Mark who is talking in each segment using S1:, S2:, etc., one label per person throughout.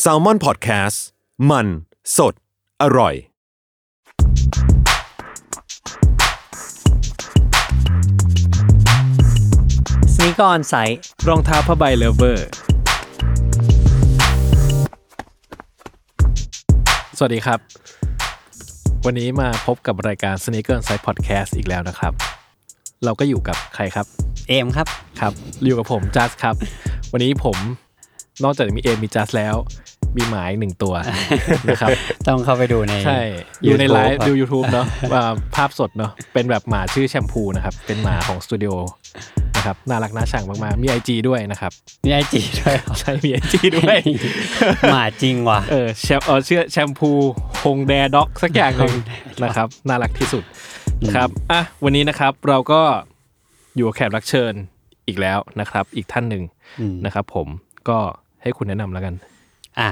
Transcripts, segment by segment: S1: แซลมอนพอดแคสต์มันสดอร่อย
S2: สนิกอนไซต์
S3: รองเท้าผ้าใบเลเวอร์ สวัสดีครับ วันนี้มาพบกับรายการ Sneaker Insight Podcast อีกแล้วนะครับ เราก็อยู่กับใครครับ
S2: เอมครับ
S3: ครับ อยู่กับผมจัสครับ วันนี้ผมนอกจากมีเอมมีจัสแล้ว มีหมายหนึ่งตัว นะครับ
S2: ต้องเข้าไปดูใน
S3: ใช่ อยู่ใน
S2: YouTube
S3: ไลฟ์
S2: ครับ
S3: ดู YouTube เนาะ ว่าภาพสดเนาะเป็นแบบหมาชื่อแชมพูนะครับ เป็นหมาของสตูดิโอนะครับน่ารักน่าชังมากๆมี IG ด้วยนะครับ
S2: มีไอจีด้วยเหรอ
S3: ใช่มี IG ด้วย
S2: หมาจริงว่ะ
S3: เออแชมเออเชื่อแชมพูฮงแดด็อกสักอย่างหนึ่ง นะครับ น่ารักที่สุดครับอ่ะวันนี้นะครับเราก็อยู่กับแขกรับเชิญอีกแล้วนะครับ อีกท่านหนึ่ง
S2: อืม
S3: นะครับ ผมก็ให้คุณแนะนำแล้วกัน
S2: อ่ะ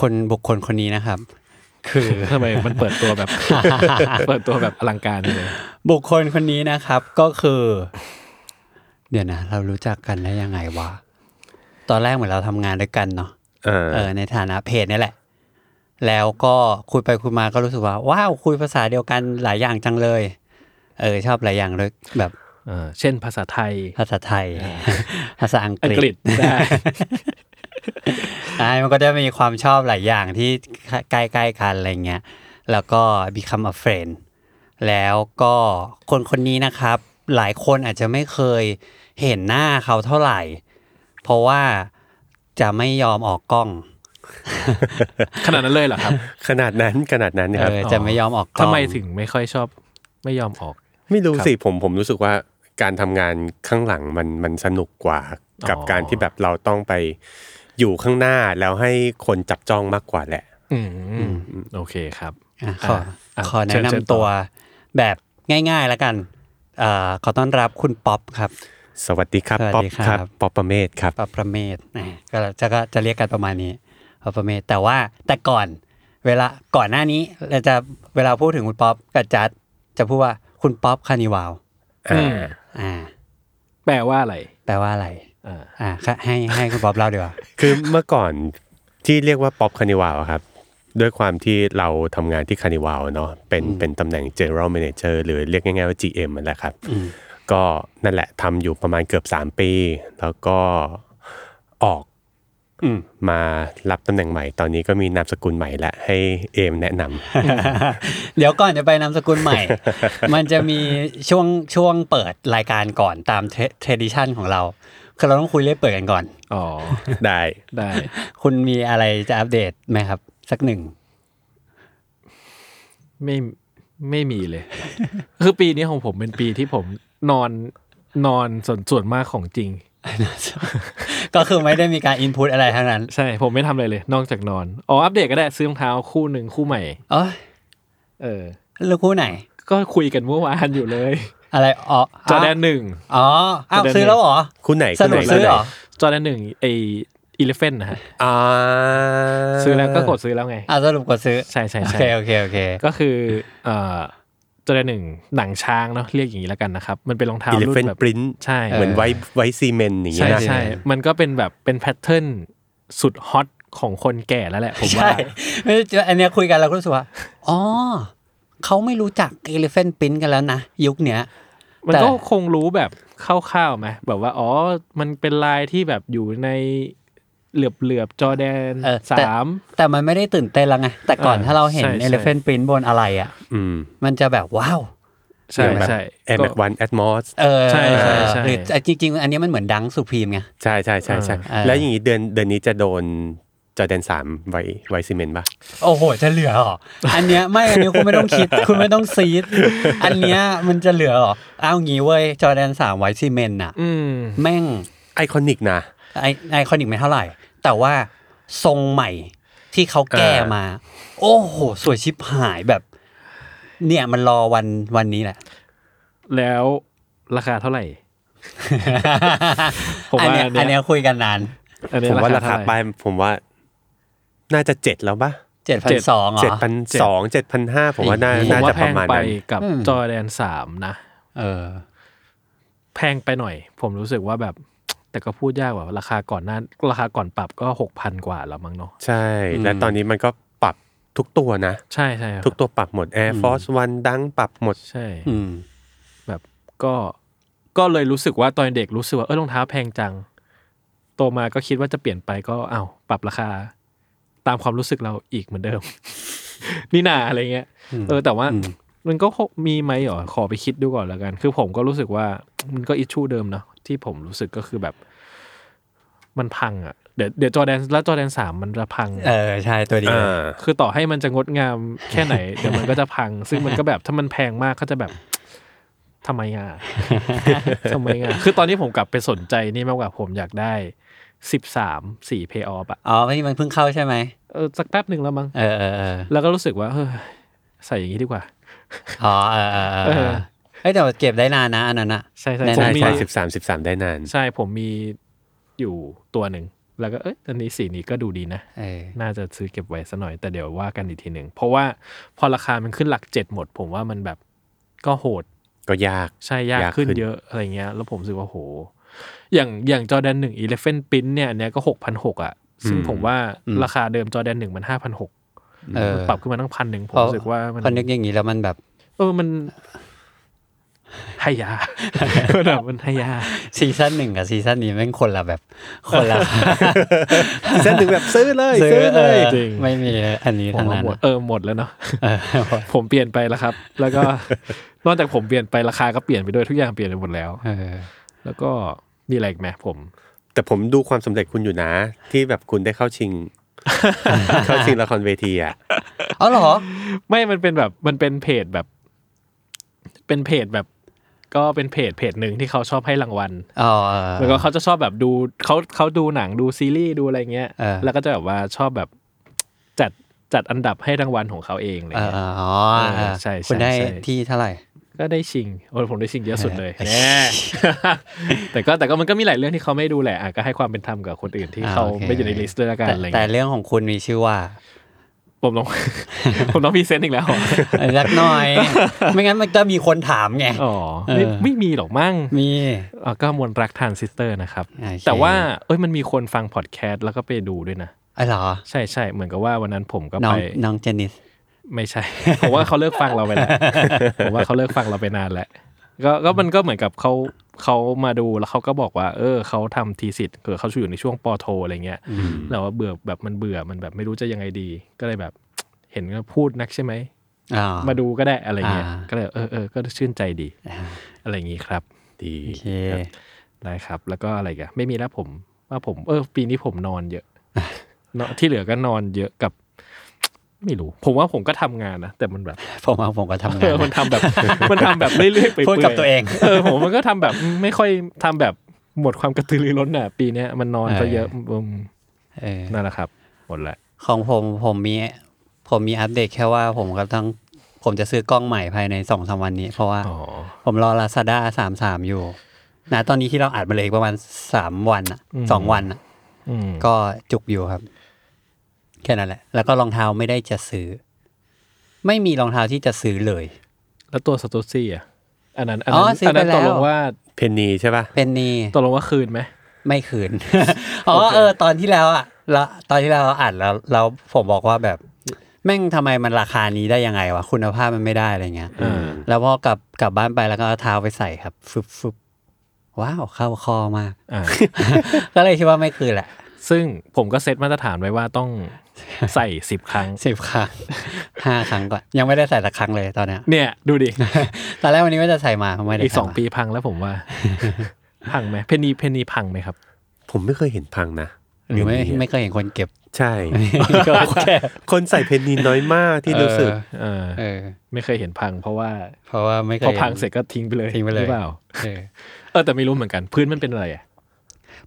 S2: คนบุคคลคนนี้นะครับ คือ
S3: ทำไมมันเปิดตัวแบบ เปิดตัวแบบอลังการเลย
S2: บุคคลคนนี้นะครับก็คือ เดี๋ยวนะ เรารู้จักกันได้ยังไงวะ ตอนแรกเหมือนเราทำงานด้วยกันเนาะ
S1: เออ
S2: เออในฐานะเพจนี่แหละ แล้วก็คุยไปคุยมาก็รู้สึกว่า ว้าว คุยภาษาเดียวกันหลายอย่างจังเลย เออ ชอบหลายอย่างเลยแบบ
S3: เออเช่นภาษาไทย
S2: ภาษาไทย ภาษาอังก
S3: อัง
S2: ฤ
S3: กฤ
S2: ษ
S3: ษได้
S2: ใช่มันก็จะมีความชอบหลายอย่างที่ใกล้ๆกันอะไรเงี้ย แล้วก็ become a friend แล้วก็คนคนนี้นะครับ หลายคนอาจจะไม่เคยเห็นหน้าเขาเท่าไหร่ เพราะว่าจะไม่ยอมออกกล้อง
S3: ขนาดนั้นเลยเหรอครับ
S4: ขนาดนั้นขนาดนั้น
S2: เอ
S4: ครับ
S2: อ จะไม่ยอมออกกล้
S3: ทำ
S2: อง
S3: ไมถึงไม่ค่อยชอบไม่ยอมออก
S4: ไม่รู้สิผมผมรู้สึกว่าการทำงานข้างหลังมันมันสนุกกว่ากับ
S3: อ๋อ
S4: การที่แบบเราต้องไปอยู่ข้างหน้าแล้วให้คนจับจ้องมากกว่าแหละ
S3: อืมโอเคครับ
S2: อ่ะขออะ ขอ
S3: เชิ
S2: แนะ
S3: ญ
S2: นำ
S3: เชิญต่อ
S2: ตัวแบบง่ายๆแล้วกันเอ่อขอต้อนรับคุณป๊อปครับ
S4: สวัสดีครับ
S2: สวั
S4: ป๊อ
S2: ส
S4: ป
S2: ดีค
S4: ค
S2: รั
S4: รับ บป๊อปประเมศครับ
S2: ป๊อปประเมศนะก็จะก็จะเรียกกันประมาณนี้ป๊อปประเมศแต่ว่าแต่ก่อนเวลาก่อนหน้านี้เราจะเวลาพูดถึงคุณป๊อปกับจัดจะพูดว่าคุณป๊อปคานิวาว
S4: อ่า
S2: อ่า
S3: แปลว่าอะไร
S2: แปลว่าอะไร
S3: อ่า
S2: อ่าค่ะให้ให้คุณป๊อปเล่าดีกว่า
S4: คือเมื่อก่อนที่เรียกว่าป๊อปคานิวาวครับ ด้วยความที่เราทำงานที่คานิวาวเนาะเป็นเป็นตำแหน่ง General Manager หรือเรียกง่ายๆว่า GM นั่นแหละครับ ก็นั่นแหละทำอยู่ประมาณเกือบ 3 ปี แล้วก็ออกมารับตำแหน่งใหม่ ตอนนี้ก็มีนามสกุลใหม่และให้เอมแนะนำ
S2: เดี๋ยวก่อนจะไปนามสกุลใหม่ มันจะมีช่วงช่วงเปิดรายการก่อนตามเทรดิชันของเราคือเราต้องคุยเรื่องเปิดกันก่อน
S3: อ๋อ
S4: ได้
S3: ได้
S2: คุณมีอะไรจะอัปเดตไหมครับ สักหนึ่ง
S3: ไม่ไม่มีเลย คือปีนี้ของผมเป็นปีที่ผมนอนนอนส่วนส่วนมากของจริง
S2: ก็คือไม่ได้มีการอินพุตอะไรทั้งนั้น
S3: ใช่ผมไม่ทำอะไรเลย นอกจากนอน อ๋อ อัปเดตก็ได้ซื้อรองเท้าคู่หนึ่งคู่ใหม่
S2: เอ๋อ
S3: เออ
S2: แล้วคู่ไหน
S3: ก็คุยกันเมื่อวานอยู่เลย
S2: อะไรอ๋อ
S3: จอแดนหนึ่ง
S2: อ๋ออ้า
S3: จ
S2: ว
S3: อแดน
S2: ซื้อแล้วเหรอ
S4: คู่ไหน
S2: ส
S4: คู่ไห
S2: นุ
S4: น
S2: กซื้อเหรอ
S3: จอแดนหนึ่งไออีเลฟเฟนนะฮะ
S4: อ่า
S3: ซื้อแล้วก็กดซื้อแล้วไง
S2: อ่าสรุปกดซื้อ
S3: ใช่ใช่
S2: โอ
S3: ใช่
S2: เคโอเคโอเค
S3: ก็คือเอ่อจอแดนหนึ่งหนังช้างเนาะเรียกอย่างนี้แล้วกันนะครับ มันเป็นรองเท้า
S4: อิเล
S3: รุ่
S4: เฟน
S3: นแบบ
S4: ปริน
S3: ใช่
S4: เหมือนไว้ไว้ซีเมนต์อย่างเงี้ย
S3: ใช่
S4: นะ
S3: ใช่ มันก็เป็นแบบเป็นแพทเทิร์นสุดฮอตของคนแก่แล้วแหละผมว่า
S2: ใช่ไม่ใช่อันเนี้ยคุยกันเราก็รู้สึกว่าอ๋อเขาไม่รู้จัก Elephant Print กันแล้วนะ ยุคเนี้ย
S3: มัน
S2: แต่
S3: ก็คงรู้แบบคร่าวๆไหมแบบว่าอ๋อ มันเป็นลายที่แบบอยู่ใน เหลือบเหลือบจอแดน
S2: เออ
S3: ส
S2: แต่
S3: าม
S2: แต่มันไม่ได้ตื่นเต้นแล้วไง แต่ก่อน
S3: อ่า
S2: ถ้าเราเห็น
S3: ใช่ใช่
S2: Elephant Print บนอะไรอ่ะ
S4: อืม
S2: มันจะแบบว้าว
S3: ใช่ใช่
S4: แอร์แม็กวันแอดมอส
S2: เออ
S3: ใช่ใช่ใช่
S2: หรือแต่จริง ๆ อันนี้มันเหมือนดังสุพรีมไง
S4: ใช่ใช่ใช่ใช่
S2: อ่า
S4: แล้วอย่างนี้เดือนเดือนนี้จะโดนจอแดนสามไวไวซีเมนต์ป่ะ
S2: โอ้โห จะเหลือเหรอ อันเนี้ยไม่ อันนี้คุณไม่ต้องคิด คุณไม่ต้องซีด อันเนี้ยมันจะเหลือเหรอ เอางี้เว้ย จอแดนสามไวท์ซีเมนต์อะ
S3: อืม
S2: แม่ง
S4: ไอคอนิกนะ
S2: ไอไอคอนิกไม่เท่าไหร่ แต่ว่าทรงใหม่ที่เขาแก้มา โอ้โห สวยชิบหายแบบ เนี่ยมันรอวันวันนี้แหละ
S3: แล้วราคาเท่าไหร่ ผม
S2: อัน
S3: ว่า
S2: เนี้ย
S3: อันเนี้ย
S2: อันเนี้ยคุยกันนาน
S3: อันนี้
S4: ผมว่ารา
S3: เท่
S4: คา
S3: ไห
S4: ป้ายผมว่า น่าจะเจ็ดแล้วป่ะ
S2: เจ็ดพันสองเหร
S4: เจ็ด
S2: อ
S4: พันสองเจ็ดพันห้าผมว่าน่า
S3: ผม
S4: น่า
S3: ว่า
S4: จะ
S3: แพ
S4: ประ
S3: ง
S4: มาณ
S3: ไป
S4: นั้น
S3: กับ
S2: อืม
S3: จอแดนสามนะ
S2: เออ
S3: แพงไปหน่อย ผมรู้สึกว่าแบบ แต่ก็พูดยากว่าราคาก่อนหน้าราคาก่อนปรับก็หกพันกว่าแล้วมั้งเนาะ
S4: ใช่ และตอนนี้มันก็ปรับทุกตัวนะ
S3: ใช่ใช่ครับ
S4: ทุกตัวปรับหมด Air Force One ดังปรับหมด
S3: ใช่
S2: อืม
S3: แบบก็ก็เลยรู้สึกว่าตอนเด็กรู้สึกว่าเออรองเท้าแพงจัง โตมาก็คิดว่าจะเปลี่ยนไปก็อ้าวปรับราคา ตามความรู้สึกเราอีกเหมือนเดิม นี่นาอะไรเงี้ยเออแต่ว่า มันก็คงมีไหมเหรอขอไปคิดดูก่อนแล้วกัน คือผมก็รู้สึกว่ามันก็อิชชูเดิมเนาะที่ผมรู้สึกก็คือแบบ มันพังอะ่ะเดี๋ยวเดี๋ยวจอแดนแล้วจอแดนสามมันจะพัง
S2: เออ ใช่ตัวเดียว
S4: อ่า
S3: คือต่อให้มันจะงดงามแค่ไหน เดี๋ยวมันก็จะพัง ซึ่งมันก็แบบถ้ามันแพงมากก็จะแบบทำไมอ่ะ ทำไมอ่ะคือตอนนี้ผมกลับไปสนใจนี่มากกว่าผมอยากได้สิบสามสี่เพย์ออฟอ่ะ
S2: อ๋อที่มันเพิ่งเข้าใช่ไหม
S3: เออสักแป๊บหนึ่งแล้วมั้ง
S2: เออเออเออ
S3: แล้วก็รู้สึกว่าเฮ้ยใส่อย่างนี้ดีกว่า
S2: อ๋อเออเออเออเออเฮ้ยแต่ว่าเก็บได้นานนะอันนั้นอะ
S3: ใช่ใช่
S2: แน่
S3: ผ
S2: น
S3: ม
S2: อน
S3: มี
S4: ใช่สิบสามสิบสามได้นาน
S3: ใช่ผมมีอยู่ตัวหนึ่ง แล้วก็เอ้ยอันนี้สีนี้ก็ดูดีนะ
S2: เออ
S3: น่าจะซื้อเก็บไว้สัหน่อยแต่เดี๋ยวว่ากันอีกทีหนึ่ง เพราะว่าพอราคามันขึ้นหลักเจ็ดหมด ผมว่ามันแบบก็โหด
S4: ก็ยาก
S3: ใช่ยาก
S4: ยากขึ้
S3: ขึ้น
S4: น
S3: เยอะอะไรเงี้ย แล้วผมรู้สึกว่าโห อย่างอย่างจอแดนหนึ่งอีเลฟเฟนปินเนี่ยอันเนี้ยก็หกพันหกอ่ะ ซึ่งผมว่า
S2: อืม
S3: ราคาเดิมจอแดนหนึ่งมันห้าพันหก
S2: เออ
S3: ปรับขึ้นมาตั้งพันหนึ่งผมรู้สึกว่ามัน
S2: พอนึกอย่างนี้แล้วมันแบบ
S3: เออมันให้ยา มันแบบมันให้ยา
S2: ซีซั่นหนึ่งกับซีซั่นนี้แม่งคนละแบบ คนละ
S4: ซีซั่นหนึ่งแบบซื้อเลย
S2: ซื้
S4: ซื้อ
S2: อเอ
S4: เลย
S2: อ
S3: จริง
S2: ไม่มีอันนี้
S3: ผม
S2: ทั้ง
S3: ว่า
S2: นั้
S3: ห
S2: น
S3: มด
S2: อะ
S3: เออหมดแล้วเนาะ
S2: เออหมด
S3: ผมเปลี่ยนไปแล้วครับ แล้วก็ นอกจากผมเปลี่ยนไปราคาก็เปลี่ยนไปด้วยทุกอย่างเปลี่ยนไปหมดแล้ว
S2: เออ
S3: แล้วก็มีอะไรอีกไหมผม
S4: แต่ผมดูความสำเร็จคุณอยู่นะ ที่แบบคุณได้เข้าชิ ง เข้าชิงละครเวทีอ่ะ
S2: เอาเหรอ
S3: ไม่ มันเป็นแบบ มันเป็นเพจแบบ เป็นเพจแบบ ก็เป็นเพจเพจหนึ่งที่เขาชอบให้รางวัล
S2: อ๋อเออ
S3: แล้วก็เขาจะชอบแบบดูเขาเขาดูหนังดูซีรีส์ดูอะไรเงี้ย
S2: เออ
S3: แล้วก็จะแบบว่าชอบแบบจัดจัดอันดับให้รางวัลของเขาเองอะไร
S2: เออ
S3: เงี้ย
S2: เอออ๋อเออ
S3: ใช่ใช่
S2: คุณได้
S3: ใช่
S2: ที่เท่าไหร่
S3: ก็ได้ชิงโอ้ยผมได้ชิงเยอะสุดเลยแน่ แต่ก็แต่ก็มันก็มีหลายเรื่องที่เขาไม่ดูแหละอ่ะก็ให้ความเป็นธรรมกับคนอื่นที่
S2: อ่า
S3: เขา
S2: โอเค
S3: ไม่อยู่ในลิสต์ด้วยละกัน
S2: แต่
S3: อะไรเงี้ย
S2: แต่เรื่องของคุณมีชื่อว่า
S3: ผมต้อง ผมต้องพรีเซนต์อีกแล้วเหรอ
S2: รัก หน่อย ไม่งั้นมันจะมีคนถามไง
S3: อ๋อไม่
S2: เออ
S3: ไม่มีหรอกมั้ง
S2: มี
S3: อ่ะก็มวลรักทานซิสเตอร์นะครับ
S2: โอเค
S3: แต่ว่าเอ้ยมันมีคนฟังพอดแคสต์แล้วก็ไปดูด้วยนะ
S2: เออเหรอ
S3: ใช่ใช่เหมือนกับว่าวันนั้นผมก็
S2: น้อ
S3: ไป
S2: งน้องเจนิส
S3: ไม่ใช่ ผมว่าเขาเลิกฟังเราไป แล้ว ผมว่าเขาเลิกฟังเราไปนานแล้วก็ก็มันก็เหมือนกับเขาเขามาดูแล้วเขาก็บอกว่า เออเขาทำทีสิทธ์คือเขาอยู่ในช่วงปอโทอะไรเงี้ยแล้วว่าเบื่อแบบมันเบื่อมันแบบไม่รู้จะยังไงดี ก็เลยแบบ เห็นก็พูดนักใช่ไหม
S2: อ๋อ
S3: มาดูก็ได้อะไรเงี้ย
S2: อ่า
S3: ก็เลยเออเออก็ชื่นใจดี อะไรอย่างงี้ครับ
S4: ดี
S2: โอเค
S3: ได้ครับ แล้วก็อะไรอีกันไม่มีแล้วผมว่าผม เออ ปีนี้ผมนอนเยอะเนอะที่เหลือก็นอนเยอะกับ ไม่รู้ ผมว่าผมก็ทำงานนะ แต่มันแบบ
S2: ผมเอาผมก็
S3: เอง
S2: ทำา
S3: อน มันทำแบบ มันทำแบบเรื่อยๆไป
S2: พูดกับตัวเอง
S3: เออผมมันก็ทำแบบไม่ค่อยทำแบบหมดความกระตือรือร้นน่ะ ปีเนี้ยมันนอนซะเยอะอืม
S2: เออ
S3: นั่นแหละครับ หมดละ
S2: ของผมผมมีผมมีอัปเดตแค่ว่าผมก็ต้องผมจะซื้อกล้องใหม่ภายในสองสามวันนี้ เพราะว่า
S3: อ๋อ
S2: ผมรอ Lazada สามสามอยู่นะตอนนี้ที่เราอัดมาเลยประมาณสามวันอะสองวันอะ
S3: อืม
S2: ก็จุกอยู่ครับ แค่นั้นแหละ แล้วก็รองเท้าไม่ได้จะซื้อ ไม่มีรองเท้าที่จะซื้อเลย
S3: แล้วตัวสตูซี่อ่ะอันนั้นอัน
S2: อ๋
S3: นั้
S2: อน ซื้อ
S3: อันนั้น
S2: ไป
S3: ต
S2: แล้ว
S3: กลงว่า
S4: เพนนีใช่ป่ะ
S2: เป็นนี่
S3: ตกลงว่าคืนไหม
S2: ไม่คืน อ๋อเออ ตอนที่แล้วอ่ะแล้วตอนที่เราอ่านแล้วเราผมบอกว่าแบบ แม่งทำไมมันราคานี้ได้ยังไงวะ คุณภาพมันไม่ได้อะไรเงี้ยแล้วพอกลับกลับบ้านไปแล้วก็เอาเท้าไปใส่ครับฟึบฟึบว้าว เข้าคอมาก
S3: อ่า
S2: ก็เลยคิดว่าไม่คืนแหละ
S3: ซึ่งผมก็เซตมาตรฐานไว้ว่าต้องใส่สิบครั้ง
S2: สิบครั้งห้าครั้งก่อนยังไม่ได้ใส่สักครั้งเลยตอนเนี้ย
S3: เนี่ย ดูดิ
S2: ตอนแรกวันนี้ว่าจะใส่มาไม่ได้
S3: อีก
S2: ใมา
S3: สองปีพังแล้วผม ว่า พังไหมเพนนีเพนนีพังไหมครับ
S4: ผมไม่เคยเห็นพังนะ
S2: หรือไม่
S4: เงนี้
S2: ไม่เคยเห็นคนเก็บ
S4: ใช่
S2: ก็แค่
S4: คนใส่เพนนีน้อยมากที่รู้สึก
S3: เออ
S2: เออเออ
S3: ไม่เคยเห็นพัง เพราะว่า
S2: เพราะว่าไม่เคย
S3: พอพังเสร็จก็ทิ้งไปเลย
S2: ทิ้งไปเล
S3: ห
S2: ย
S3: รือเปล่า
S2: เออ
S3: เออแต่ไม่รู้เหมือนกันพื้นมันเป็นอะไรอะ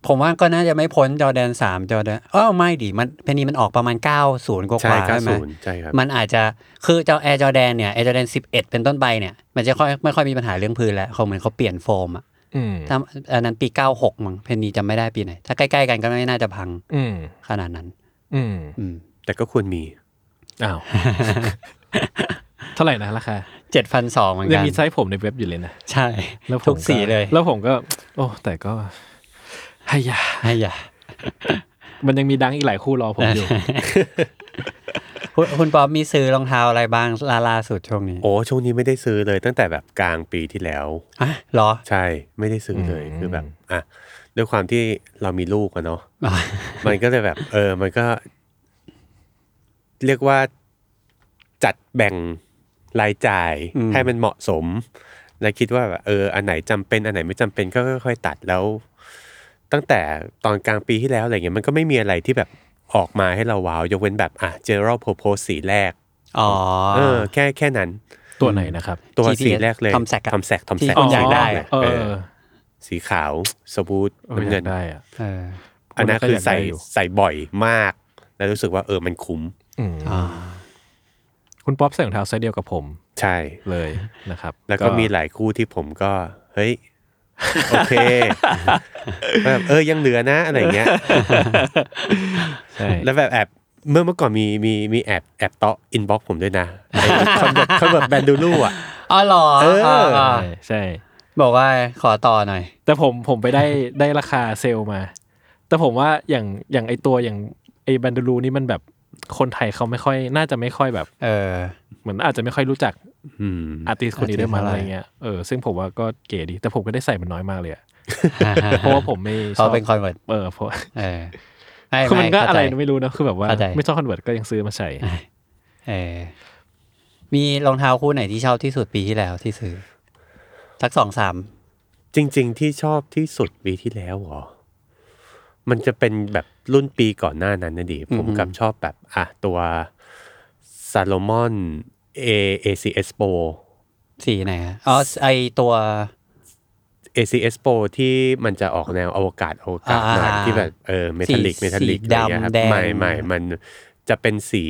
S2: ผมว่าก็น่าจะไม่พ้นจอแดนสามจอแดนอ้อไม่ดิมันเพนนีมันออกประมาณ 90 กว่า
S4: ใช่
S2: กว่าใช่ไหม
S4: 90ใช่ครับ
S2: มันอาจจะคือจอแอร์จอแดนเนี่ยแอร์จอแดน11 เป็นต้นไปเนี่ยมันจะค่อยไม่ค่อยมีปัญหาเรื่องพื้นแล้วเขาเหมือนเขาเปลี่ยนโฟมอะ
S3: อืม
S2: ถ้าอันนั้นปี 96มั้งเพนนีจำไม่ได้ปีไหนถ้าใกล้ๆกันก็ไม่น่าจะพัง
S3: อืม
S2: ขนาดนั้น
S3: อืม
S2: อืม
S4: แต่ก็ควรมี
S3: อ้าว เท่าไหร่นะราคา
S2: 7,200เหมือน
S3: ยัง
S2: กัน
S3: มีไซส์ผมในเว็บอยู่เลยนะ
S2: ใช่
S3: แล้วผม
S2: ทุกสีเลย
S3: แล้วผมก็ โอ้แต่ก็ไฮยา
S2: ไอ้ยา
S3: มันยังมีดังอีกหลายคู่รอผม อยู่
S2: คุณคุณป๊อบมีซื้อรองเท้าอะไรบ้างล่าล่าสุดช่วงนี้
S4: โอ้ช่วงนี้ไม่ได้ซื้อเลยตั้งแต่แบบกลางปีที่แล้ว
S2: อ่ะเหรอ
S4: ใช่ไม่ได้ซื้อเลยคือแบบอ่ะด้วยความที่เรามีลูกอะเนาะ
S2: อ่ะ
S4: มันก็เลยแบบ เออ มันก็ เรียกว่าจัดแบ่งรายจ่าย
S2: อืม
S4: ให้มันเหมาะสม และคิดว่าแบบเออ อันไหนจำเป็น อันไหนไม่จำเป็นก็ค่อยๆตัดแล้ว ตั้งแต่ตอนกลางปีที่แล้วอะไรเงี้ยมันก็ไม่มีอะไรที่แบบออกมาให้เราว้าวยกเว้นแบบอ่ะ general purpose สีแรก
S2: อ๋อ
S4: เออ แค่แค่นั้น
S3: ตัวไหนนะครับ
S4: ตัว
S2: GTS
S4: สีแรกเลย
S2: Tomsack อะ
S4: ทอมแซกทอม
S2: ที่
S4: แซก
S2: คนอยากได้อะ
S3: เอ
S4: เอ
S3: อ
S4: อ สีขาวสมูท
S3: เอ
S4: น้ำ
S3: ออ
S4: เงิ
S3: ยาน กได้อะ
S2: เออ
S4: อันนั้นคือใส่
S3: คนนั้นก็อยากได้อยู่
S4: ใส่บ่อยมาก แล้วรู้สึกว่าเออมันคุ้ม
S3: อืม
S2: อ่า
S3: คุณป๊อปใส่รองเท้าไซส์เดียวกับผม
S4: ใช่
S3: เลยนะครับ
S4: แล้วก็มีหลายคู่ที่ผมก็ เฮ้ย โอเคแบบเออยังเหลือนะอะไรอย่างเงี้ย
S3: ใช่
S4: แล้วแบบแอบเมื่อเมื่อก่อนมีมีมีแอบแอบเตาะอินบ็อกผมด้วยนะ คอนเวิร์ตคอนเวิร์ตแบนดูลูอ่ะ
S2: อ๋อเหรอ
S4: เอออ่
S2: าอ่า
S3: ใช่ใช่
S2: บอกว่าขอต่อหน่อย
S3: แต่ผมผมไปได้ได้ราคาเซลล์มา แต่ผมว่าอย่างอย่างไอตัวอย่างไอแบนดูรูนี่มันแบบคนไทยเขาไม่ค่อยน่าจะไม่ค่อยแบบ
S2: เออ
S3: เหมือนอาจจะไม่ค่อยรู้จัก
S4: อืม
S3: อาร์ติสคนนี้ด้วยมั้งอะ
S2: อาร์ติส
S3: ไรเงี้ยเออซึ่งผมว่าก็เก๋ดี แต่ผมก็ได้ใส่มันน้อยมากเลยอะเพราะว่าผมไม่ช
S2: เขา
S3: อบ
S2: เป็นคอนเวิร์ต
S3: เออเพราะ
S2: เออไม่
S3: คือมันก็
S2: เข้า
S3: อะ
S2: ใจ
S3: ไรไม่รู้นะคือแบบว่า
S2: เข้าใจ
S3: ไม่ชอบคอนเวิร์ตก็ยังซื้อมาใส่
S2: เออมีรองเท้าคู่ไหนที่ชอบที่สุดปีที่แล้วที่ซื้อสักสองสาม
S4: จริง ๆ ที่ชอบที่สุดปีที่แล้วเหรอ มันจะเป็นแบบรุ่นปีก่อนหน้านั้นนะดิผมกลับชอบแบบอ่ะตัวซาโลมอน A ACS Pro
S2: สีไหนฮะอ๋อไอตัว
S4: ACS Pro ที่มันจะออกแนวอวกาศอวกาศหน่อย
S2: อ่า
S4: ที่แบบเออเมทัลลิก
S2: สี
S4: เมทัลลิก
S2: สี
S4: อะไรเงี้ยครับ
S2: ดำแดง
S4: ใหม่ใหม่มันจะเป็นสี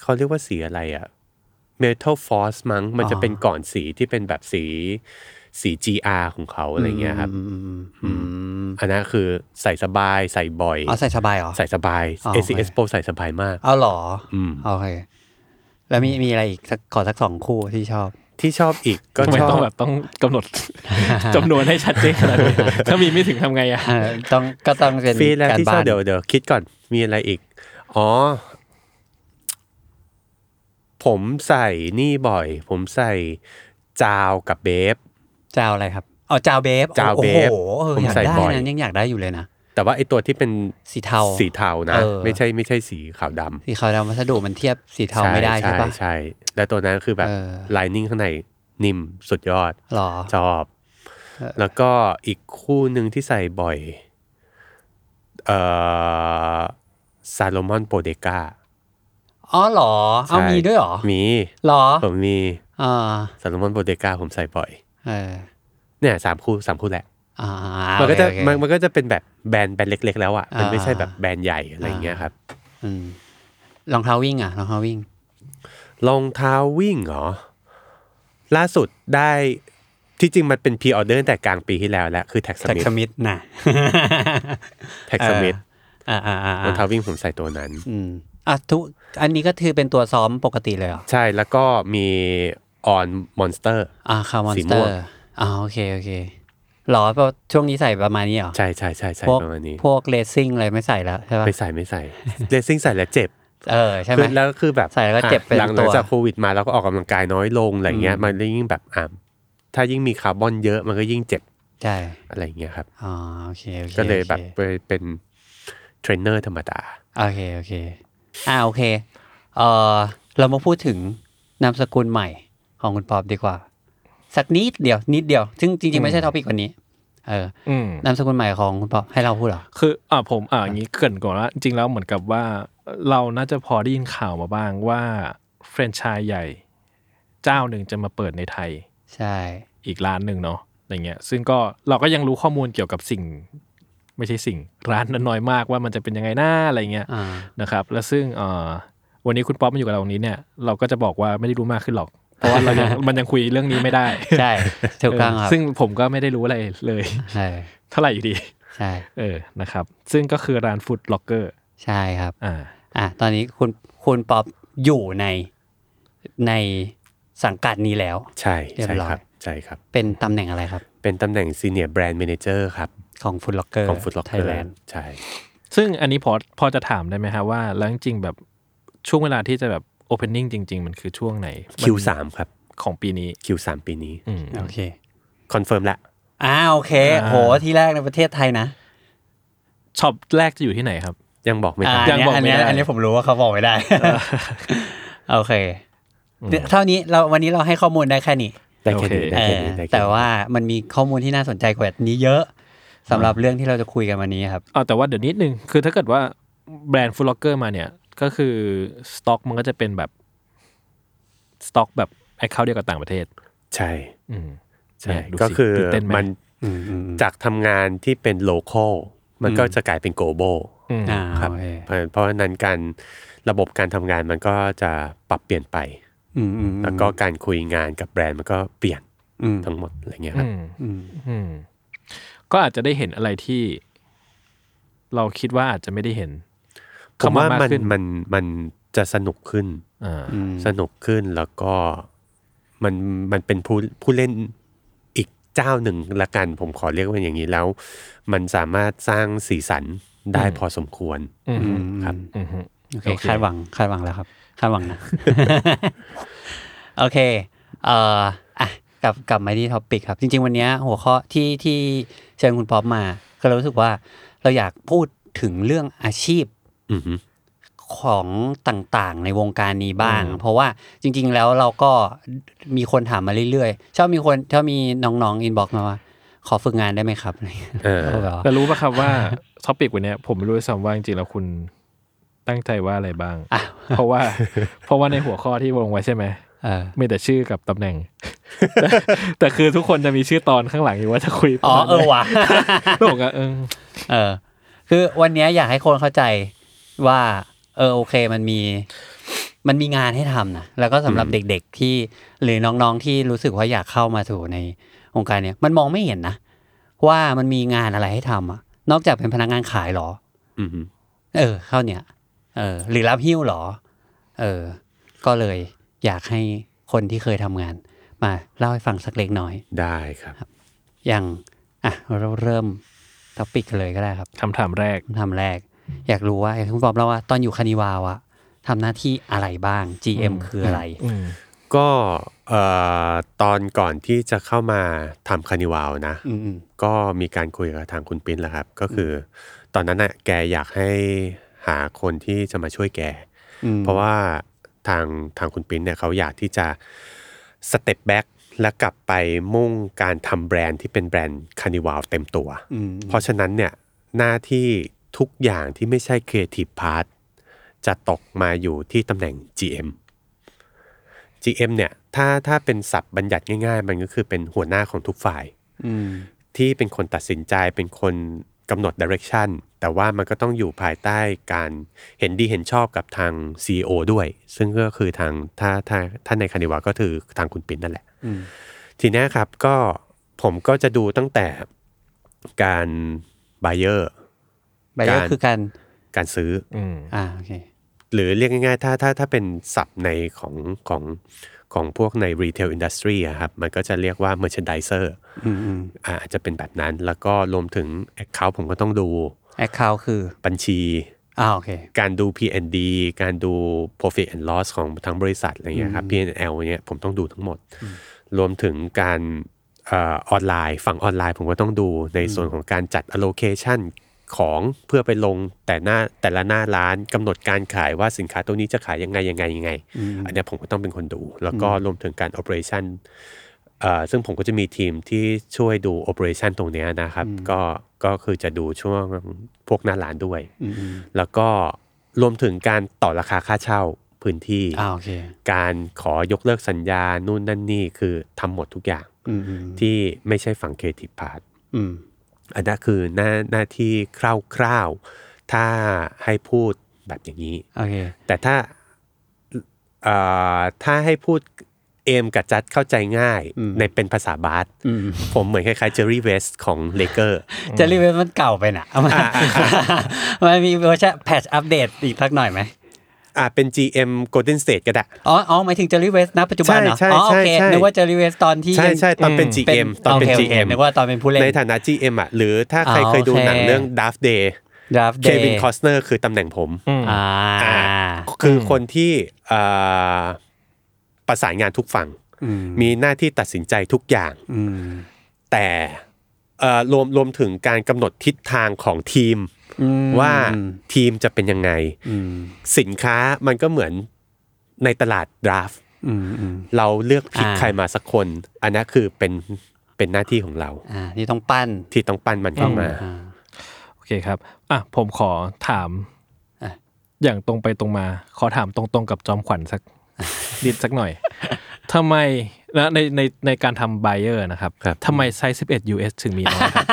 S4: เขาเรียกว่าสีอะไรอะ Metal Force มั้งมันจะเป็นก่อนสีที่เป็นแบบสีสี GR ของเขาอะไรเงี้ยครับ
S2: อืมอืม
S4: อันนั้นคือใส่สบายใส่บ่อย
S2: อ๋อใส่สบายเหรอ
S4: ใส่สบาย
S2: อ๋อ
S4: ACS Pro ใส่สบายมาก
S2: เอาเหรออ
S4: ม
S2: โอเค แล้วมีมีอะไรอีกสักขอสักสองคู่ที่ชอบ
S4: ที่ชอบอีกก็
S3: ทำไม
S4: ชอ
S3: ต้อง
S4: บ
S3: แบบต้องกำหนด จำนวนให้ชัดเจนขนาด นี้ถ้ามีไม่ถึงทำไงอะ
S2: เออต้องก็ต้องเป็น
S4: ฟรีแลนซ์ที่ชอบ
S2: การบ้าน
S4: เดี๋ยวเดี๋ยวคิดก่อนมีอะไรอีก อ๋อ ผมใส่นี่บ่อย ผมใส่จาวกับเบฟ
S2: เจ้าอะไรครับอ๋อเจ้าเบฟ
S4: เจ้าเบฟ
S2: โอ้โหเออ
S4: ผม
S2: อยาก
S4: ใส่
S2: ได้
S4: บ่อย
S2: นะยังอยากได้อยู่เลยนะ
S4: แต่ว่าไอตัวที่เป็น
S2: สีเทา
S4: สีเทานะ
S2: เออ
S4: ไม่ใช่ไม่ใช่สีขาวดำ
S2: สีขาวดำวัสดุมันเทียบสีเทาไม่ได้ใช่ปะ
S4: ใช่แล้วตัวนั้นคือแบบ
S2: เออ
S4: ลายนิ่งข้างในนิ่มสุดยอด
S2: หรอ
S4: ชอบ แล้วก็อีกคู่หนึ่งที่ใส่บ่อย เอ่อซาโลมอนโปเดกา
S2: อ๋อหรอ เอามีด้วยหรอ
S4: มี
S2: หรอ
S4: ผมมี
S2: อ่า
S4: ซาโลมอนโบเดกาผมใส่บ่อย
S2: เออ
S4: เนี่ยสามคู่สามคู่แหละ
S2: อ่า
S4: มั
S2: มัน
S4: ก็จะมันมันก็จะเป็นแบบแบรนด์แบรนด์เล็ก ๆ แล้วอ่ะมันไม่ใช่แบบแบรนด์ใหญ่อะไรเงี้ยครับ
S2: รองเท้าวิ่งอ่ะรองเท้าวิ่ง
S4: รองเท้าวิ่งเหรอ ล่าสุดได้ที่จริงมันเป็นพ r ีออเดอร์แต่กลางปีที่แล้วแหละคือแท็กส
S2: แท็ก
S4: มิธ
S2: สมิธนะ
S4: แท็กสมิธ
S2: อ่าอ่าร
S4: องเท้าวิ่งผมใส่ตัวนั้น
S2: อืมอ่ะทุกอันนี้ก็คือเป็นตัวซ้อมปกติเลยเหรอ
S4: ใช่แล้วก็มีออนมอนสเตอร์
S2: อ่าคาร์มอน
S4: สี
S2: ส
S4: ม่
S2: เตอ
S4: วง
S2: ร์อ่าโอเค โอเคหรอเพราะช่วงนี้ใส่ประมาณนี้เหรอ
S4: ใช่ใช่ใช่ใช่
S2: พวก
S4: ประมาณนี้
S2: พวกเลสซิ่งอะไรไม่ใส่แล้วใช่ปะ
S4: ไม่ใส่ไม่ใส่เลซิ่งใส่แล้วเจ็บ
S2: เออ ใช่ไหม
S4: คือแล้วคือแบบ
S2: ใส่แล้วก็เจ็บไป
S4: หลั
S2: ทั้
S4: ง
S2: ง
S4: ห
S2: ตั
S4: ลั
S2: ว
S4: งจากโควิดมาเราก็ออกกำลังกายน้อยลงอะไรเงี้ย มันเลยยิ่งแบบอ่ะถ้ายิ่งมีคาร์บอนเยอะมันก็ยิ่งเจ็บ
S2: ใช่
S4: อะไรเงี้ยครับ
S2: อ๋อโอเคโอเค
S4: ก็เลยแบบ
S2: โอค
S4: เป็น เทรนเนอร์ธรรมดา
S2: โอเค โอเค อ่าโอเค เออเรามาพูดถึงนามสกุลใหม่ของคุณปอบดีกว่า สักนิดเดียว นิดเดียว ซึ่งจริงๆ ไม่ใช่ทอปิกวันนี้ เออ
S3: อืม
S2: นามสกุลใหม่ของคุณปอบให้เราพูดเหรอ
S3: คืออ่าผมอ่าอย่างนี้เกรินก่อนว่าจริงๆแล้วเหมือนกับว่าเราน่าจะพอได้ยินข่าวมาบ้างว่าแฟรนไชส์ใหญ่ เจ้าหนึ่งจะมาเปิดในไทย
S2: ใช่
S3: อีกร้านหนึ่งเนาะอะไรเงี้ยซึ่งก็เราก็ยังรู้ข้อมูลเกี่ยวกับสิ่ง ไม่ใช่สิ่งร้านนั้นน้อยมากว่ามันจะเป็นยังไงหน้าอะไรเงี้ย
S2: อ่า
S3: นะครับ และซึ่งเอ่อวันนี้คุณป๊อปมาอยู่กับเราตรงนี้เนี่ย เราก็จะบอกว่าไม่ได้รู้มากขึ้นหรอก เพราะว่าเรายังมันยังคุยเรื่องนี้ไม่ได้
S2: ใช่ ถูกต้องครั
S3: เอ
S2: บ
S3: อซึ่งผมก็ไม่ได้รู้อะไรเลย
S2: ใช่
S3: เท่าไหร่อยู่ดี
S2: ใช่
S3: เออนะครับ ซึ่งก็คือร้านฟู้ดล็อกเกอร์
S2: ใช่ครับ
S3: อ่า
S2: อ่ะตอนนี้คุณคุณปอบอยู่ในในสังกัดนี้แล้ว
S4: ใช่
S2: เรียบ
S4: ใช่
S2: ร้อย
S4: ครับใช่ครับ
S2: เป็นตำแหน่งอะไรครับ
S4: เป็นตำแหน่งซีเนียร์แบรนด์ a ม a เจอร์ครับ
S2: ของฟุตล็อกเกอร์
S4: ของฟุตล็อก
S2: ไท
S4: เก
S2: ย
S4: อร์
S2: แลนด์
S4: ใช่
S3: ซึ่งอันนี้พอพอจะถามได้ไหมฮะว่าแล้วจริงๆแบบช่วงเวลาที่จะแบบโอเพนนิ่งจริง ๆ มันคือช่วงไหน
S4: คิวสามครับ
S3: ของปีนี้
S4: คิวสามปีนี้
S3: อืม
S2: โอเค
S4: คอนเฟิร์มละ
S2: อ่าโอเค โหที่แรกในประเทศไทยนะ
S3: ช็อปแรกจะอยู่ที่ไหนครับ
S4: ยังบอกไม่
S2: อ่า
S4: ได้
S3: ยังบอก
S2: อันเนี้ย
S3: ไม่ได้
S2: อันเนี้ยอันเนี้ยผมรู้ว่าเขาบอกไม่ ได้ โอเคเดี๋ยวเท่านี้เราวันนี้เราให้ข้อมูลได้แค่นี้
S4: ได้แค่นี้ได้
S2: เอ
S4: แค่
S2: อ
S4: นี้ได้ค่นี้
S2: แต่ว่ามันมีข้อมูลที่น่าสนใจกว่านี้เยอะสำหรับเรื่องที่เราจะคุยกันวันนี้ครับ
S3: อ๋อแต่ว่าเดี๋ยวนิดนึง คือถ้าเกิดว่าแบรนด์ฟูลล็อกเกอร์มาเนี่ย ก็คือสต็อกมันก็จะเป็นแบบสต็อกแบบแอคเคาท์เดียวกับต่างประเทศ
S4: ใช่
S3: อืม
S4: ใช่
S3: เนี่ยดูสิ
S4: ก็คือ
S3: ตื่นเต้นไหม
S4: มันจากทำงานที่เป็นโลคอลมันก็จะกลายเป็นโกลบอล
S3: อืม
S2: อ่า
S4: ครับ
S2: โอเค
S4: เพราะเพราะฉะนั้นการระบบการทำงานมันก็จะปรับเปลี่ยนไป
S2: อืมอืมอืม
S4: แล้วก็การคุยงานกับแบรนด์มันก็เปลี่ยน
S2: อืม
S4: ทั้งหมดอะไรเงี้ยครั
S3: อื
S4: บ
S3: ม
S2: อืม
S3: อืมก็อาจจะได้เห็นอะไรที่ เราคิดว่าอาจจะไม่ได้เห็น
S4: ผ
S3: เข้
S4: มว่ามันมันมันจะสนุกขึ้น สนุกขึ้นแล้วก็มันมันเป็นผู้ผู้เล่นอีกเจ้าหนึ่งละกัน ผมขอเรียกว่าอย่างนี้แล้ว มันสามารถสร้างสีสันได้พอสมควร
S3: อืม
S4: ครับ
S3: อือฮึ
S2: โอเคคาดหวังคาดหวังแล้วครับคาดหวังนะ โอเคเอ่ออ่ะกลับกลับมาที่ท็อปิกครับ จริง ๆ วันเนี้ยหัวข้อที่ที่เชิญคุณป๊อปมาก็เรารู้สึกว่าเราอยากพูดถึงเรื่องอาชีพ
S4: อือฮึ
S2: ของต่างๆ ในวงการนี้บ้าง เพราะว่าจริง ๆ แล้วเราก็มีคนถามมาเรื่อยๆชอบมีคนชอบมีน้องๆอินบ็อกมาว่า ขอฝึกงานได้ไหมครับอะไรอย่างเงี้ย
S4: เออ
S2: ก็แบบว่า
S3: แต่รู้ป่ะครับว่า ท็อปิกวันเนี้ย ผมไม่รู้ด้วยซ้ำว่าจริงๆแล้วคุณตั้งใจว่าอะไรบ้าง
S2: อ่ะ
S3: เพราะว่า เพราะว่าในหัวข้อที่วงไว้ใช่ไหม
S2: เออ
S3: มีแต่ชื่อกับตำแหน่ง แต่แต่คือทุกคนจะมีชื่อตอนข้างหลังอยู่ว่าจะคุย
S2: อ๋อเออว่ะ
S3: โลกอะเออ
S2: เออคือวันเนี้ยอยากให้คนเข้าใจว่า เออโอเคมันมี มันมีงานให้ทำนะแล้วก็สำหรับเด็กๆที่หรือน้องๆที่รู้สึกว่าอยากเข้ามาสู่ในองค์การเนี้ยมันมองไม่เห็นนะ ว่ามันมีงานอะไรให้ทำอะนอกจากเป็นพนักงานขายหรอ
S4: อือฮึ
S2: เออ เข้าเนี่ย เออ หรือรับหิ้วหรอ เออ ก็เลยอยากให้คนที่เคยทำงาน มาเล่าให้ฟังสักเล็กน้อย
S4: ได้ครับ
S2: อย่างอ่ะเราเริ่มท็อปิกกันเลยก็ได้ครับ
S3: คำถามแรก
S2: คำถามแรก อยากรู้ว่าไอ้คุณบอมเล่าว่าตอนอยู่คานิวาวอะทำหน้าที่อะไรบ้าง GM คืออะไร
S3: อืม
S4: ก็เอ่อตอนก่อนที่จะเข้ามาทำคานิวาวนะ
S2: อืมอืม
S4: ก็มีการคุยกับทางคุณปิ้นแหละครับ ก็คืออตอนนั้นน่ะแกอยากให้หาคนที่จะมาช่วยแก
S2: อืม
S4: เพราะว่าทางทางคุณปิ้นเนี่ยเขาอยากที่จะสเต็ปแบ็กและกลับไปมุ่งการทำแบรนด์ที่เป็นแบรนด์คานิวาวเต็มตัว
S2: อืม
S4: เพราะฉะนั้นเนี่ยหน้าที่ทุกอย่างที่ไม่ใช่ครีเอทีฟพาร์ทจะตกมาอยู่ที่ตำแหน่ง GM GM เนี่ยถ้าถ้าเป็นศัพท์บัญญัติง่าย ๆ มันก็คือเป็นหัวหน้าของทุกฝ่าย
S2: อืม
S4: ที่เป็นคนตัดสินใจเป็นคนกำหนดดิเรกชันแต่ว่ามันก็ต้องอยู่ภายใต้การเห็นดีเห็นชอบกับทาง CEO ด้วย ซึ่งก็คือทางถ้าถ้าถ้าในคานิวาก็คือทางคุณปิ่นนั่นแหละ
S2: อืม
S4: ทีเนี้ยครับก็ผมก็จะดูตั้งแต่การบ u y เออร์
S2: ใบก็
S4: การ
S2: คือการ
S4: การซื้อ
S3: อืม
S2: อ่าโอเค
S4: หรือเรียกง่ายๆ ถ้าถ้าถ้าเป็นศัพท์ในของของของพวกใน retail industry อะครับ มันก็จะเรียกว่า merchandiser
S2: อืมอืม
S4: อ่าอาจจะเป็นแบบนั้น แล้วก็รวมถึง account ผมก็ต้องดู
S2: แอคเคาท์คือ
S4: บัญชี
S2: อ่าโอเค
S4: การดู P&D การดู Profit and Loss ของทั้งบริษัทอะไรเงี้ยครับ P&L เนี่ยผมต้องดูทั้งหมด รวมถึงการเออออนไลน์ ฝั่งออนไลน์ผมก็ต้องดูในส่วนของการจัด allocation ของเพื่อไปลงแต่หน้าแต่ละหน้าร้านกำหนดการขายว่าสินค้าตัวนี้จะขายยังไงยังไงยังไง อันเนี้ยผมก็ต้องเป็นคนดู แล้วก็รวมถึงการ operation เอ่อซึ่งผมก็จะมีทีมที่ช่วยดู operation ตรงเนี้ยนะครับ ก็ก็คือจะดูช่วงพวกหน้าร้านด้วย แล้วก็รวมถึงการต่อราคาค่าเช่าพื้นที่
S2: อ่าโอเค
S4: การขอยกเลิกสัญญา นู่นนั่นนี่คือทำหมดทุกอย่างที่ไม่ใช่ฝั่งเคทิพาร์ท
S2: อืม
S4: อันนั้นคือหน้าหน้าที่คร่าวๆ ถ้าให้พูดแบบอย่างนี้
S2: โอเค
S4: แต่ถ้าเอ่อถ้าให้พูดเอมกับจัดเข้าใจง่ายในเป็นภาษาบาสผมเหมือนคล้ายๆเจอรี่เวสของเลเกอร์
S2: เจลลี่เวฟมันเก่าไปน่ะเอามา
S4: อ่าอ่าอ่า
S2: มันมีเวอร์ชันแพทชอัปเดตอีกสักหน่อยไหม
S4: อ่าเป็น GM Golden State ก็ได้
S2: อ๋ออ๋อหมายถึงเจลลี่เวฟณปัจจุบันเหรอ
S4: ใช่ใช่
S2: อ๋อโอเค
S4: ใช่ใช่
S2: นึกว่าเจลลี่เวฟตอนที่
S4: ใช่
S2: ยัง
S4: ใช่ตอนเป็น
S2: เป็น
S4: GM ตอนเป็น
S2: โคโค
S4: GM
S2: นึกว่าตอนเป็นผู้เล่น
S4: ในฐานะ GM อ่ะหรือถ้าใคร
S2: อ๋อ
S4: เคยดู
S2: โอเค
S4: หนังเรื่อง Dark Day
S2: ดราฟเด
S4: เควินคอสเนอร์คือตำแหน่งผม
S2: อ่า
S4: คือคนที่เอ่อประสานงานทุกฝั่ง มีหน้าที่ตัดสินใจทุกอย่าง
S2: อืม
S4: แต่เอ่อรวมรวมถึงการกำหนดทิศทางของทีม ว่าทีมจะเป็นยังไง
S2: อืม
S4: สินค้ามันก็เหมือนในตลาดดราฟต์
S2: อืมอืม
S4: เราเลือกผิด
S2: อ่า
S4: ใครมาสักคน อันนั้นคือเป็นเป็นหน้าที่ของเรา
S2: อ่าที่ต้องปั้น
S4: ที่ต้องปั้นมันเข้ามา
S2: อ่า
S3: โอเคครับ อ่ะ ผมขอถาม
S2: อ่ะ
S3: อย่างตรงไปตรงมา ขอถามตรงๆกับจอมขวัญสัก นิดสักหน่อย ทำไมนะในในในการทำไบเออร์นะครับ
S4: ครับ
S3: ทำไมไซส์ 11 US ถึงมีน้อยครับ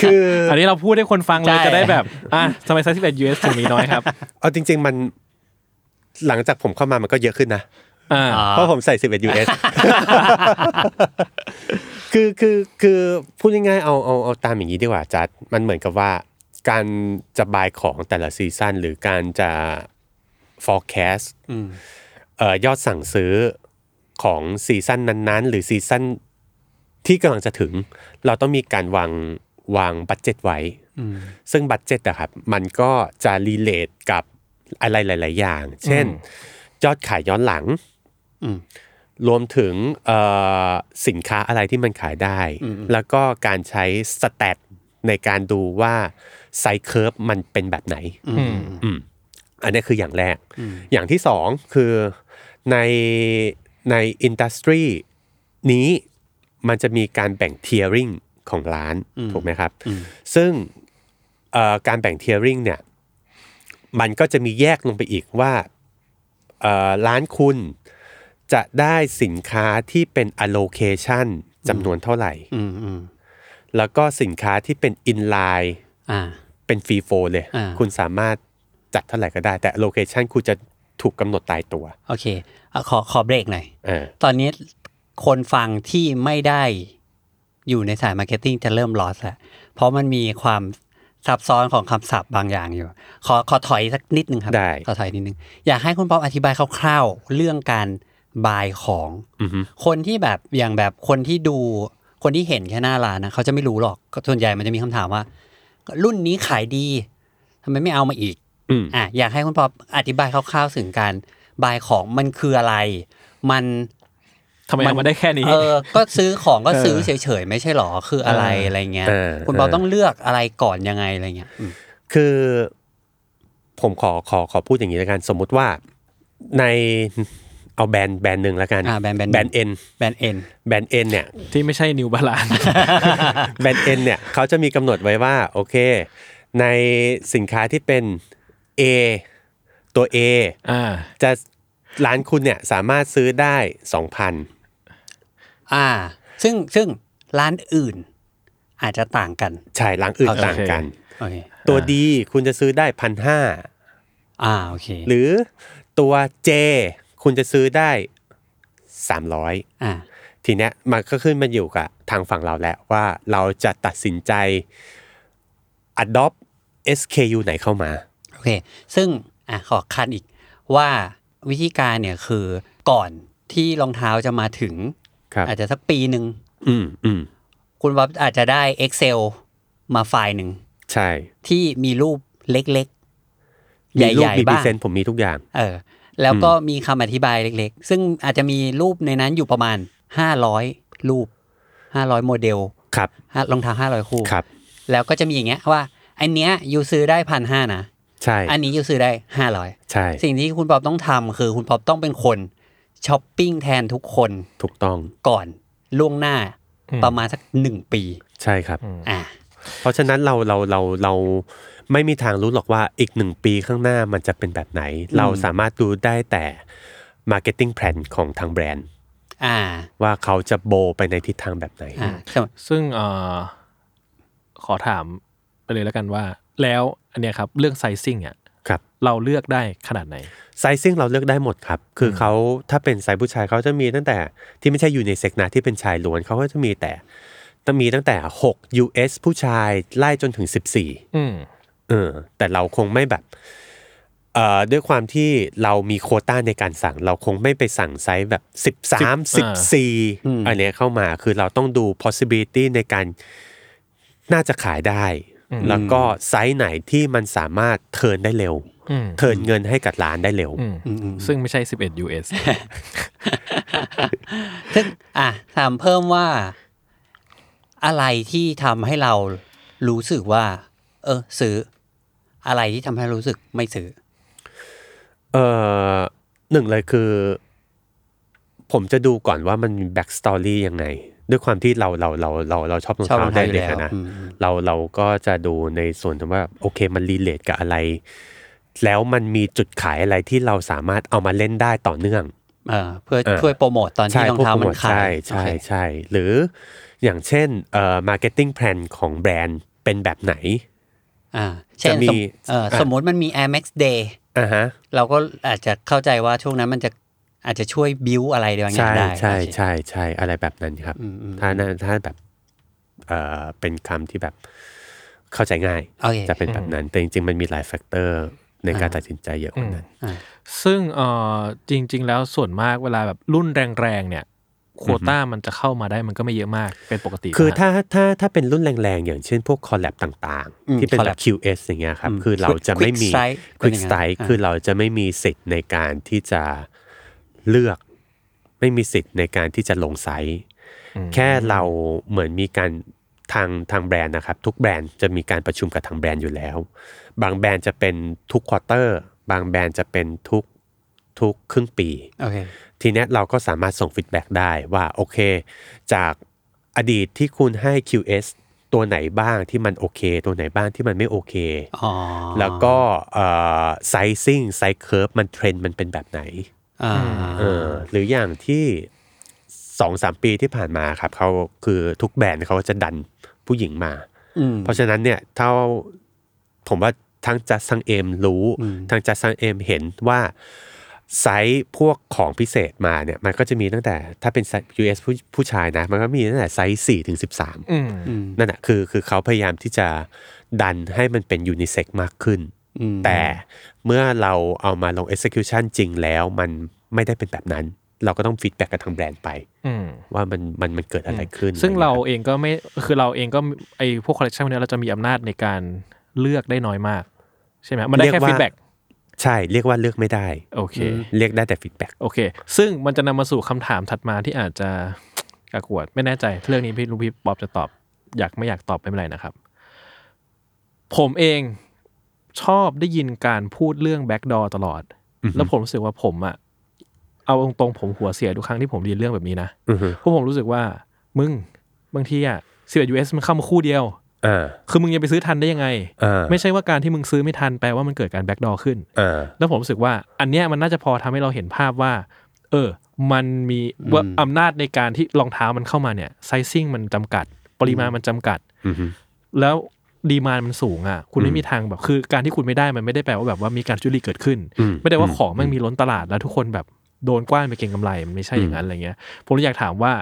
S4: คือ
S3: อันนี้เราพูดให้คนฟังเลย
S2: ใช่
S3: จะได้แบบ อ่ะทำไมไซส์ 11 US ถึงมีน้อยครับ
S4: เอาจริง ๆ มันหลังจากผมเข้ามามันก็เยอะขึ้นนะ
S3: อ่า
S4: เพราะผมใส่ 11 US คือคือคือพูดง่ายๆเอาเอาเอาตามอย่างนี้ดีกว่าจัดมันเหมือนกับว่าการจะบายของแต่ละซีซั่นหรือการจะ forecast เอ่อยอดสั่งซื้อของซีซั่นนั้นๆ หรือซีซั่นที่กำลังจะถึง เราต้องมีการวางวางบัตเจ็ตไว้ ซึ่งบัตเจ็ตอะครับมันก็จะรีเลทกับอะไรหลาย ๆ อย่าง เช่น ยอดขายย้อนหลัง รวมถึงเอ่อสินค้าอะไรที่มันขายได้ แล้วก็การใช้สแตทในการดูว่าไซส์เคิร์ฟมันเป็นแบบไหน
S3: อืม
S4: อืมอันนี้คืออย่างแรก อย่างที่สองคือในในอินดัสทรีนี้มันจะมีการแบ่งเทียริงของร้านถูกไหมครับ ซึ่งเอ่อการแบ่งเทียริงเนี่ย มันก็จะมีแยกลงไปอีกว่าเอ่อร้านคุณจะได้สินค้าที่เป็น allocation จำนวนเท่าไหร่
S2: อืมอืม
S4: แล้วก็สินค้าที่เป็น inline
S2: อ่า
S4: เป็นฟรีโฟเลย
S2: อ่า
S4: คุณสามารถจัดเท่าไหร่ก็ได้ แต่โลเคชันคุณจะถูกกำหนดตายตัว
S2: โอเคอ่ะขอขอเบรกหน่อย
S4: เออ
S2: ตอนนี้คนฟังที่ไม่ได้อยู่ในสายมาร์เก็ตติ้งจะเริ่มลอสแล้ว เพราะมันมีความซับซ้อนของคำศัพท์บางอย่างอยู่ ขอขอถอยสักนิดนึงครับ
S4: ได้
S2: ขอถอยนิดนึง อยากให้คุณป๊อปอธิบายคร่าวๆ เรื่องการบายของ
S4: อือฮึ
S2: คนที่แบบอย่างแบบคนที่ดู คนที่เห็นแค่หน้าร้านนะเขาจะไม่รู้หรอกก็ส่วนใหญ่มันจะมีคำถามว่า รุ่นนี้ขายดีทำไมไม่เอามาอีก
S4: อืม
S2: อ่ะอยากให้คุณป๊อปอธิบายคร่าวๆถึงการบายของมันคืออะไร มัน
S3: ทำไมเอามาได้แค่นี้
S2: เออ ก็ซื้อของก็ซื้อ
S3: เออ
S2: เฉยๆไม่ใช่หรอคืออะไร
S3: เอออ
S2: อะไรเงี้ย
S4: เออ
S2: คุณป๊อป
S4: เออ
S2: ต้องเลือกอะไรก่อนยังไงอะไรเงี้ยอืม
S4: คือผมขอขอขอพูดอย่างนี้แล้วกัน สมมุติว่าในเอาแบรนด์แบรนด์หนึ่งแล้วกัน
S2: อ่าแบรนด์แบรนด์
S4: แบรนด์เอ็น
S2: แบรนด์เอ็น
S4: แบรนด์เอ็นเนี่ย
S3: ที่ไม่ใช่นิวบาลาน
S4: แบรนด์เอ็นเนี่ยเขาจะมีกำหนดไว้ว่า โอเค ในสินค้าที่เป็น A ตัว A
S3: อ่า
S4: จะร้านคุณเนี่ยสามารถซื้อได้ 2,000
S2: อ่า ซึ่งซึ่งร้านอื่น อาจจะต่างกัน
S4: ใช่ร้านอื่น
S2: โอเค
S4: ต่างกัน
S2: โอเค
S4: ตัวดีคุณจะซื้อได้พันห้า
S2: อ่าโอเค
S4: หรือตัวเจคุณจะซื้อได้สามร้อย
S2: อ่า
S4: ทีเนี้ยมันก็ขึ้นมาอยู่กับทางฝั่งเราแล้วว่าเราจะตัดสินใจ adopt SKU ไหนเข้ามา
S2: โอเค ซึ่งอ่ะขอคันอีกว่าวิธีการเนี่ยคือก่อนที่รองเท้าจะมาถึง
S4: ครับ
S2: อาจจะสักปีหนึ่ง
S4: อืมอืม
S2: คุณบ๊อบอาจจะได้ Excel มาไฟล์หนึ่ง
S4: ใช่
S2: ที่มีรูปเล็กๆ ใ
S4: มีรูป
S2: หญ่
S4: มีพ
S2: ๆ
S4: รี
S2: บ้าง
S4: เซนต์ผมมีทุกอย่าง
S2: เออ แล้วก็มีคำอธิบายเล็กๆ ซึ่งอาจจะมีรูปในนั้นอยู่ประมาณ 500 รูป 500 โมเดล
S4: ครับ
S2: ห้ารองเท้า500 คู่
S4: ครับ
S2: แล้วก็จะมีอย่างเงี้ยว่า อันเนี้ยยูซื้อได้พันห้านะ
S4: ใช่
S2: อันนี้ยูซื้อได้ห้าร้อย
S4: ใช่
S2: สิ่งที่คุณป๊อปต้องทำคือคุณป๊อปต้องเป็นคนช้อปปิ้งแทนทุกคน
S4: ถูกต้อง
S2: ก่อนล่วงหน้า
S3: อืม
S2: ประมาณสักหนึ่งปี
S4: ใช่ครับ
S2: อ่ะ
S4: เพราะฉะนั้นเราเราเราเราไม่มีทางรู้หรอกว่าอีกหนึ่งปีข้างหน้ามันจะเป็นแบบไหน เราสามารถดูได้แต่ Marketing Plan ของทางแบรนด์
S2: อ่า
S4: ว่าเขาจะโบไปในทิศทางแบบไหน
S2: อ่า
S3: ซึ่งเออขอถามไปเลยแล้วกันว่า แล้วอันเนี้ยครับเรื่องไซซิ่งอ่ะ
S4: ครับ
S3: เราเลือกได้ขนาดไหน
S4: ไซซิ่งเราเลือกได้หมดครับ คือเขาถ้าเป็นไซส์ผู้ชายเขาจะมีตั้งแต่ที่ไม่ใช่ยูในเซ็กนะที่เป็นชายล้วนเขาก็จะมีแต่ต้องมีตั้งแต่ 6 US ผู้ชายไล่จนถึง 14
S3: อืม
S4: เออแต่เราคงไม่แบบเอ่อด้วยความที่เรามีโควต้าในการสั่ง เราคงไม่ไปสั่งไซส์แบบ 13 14อันเนี้ยเข้ามาคือเราต้องดู possibility ในการน่าจะขายได้ แล้วก็ไซส์ไหนที่มันสามารถเทิร์นได้เร็ว
S3: อืม
S4: เทิร์นเงินให้กับร้านได้เร็ว
S3: อืมซึ่งไม่ใช่ 11 US
S2: ซึ่งอ่ะถามเพิ่มว่าอะไรที่ทำให้เรารู้สึกว่า เออซื้อ อะไรที่ทำให้รู้สึกไม่ซื้อ
S4: เอ่อหนึ่งเลยคือ ผมจะดูก่อนว่ามันมีแบ็กสตอรี่ยังไง ด้วยความที่เราเราเราเราเราชอบรอง
S2: ชอบร
S4: เท้า
S2: องเท้า
S4: ได้
S2: อยู่
S4: เด็ก
S2: แล้ว
S4: อะนะ
S2: อืม
S4: เราเราก็จะดูในส่วนที่ว่าโอเคมันรีเลทกับอะไร แล้วมันมีจุดขายอะไรที่เราสามารถเอามาเล่นได้ต่อเนื่อง
S2: เออเพื่อ
S4: เออ
S2: ช่วยโปรโมทตอนที่รองเท้ามันขา
S4: ใช่
S2: ย
S4: ใช่
S2: โอเค
S4: ใช่หรืออย่างเช่นเอ่อมาร์เก็ตติ้งแพลนของแบรนด์เป็นแบบไหน
S2: อ่าเช่น
S4: จะมี
S2: สมเอออะ สมมติมันมี Air Max Day
S4: อ่าฮะ
S2: เราก็อาจจะเข้าใจว่าช่วงนั้นมันจะอาจจะช่วยบิวอะไรบางอย่าง
S4: ใช่
S2: ได้
S4: ใช่ใช่ใช่อะไรแบบนั้นครับ
S2: อืมอืม
S4: ถ้าน่าถ้าแบบเอ่อเป็นคำที่แบบเข้าใจง่าย
S2: โอเค
S4: จะเป็นแบบนั้น แต่จริง ๆ มันมีหลายแฟกเตอร์ในการตัดสินใจเยอะกว่านั้น
S3: ซึ่งเออจริง ๆ แล้วส่วนมากเวลาแบบรุ่นแรงๆเนี่ยโควต้ามันจะเข้ามาได้มันก็ไม่เยอะมากเป็นปกติ
S4: คือ
S3: นะฮะ
S4: ถ้าถ้าถ้าเป็นรุ่นแรงๆ อย่างเช่นพวกคอลแลบต่าง
S2: อืม
S4: ๆ ที่เป็นแบบ
S2: collab
S4: QS อย่างเงี้ยครับ
S2: อืม
S4: คือเราจะไม่มี
S2: Quick Strike
S4: ควิก
S2: เป็นยังไง
S4: สไตล์
S2: อ่า
S4: คือเราจะไม่มีสิทธิ์ในการที่จะเลือก ไม่มีสิทธิ์ในการที่จะลงไซส์แค่เราเหมือนมีการทางทางแบรนด์นะครับ ทุกแบรนด์จะมีการประชุมกับทางแบรนด์อยู่แล้ว บางแบรนด์จะเป็นทุกควอเตอร์ บางแบรนด์จะเป็นทุกทุกครึ่งปี
S2: โอเค
S4: ทีเนี้ยเราก็สามารถส่งฟีดแบ็กได้ว่าโอเค จากอดีตที่คุณให้ QS ตัวไหนบ้างที่มันโอเค ตัวไหนบ้างที่มันไม่โอเค
S2: อ๋อ
S4: แล้วก็ไซซิ่งไซเคิร์ฟมันเทรนด์มันเป็นแบบไหน
S2: อ่า
S4: เออหรืออย่างที่สองสามปีที่ผ่านมาครับเขาคือทุกแบรนด์เขาจะดันผู้หญิงมา
S2: ม
S4: เพราะฉะนั้นเนี่ยเท่าผมว่าทั้งจัสทั้งเอมรู้ ทั้งจัสทั้งเอมเห็นว่าไซส์พวกของพิเศษมาเนี่ยมันก็จะมีตั้งแต่ถ้าเป็นไซส์ US ผู้ผู้ชายนะ มันก็มีตั้งแต่ไซส์4ถึง
S3: อืม
S4: 13 นั่นแหะคือคือเขาพยายามที่จะดันให้มันเป็นยูนิเซ็กมากขึ้น แต่เมื่อเราเอามาลง execution จริงแล้วมันไม่ได้เป็นแบบนั้น เราก็ต้องฟีดแบ็กกับทางแบรนด์ไป
S3: อืม
S4: ว่ามันมันมันเกิดอะไรขึ้น
S3: ซึ่ง
S4: อะไรอย่
S3: เรา
S4: ยคบ
S3: เองก็ไม่คือเราเองก็ไอพวกคอลเลคชันพวกเนี้ยเราจะมีอำนาจในการเลือกได้น้อยมาก ใช่ไหมมันได้
S4: เรี
S3: แค่
S4: ยกว่า
S3: ฟีดแบ็ก
S4: ใช่เรียกว่าเลือกไม่ได้
S3: โอเค
S4: เรียกได้แต่ฟีดแบ็ก
S3: โอเค ซึ่งมันจะนำมาสู่คำถามถัดมาที่อาจจะ กระกวดไม่แน่ใจ เรื่องนี้พี่ลูกพี่ป๊อบจะตอบ อยากไม่อยากตอบไม่เป็นไรนะครับ ผมเองชอบได้ยินการพูดเรื่องแบ็กดอตลอด แล้วผมรู้สึกว่าผมอะเอาตรงๆผมหัวเสียทุกครั้งที่ผมไดีเรื่องแบบนี้นะ
S4: อือฮึ
S3: เพราะผมรู้สึกว่ามึงบางทีอะสิบเอ็ดยูเอสมันเข้ามาคู่เดียว
S4: อ่า
S3: คือมึงยังไปซื้อทันได้ยังไง
S4: อ่า
S3: ไม่ใช่ว่าการที่มึงซื้อไม่ทันแปลว่ามันเกิดการแบ็กดอขึ้น
S4: อ่า
S3: แล้วผมรู้สึกว่าอันเนี้ยมันน่าจะพอทำให้เราเห็นภาพว่า เออ มันมีว่าอำนาจในการที่รองเท้ามันเข้ามาเนี่ยไซซิ่งมันจำกัด ปริมาณมันจำกัด
S4: อือฮึ
S3: แล้วดีมานมันสูงอ่ะ คุณไม่มีทางแบบคือการที่คุณไม่ได้มันไม่ได้แปลว่าแบบว่ามีการทุจริตเกิดขึ้น
S4: อืม
S3: ไม่ได้ว่าของมันมีล้นตลาดแล้วทุกคนแบบโดนกว้านไปเก็งกำไรมันไม่ใช่อย่างนั้นอะไรเงี้ย ผมเลยอยากถามว่า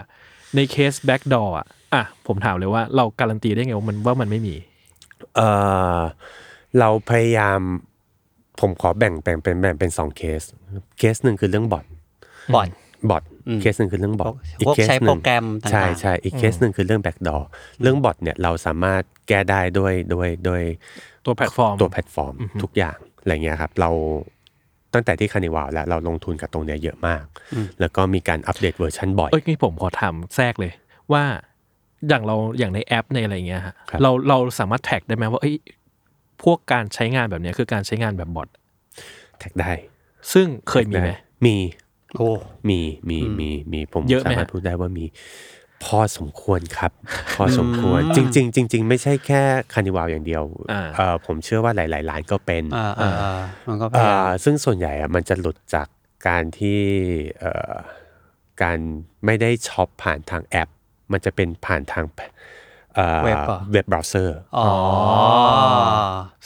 S3: ในเคสแบ็กดอร์อ่ะอ่ะผมถามเลยว่าเราการันตีได้ไงว่ามันว่ามันไม่มี
S4: เอ่อเราพยายามผมขอแบ่งแบ่งเป็นแบ่งเป็นสองเคส เคสหนึ่งคือเรื่องบอท
S2: บอด
S4: บอทเคสหนึ่งคือเรื่องบอท
S2: พวกใช้โปรแกรมต่างๆ
S4: ใช่ใช่อีกเคสหนึ่งคือเรื่องแบ็กดอร์เรื่องบอทเนี่ยเราสามารถแก้ได้ด้วยด้วยด้วย
S3: ตัวแพลตฟอร์ม
S4: ตัวแพลตฟอร์มทุกอย่างอะไรเงี้ยครับ เราตั้งแต่ที่คานิวาวแล้วเราลงทุนกับตรงเนี้ยเยอะมาก แล้วก็มีการอัปเดตเวอร์ชันบ่อย
S3: เอ้ยนี่ผมขอถามแทรกเลยว่า อย่างเราอย่างในแอปในอะไรอย่างเงี้ยฮะ
S4: ครับ
S3: เราเราสามารถแท็กได้ไหมว่าเอ้ยพวกการใช้งานแบบเนี้ยคือการใช้งานแบบบอท
S4: แท็กได้
S3: ซึ่งเคยมีไหม
S4: นะมี
S2: โอ้
S4: มีมีมีมีผม
S3: เยอะไหม
S4: สามารถ
S3: ฮะ
S4: พูดได้ว่ามีพอสมควรครับ พอสมควรจริง ๆ จริง ๆ ไม่ใช่แค่คานิวาวอย่างเดียว
S3: อ่า
S4: เอ่อผมเชื่อว่าหลายๆร้านก็เป็น
S2: อ่าอ่าอ่ามันก็พยา
S4: อ่าย
S2: าม
S4: ซึ่งส่วนใหญ่อะมันจะหลุดจากการที่เอ่อการไม่ได้ช็อปผ่านทางแอป มันจะเป็นผ่านทางเอ่อเว็บเบราว์เซอร์
S2: อ๋อ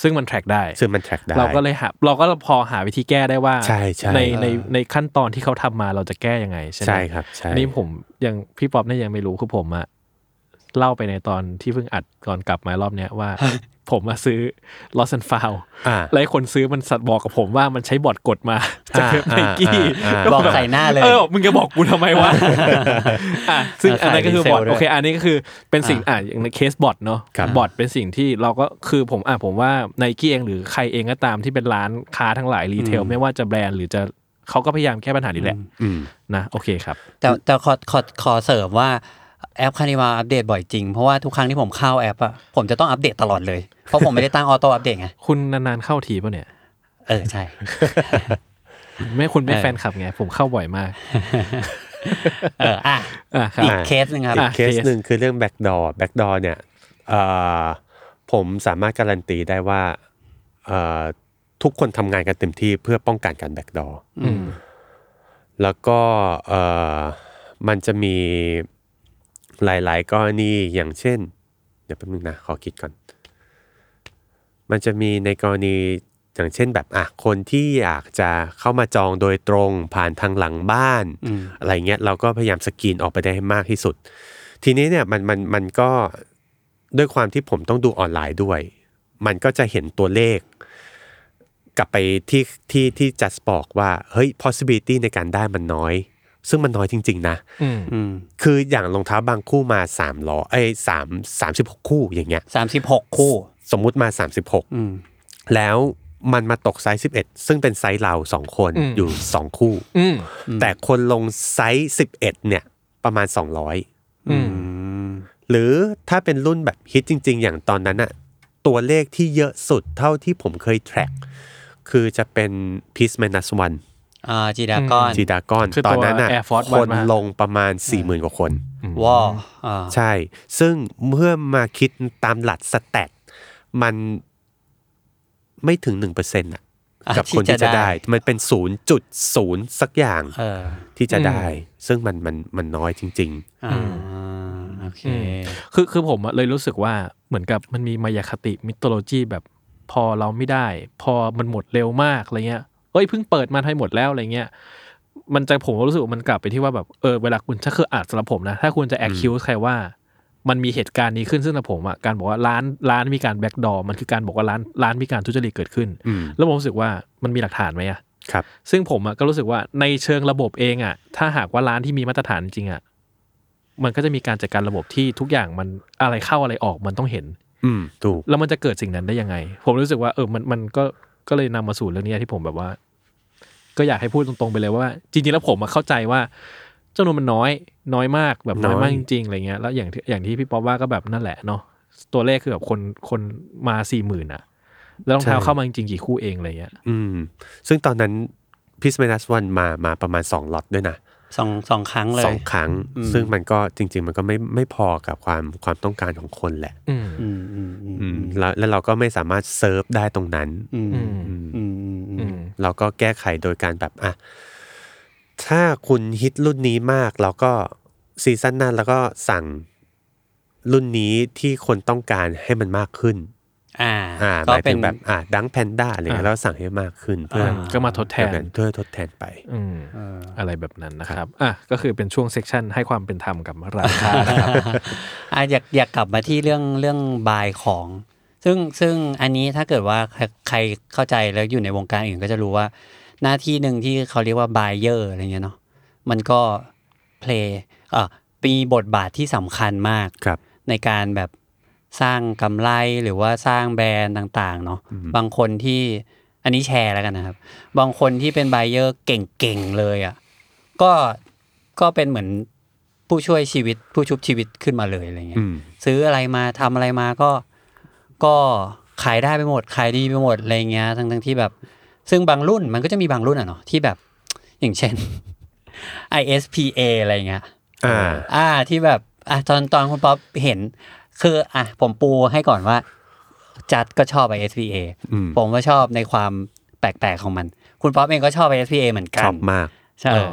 S3: ซึ่งมันแท็กได้
S4: ซึ่งมันแทร็กได้
S3: เราก็เลยหาเราก็พอหาวิธีแก้ได้ว่า
S4: ใช่ใช่
S3: ในในในขั้นตอนที่เขาทำมาเราจะแก้ยังไงใช่ไหม
S4: ใช่ครับใช่
S3: อันนี่ผมยังพี่ป๊อปเนี่ยยังไม่รู้คือผมอะเล่าไปในตอนที่เพิ่งอัดก่อนกลับมารอบเนี้ย ว่า ผมมาซื้อ Lost and Found
S4: อ่า
S3: แล้วไอ้คนซื้อมันสัตว์บอกกับผมว่ามันใช้บอร์ดกดมา จากเว็บไน
S4: อ่า
S3: กี้
S4: อ่า
S2: บอกใส่หน้าเลย
S3: เออมึงจะบอกกูทำไมวะ อ่ะซึ่งอันนั้นก็คือบอท
S2: ขายรีเซลด้วย
S3: โอเค อันนี้ก็คือเป็นสิ่งอ่ะอย่างในเคสบอทเนาะ
S4: ครับ
S3: บอทเป็นสิ่งที่เราก็คือผมอ่ะผมว่าไนกี้เองหรือใครเองก็ตามที่เป็นร้านค้าทั้งหลายรีเทลไม่ว่าจะแบรนด์หรือจะเขาก็พยายามแก้ปัญหานี้แหละ
S4: อืม
S3: นะโอเคครับ
S2: แต่แต่ขอขอขอเสริมว่าแอปคานิวาอัปเดตบ่อยจริง เพราะว่าทุกครั้งที่ผมเข้าแอปอะผมจะต้องอัปเดตตลอดเลย เพราะผมไม่ได้ตั้งออโต้อัปเดตไง
S3: คุณนานๆเข้าทีป่ะเนี่ย
S2: เออ ใช่
S3: ไม่คุณไม่
S2: เออ
S3: แฟนคลับไง ผมเข้าบ่อยมาก
S2: เออ อ่ะ
S3: อ่ะครับ
S2: อีกเคสหนึ่งครับ
S4: อี
S3: อ่ะ
S4: กเคสหนึ่งคือเรื่องแบ็กดอร์แบ็กดอร์เนี่ยเอ่อผมสามารถการันตีได้ว่าเอ่อทุกคนทำงานกันเต็มที่เพื่อป้องกันการแบ็กดอร์แล้วก็เอ่อมันจะมีหลาย ๆกรณีอย่างเช่น เดี๋ยวแป๊บนึงนะ ขอคิดก่อน มันจะมีในกรณีอย่างเช่นแบบอ่ะคนที่อยากจะเข้ามาจองโดยตรงผ่านทางหลังบ้าน อะไรเงี้ยเราก็พยายามสกรีนออกไปได้ให้มากที่สุด ทีนี้เนี่ยมันมันมันก็ด้วยความที่ผมต้องดูออนไลน์ด้วย มันก็จะเห็นตัวเลข กลับไปที่ที่ที่จัสบอกว่า เฮ้ย possibility ในการได้มันน้อย ซึ่งมันน้อยจริง ๆ นะ
S3: อืม
S2: อืม
S4: คืออย่างรองเท้าบางคู่มา3ามล้อเอ้ยสามสามสิบหกคู่อย่างเงี้ย
S2: สามสิบหกคู่
S4: สมมุติมา 36
S2: อืม
S4: แล้วมันมาตกไซส์ 11 ซึ่งเป็นไซส์เราสองคนอยู่ 2 คู่
S3: อืม
S4: แต่คนลงไซส์ 11 เนี่ย ประมาณ 200
S3: อืม
S4: หรือถ้าเป็นรุ่นแบบฮิตจริง ๆ อย่างตอนนั้นอะตัวเลขที่เยอะสุดเท่าที่ผมเคยแทร็กคือจะเป็น Peace Minus One
S2: อ่าจีดากอน
S4: จีดากอน
S3: คือ
S4: ตอน
S3: ตัว
S4: นั้นอะ
S3: Air Force
S4: ค
S3: One
S4: น
S3: มา
S4: ลงประมาณ 40,000 กว่าคน
S2: วอลอ่า
S4: ใช่ ซึ่งเมื่อมาคิดตามหลักสแตทมันไม่ถึงหนึ่งเปอร์เซ็นต์ะ
S2: อ่ะ
S4: กับคนที่จะได้ มันเป็นศูนย์จุดศูนย์สักอย่าง
S2: เออ
S4: ที่จะได้ ซึ่งมันมันมันน้อยจริง
S2: อ่าโอเค
S3: อื คือคือผมอะเลยรู้สึกว่าเหมือนกับมันมีมายาคติมิตโลจีแบบพอเราไม่ได้ พอมันหมดเร็วมากอะไรเงี้ยเอ้ยเพิ่งเปิดมาไทยหมดแล้วอะไรเงี้ยมันจะผมรู้สึกว่ามันกลับไปที่ว่าแบบเออเวลาคุณถ้าคืออาจสำหรับผมนะ ถ้าคุณจะแอคคิวใครว่า มันมีเหตุการณ์นี้ขึ้นซึ่งสำหรับผมอะการบอกว่าร้านร้านมีการแบ็กดอมันคือการบอกว่าร้านร้านมีการทุจริตเกิดขึ้น
S4: อืม
S3: แล้วผมรู้สึกว่ามันมีหลักฐานไหมอะ
S4: ๆ ครับ
S3: ซึ่งผมอะก็รู้สึกว่าในเชิงระบบเองอะถ้าหากว่าร้านที่มีมาตรฐานจริงอะมันก็จะมีการจัดการระบบที่ทุกอย่างมันอะไรเข้าอะไรออกมันต้องเห็น
S4: อืม ถูก
S3: แล้วมันจะเกิดสิ่งนั้นได้ยังไง ผมรู้สึกว่าเออมันมันก็ก็เลยนำมาสู่เรื่องเนี้ยที่ผมแบบว่า ก็อยากให้พูดตรงๆไปเลยว่า จริงๆแล้วผมอะเข้าใจว่าจำนวนมันน้อย น้อยมากแบบน้อยมาก
S4: น้อย
S3: จริงๆอะไรเงี้ยแล้วอย่างที่อย่างที่พี่ป๊อปว่าก็แบบนั่นแหละเนาะตัวเลขคือแบบคนคนมาสี่หมื่นอะแล้วรองเท้าเข้ามาจริงๆกี่คู่เองอะไรเงี้ย
S4: อืม ซึ่งตอนนั้นพิส m มนัสวันมามาประมาณ 2ล็อตด้วยนะ
S2: สองสองครั้งเล
S4: สอย งครั้ง ซึ่งมันก็จริง ๆ มันก็ไม่ไม่พอกับความความต้องการของคนแหละ
S3: อืม
S2: อืมอืมอืม
S4: อืม แล้วแล้วเราก็ไม่สามารถเซิร์ฟได้ตรงนั้น
S2: อืม
S3: อืม
S4: อืม
S2: อืมอืมอื
S3: อื
S2: ม
S3: ม
S4: เราก็แก้ไขโดยการแบบอ่ะถ้าคุณฮิตรุ่นนี้มากเราก็ซีซั่นหน้าแล้วก็สั่งรุ่นนี้ที่คนต้องการให้มันมากขึ้น
S2: อ่า
S4: อ่าห
S2: ก็
S4: มาย
S2: เป็
S4: ถึ
S2: น
S4: ง
S2: แบ
S4: แบบ บอ่ะดังแพนด้าอะไรเงี้ย
S3: อ่า
S4: แล้วสั่งให้มากขึ้น เพื่อ
S3: อ่าก็มาทดแทน
S4: เพื่อทดแทนไป
S3: อืมอะไรแบบนั้นนะครับ อ่ะ ก็คือเป็นช่วงเซกชันให้ความเป็นธรรมกับร้านค้านะครับ
S2: อ่ะอยากอยากกลับมาที่เรื่องเรื่องบายของ ซึ่งซึ่งอันนี้ถ้าเกิดว่าใครใครเข้าใจแล้วอยู่ในวงการอื่นก็จะรู้ว่า หน้าที่หนึ่งที่เขาเรียกว่าบายเออร์อะไรเงี้ยเนาะมันก็เพลย์อ่ะมีบทบาทที่สำคัญมาก
S4: ครับ
S2: ในการแบบสร้างกำไรหรือว่าสร้างแบรนด์ต่างๆเนาะบางคนที่อันนี้แชร์แล้วกันนะครับ บางคนที่เป็นไบเออร์เก่งๆเลยอะ่ะก็ก็เป็นเหมือน ผู้ช่วยชีวิตผู้ชุบชีวิตขึ้นมาเลยอะไรเงี้
S4: อื
S2: ย
S4: ม
S2: ซื้ออะไรมาทำอะไรมาก็ก็ขายได้ไปหมด ขายดีไปหมดอะไรเงี้ยทั้งทั้งที่แบบ ซึ่งบางรุ่นมันก็จะมีบางรุ่นอ่ะเนาะที่แบบ อย่างเช่น ISPA อะไรเงี้ย
S4: อ่า
S2: อ่าที่แบบอ่ะตอนตอนคุณป๊อปเห็น คืออ่ะผมปูให้ก่อนว่า จัดก็ชอบ ISPA
S4: อืม
S2: ผมก็ชอบในความแปลกๆของมัน คุณป๊อปเองก็ชอบ ISPA เหมือนกั
S4: ช
S2: น
S4: อบมาก
S2: ใช่
S3: เออ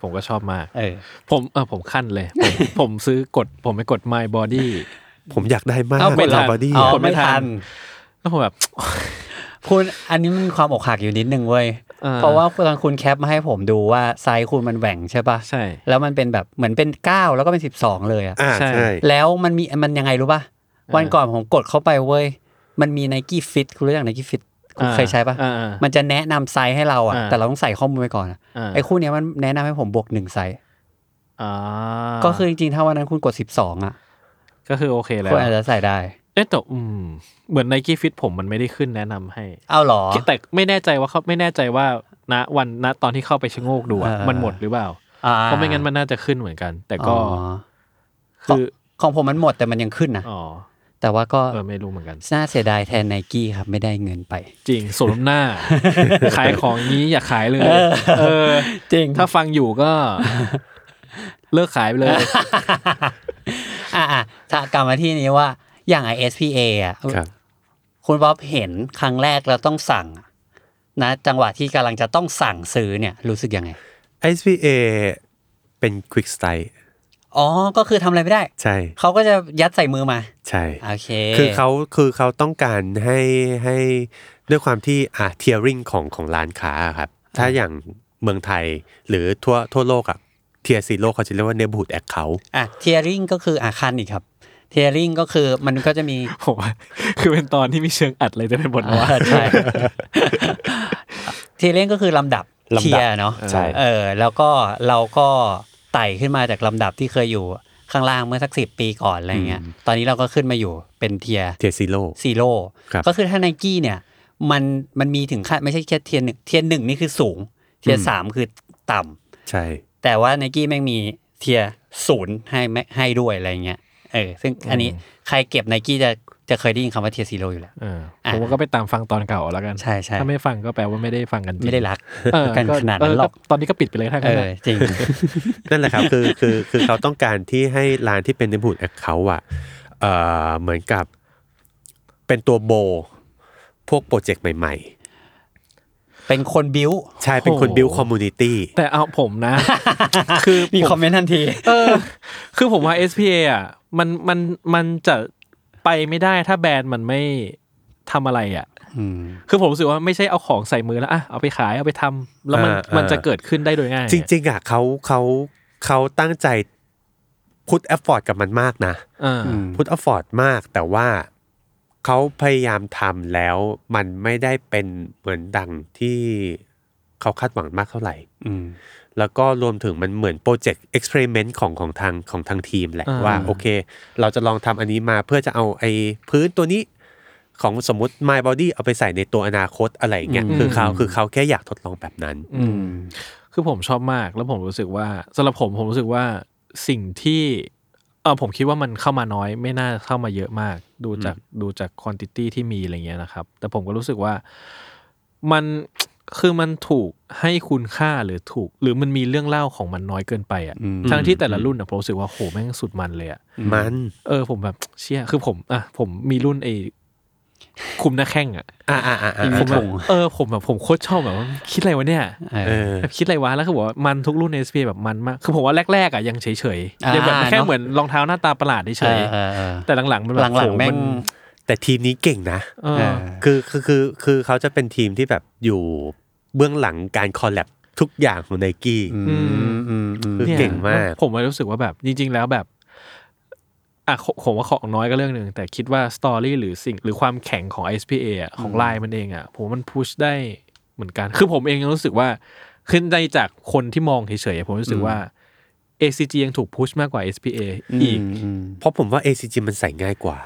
S3: ผมก็ชอบมาก
S2: เออ
S3: ผมเออผมขั้นเลย ผมผมซื้อกดผมไปกด My Body
S4: ผมอยากได้มาก
S2: เอาไป
S4: ลา
S2: ลอง
S4: บอดี้
S2: อ๋อ
S3: ผม
S2: ไม่ทัน
S3: แล้วผมแบบ
S2: คุณอันนี้มันความอกหักอยู่นิดนึงเว้ย
S3: เออ
S2: เพราะว่าตอนคุณแคปมาให้ผมดูว่าไซส์คุณมันแหว่งใช่ปะ
S3: ใช่
S2: แล้วมันเป็นแบบเหมือนเป็น 9 แล้วก็เป็น 12 เลยอะ
S4: อ่า
S3: ใช่
S4: ใช่
S2: แล้วมันมีมันยังไงรู้ป่ะ วันก่อนผมกดเข้าไปเว้ย มันมีไนกี้ฟิตคุณรู้จักไนกี้ฟิตคุณ
S3: อ่า
S2: เคยใช้ป่ะ
S3: อ่าอ่ามั
S2: มันจะแนะนำไซส์ให้เราอ่ะ
S3: อ่า
S2: แต่เราต้องใส่ข้อมูลไปก่อนอะ
S3: อ่า
S2: ไอ้คู่เนี้ยมันแนะนำให้ผมบวกหนึ่งไซส์
S3: อ่า
S2: ก็คือจริงๆ ถ้าวันนั้นคุณกด 12 อ่ะ
S3: ก็คือโอเคแล้ว
S2: คุณอาจจะใส่ได้
S3: เอ๊ะแต่อืมเหมือนไนกี้ฟิตผมมันไม่ได้ขึ้นแนะนำให้
S2: เอาเหรอ
S3: แต่ไม่แน่ใจว่าเขาไม่แน่ใจว่าณวันณตอนที่เข้าไปชะโงกดูอะ
S2: เออ
S3: มันหมดหรือเปล่า
S2: อ่
S3: เพราะไม่งั้นมันน่าจะขึ้นเหมือนกัน แต่ก็
S2: อ๋อ
S3: คือ
S2: ของผมมันหมดแต่มันยังขึ้นนะ
S3: อ๋อ
S2: แต่ว่าก็
S3: เออไม่รู้เหมือนกัน
S2: น่าเสียดายแทนไนกี้ครับไม่ได้เงินไป
S3: จริงสมน้ำห น้า ขายของนี้อย่าขายเลย เออ
S2: จริง
S3: ถ้าฟังอยู่ ก็ เลิกขายไปเลย
S2: อ่ะอ่ะถ้ากลับมาที่นี้ว่าอย่าง ISPA อ่ะ
S4: ครับ
S2: คุณบ๊อบเห็นครั้งแรกแล้วต้องสั่งอะนะจังหวะที่กำลังจะต้องสั่งซื้อเนี่ยรู้สึกยังไง
S4: SVA เป็น Quick Style
S2: อ๋อ ก็คือทำอะไรไม่ได้
S4: ใช่
S2: เขาก็จะยัดใส่มือมา
S4: ใช่
S2: โอเค
S4: คือเขาคือเขาต้องการให้ให้ด้วยความที่อ่ะเทียริงของของร้านค้าอะครับ ถ้าอย่างเมืองไทยหรือทั่วทั่วโลกอะเทียซีโลเขาจะเรียกว่าเนบูดแอคเคา
S2: อ่ะเทียริงก็คืออาคันอีกครับ เทียริงก็คือมันก็จะมี
S3: ผมว่าคือเป็นตอนที่มีเชิงอัดเลยจะเป็นบทว่า
S2: เออใช่ เทียริงก็คือลำดับเทียร์เนาะ
S4: ใช่
S2: เออแล้วก็เราก็ไต่ขึ้นมาจากลำดับที่เคยอยู่ข้างล่างเมื่อสักสิปีก่อนอะไรเงี้ย ตอนนี้เราก็ขึ้นมาอยู่เป็นเทีย
S4: เทียซีโล
S2: ซีโร่
S4: ครับ
S2: ก็คือถ้าไนกี้เนี่ย มันมันมีถึงขั้นไม่ใช่แค่เทียนหนึ่งเทียนหนึ่งนี่คือสูง เทีย
S4: อืม
S2: สามคือต่ำ
S4: ใช่
S2: แต่ว่าไนกี้แม่งมีเทียศูนย์ให้แม่ให้ด้วยอะไรเงี้ยเออซึ่งอันนี้ใครเก็บไนกี้จะจะเคยได้ยินคำว่าเทียซีโร่อยู่แล้ว
S3: เออ
S2: อ่ะ
S3: ผมว่าก็ไปตามฟังตอนเก่าแล้วกัน
S2: ใช่ใช่
S3: ถ้าไม่ฟังก็แปลว่าไม่ได้ฟังกันจริง
S2: ไม่ได้รัก
S3: เออ
S2: กันขนาดนั้นหรอก
S3: เตอนนี้ก็ปิดไปเลยถ้า
S2: เอ
S3: งั้น
S2: อ
S3: นะ
S2: จริง
S4: นั่นแหละครับ คือคือคือเขาต้องการที่ให้ร้านที่เป็นเนบูดแอคเคาอะเอ่อเหมือนกับเป็นตัวโบ พวกโปรเจกต์ใหม่
S2: เป็นคนบิ้ว
S4: ๆ ใช่เป็นคนบิ l คอมมูนิตี้
S3: แต่เอาผมนะ คือ
S2: มี
S3: ผ
S2: คอมเมนต์ทันที
S3: เออคือผมว่า SPA อ่ะมันมันมันจะไปไม่ได้ถ้าแบรนด์มันไม่ทำอะไรอ่ะคือผมรู้สึกว่าไม่ใช่เอาของใส่มือแล้วอ่ะเอาไปขายเอาไปทำแล้วมันมันจะเกิดขึ้นได้โดยง่าย
S4: จริง ๆอะเขาเขาเขาตั้งใจพุทแอฟฟอร์ดกับมันมากนะ
S3: เอออ
S4: พุทอฟอร์ดมากแต่ว่าเขาพยายามทำแล้วมันไม่ได้เป็นเหมือนดังที่เขาคาดหวังมากเท่าไหร่
S2: อืม
S4: แล้วก็รวมถึงมันเหมือนโปรเจกต์เอ็กซ์เพร์เมนต์ของของทางของทางทีมแหละว่าโอเค เราจะลองทำอันนี้มาเพื่อจะเอาไอ้พื้นตัวนี้ของสมมติ My Body เอาไปใส่ในตัวอนาคตอะไรอย่างเงี้ยคือเขาคือเขาแค่อยากทดลองแบบนั้น
S3: คือผมชอบมากแล้วผมรู้สึกว่าสำหรับผมผมรู้สึกว่าสิ่งที่เออผมคิดว่ามันเข้ามาน้อยไม่น่าเข้ามาเยอะมาก ดูจากดูจากควอนติตี้ที่มีอะไรเงี้ยนะครับ แต่ผมก็รู้สึกว่ามันคือมันถูกให้คุณค่าหรือถูก หรือมันมีเรื่องเล่าของมันน้อยเกินไปอ่ะ ทั้งที่แต่ละรุ่นอะผมรู้สึกว่าโหแม่งสุดมันเลยอะ
S4: มัน
S3: เออผมแบบเชี่ยคือผมอ่ะผมมีรุ่นไอ้คุมหน้าแข้งอะ
S4: อ่าอ่าอ่า
S2: อีก
S3: ผมแบ
S2: ถุ
S3: บ
S2: ง
S3: เออผมแบบผมโคตรชอบแบบว่าคิดอะไรวะเนี่ย
S2: เอ
S4: เอ
S2: อ
S4: อ
S3: แบบคิดอะไรวะแล้วคือบอกว่ามันทุกรุ่นใน SP แบบมันมาก คือผมว่าแรกๆอ่ะยังเฉย
S2: อ่า
S3: ๆยังแบบแค่
S2: เนอะ
S3: เหมือนรองเท้าหน้าตาประหลาดเฉย
S2: เออเออ
S3: ๆแต่หลังๆมันแบบ
S2: หลังๆแม่ง
S3: โหน
S4: แต่ทีมนี้เก่งนะ
S3: เออ
S2: เออ
S4: คือคือคือคือเขาจะเป็นทีมที่แบบอยู่เบื้องหลังการคอลแลบทุกอย่างของไนกี้
S2: อืมอืมอืม
S4: คือ
S3: นี่ย
S4: เก่งมาก
S3: ผมเลยรู้สึกว่าแบบจริง ๆ แล้วแบบอ่ะขผมว่าของน้อยก็เรื่องหนึ่งแต่คิดว่าสตอรี่หรือสิ่งหรือความแข็งของ SPA อ่ะของไลน์มันเองอ่ะผมว่ามันพุชได้เหมือนกัน คือผมเองยังรู้สึกว่าขึ้นได้จากคนที่มองเฉยๆอะผมรู้สึกว่า ACG ยังถูกพุชมากกว่า SPA อีก
S2: อืม
S4: เพราะผมว่า ACG มันใส่ง่ายกว่า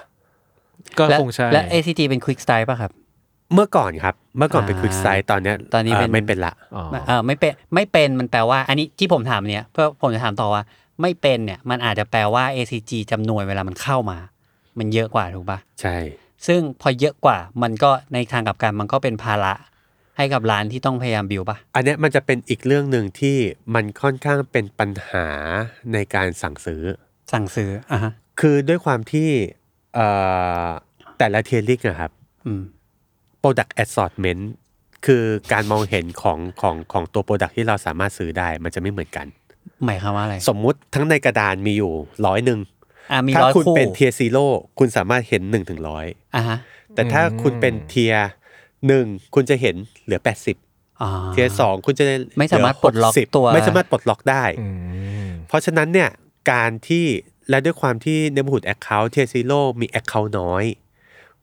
S3: ก็
S2: และ
S3: คงใช่
S2: และ ACT เป็น Quick Style ป่ะครับ
S4: เมื่อก่อนครับ เมื่อก่อนเป็น
S2: อ่า
S4: ควิกไซต์ตอนเนี้ย
S2: ตอนนี้
S4: เอ่อ
S2: เป็น
S4: ไม่เป็นละ
S3: อ๋อ
S2: เออไม่เป็นไม่เป็นมันแปลว่า อันนี้ที่ผมถามเนี่ยเพื่อผมจะถามต่อว่า ไม่เป็นเนี่ย มันอาจจะแปลว่า ACG จำนวนเวลามันเข้ามา มันเยอะกว่าถูกปะ
S4: ใช่
S2: ซึ่งพอเยอะกว่ามันก็ในทางกลับกันมันก็เป็นภาระให้กับร้านที่ต้องพยายามบิวปะ
S4: อันเนี้ยมันจะเป็นอีกเรื่องหนึ่งที่มันค่อนข้างเป็นปัญหาในการสั่งซื้อ
S2: สั่งซื้ออ่ะฮะ
S4: คือด้วยความที่เอ่อแต่ละเทียริกนะครับ
S2: อืม
S4: Product Assortment คือการมองเห็นของของของตัว Product ที่เราสามารถซื้อได้มันจะไม่เหมือนกัน
S2: หมายความว่าอะไร
S4: สมมุติทั้งในกระดานมีอยู่ร้อยหนึ่ง
S2: อ่ะมี
S4: ถ้า
S2: ร้อย
S4: คุณ
S2: คู่
S4: เป็นเทียซีโร่คุณสามารถเห็น1นถึงร้อย
S2: อ่ะฮะ
S4: แต่ถ้าคุณเป็นเทียหนึ่งคุณจะเห็นเหลือ 80
S2: อ๋อ
S4: เทียสองคุณจะ
S2: ไม่สามารถปลดล็อก
S4: เห60
S2: ตัว
S4: ไม่สามารถปลดล็อกได้
S3: อืม
S4: เพราะฉะนั้นเนี่ยการที่และด้วยความที่เนม h ูดแอคเคาท์เทียซีโร่มีแอคเคาท์น้อย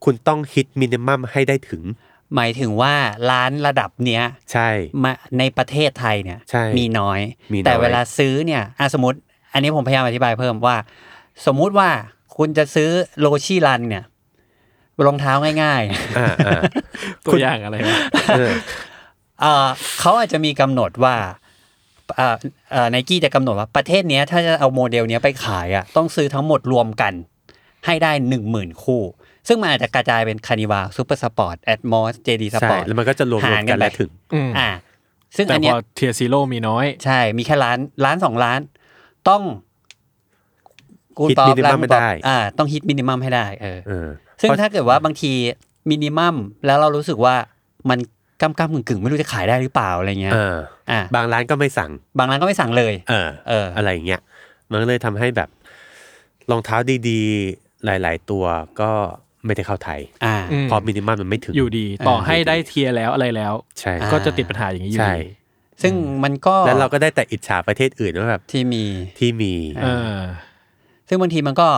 S4: คุณต้องฮิตมินิมัมให้ได้ถึง
S2: หมายถึงว่าร้านระดับเนี้ย
S4: ใช่
S2: มาในประเทศไทยเนี่ย
S4: ใช่
S2: มีน้อย
S4: มีน้อย
S2: แต่เวลาซื้อเนี่ยอ่ะสมมติ อันนี้ผมพยายามอธิบายเพิ่มว่า สมมุติว่าคุณจะซื้อโลชีรันเนี่ยรองเท้าง่ายๆ
S4: อ่าอ่า
S3: ตัวอย่างอะไรวะ
S4: เออ
S2: เอ่อเขาอาจจะมีกำหนดว่าไนกี้จะกำหนดว่าประเทศเนี้ยถ้าจะเอาโมเดลเนี้ยไปขายอ่ะต้องซื้อทั้งหมดรวมกัน ให้ได้ 1 0,000 คู่ ซึ่งมันอาจจะกระจายเป็นคานิวาซูเปอร์สปอร์ตแอดมอสเจดีส
S4: ใช่
S2: ปอร์ต
S4: แล้วมันก็จะรวมรวมกันและถึง
S3: อืม
S2: อ่า ซึ่ง
S3: แต่
S2: อั
S3: พ
S2: นเนี้
S3: อย เทียซีโร่มีน้อย
S2: ใช่มีแค่ร้านร้านสองร้าน ต้องกูตอบ
S4: minimum
S2: ร้าน
S4: ไม่
S2: ตอบ
S4: ได้
S2: อ่า ต้องฮิตมินิมัมให้ได้เออ
S4: เออ
S2: ซึ่ง
S4: เพราะ
S2: ถ้าเกิดว่าบางทีมินิมัมแล้วเรารู้สึกว่ามันก้ามก้ามกึ่งกึ่งๆ ไม่รู้จะขายได้หรือเปล่าอะไรเงี้ย
S4: เออ
S2: อ่า
S4: บางร้านก็ไม่สั่ง
S2: บางร้านก็ไม่สั่งเลย
S4: เออ
S2: เอออ
S4: อะไรอย่างเงี้ย มันก็เลยทำให้แบบรองเท้าดีๆ หลาย ๆ ตัวก็ไม่ได้เข้าไทย
S2: อ่า
S3: อืม
S4: พอมินิมัมมันไม่ถึง
S3: อยู่ดีต่อให้ได้เทียร์แล้วอะไรแล้ว
S4: ใช่
S2: อ่า
S3: ก็จะติดปัญหาอย่างนี้อยู่
S4: ใช่
S3: ดี
S2: ซึ่งมันก็
S4: แล้วเราก็ได้แต่อิจฉาประเทศอื่นว่าแบบ
S2: ที่มี
S4: ที่มี
S3: เออ
S2: ซึ่งบางทีมันก็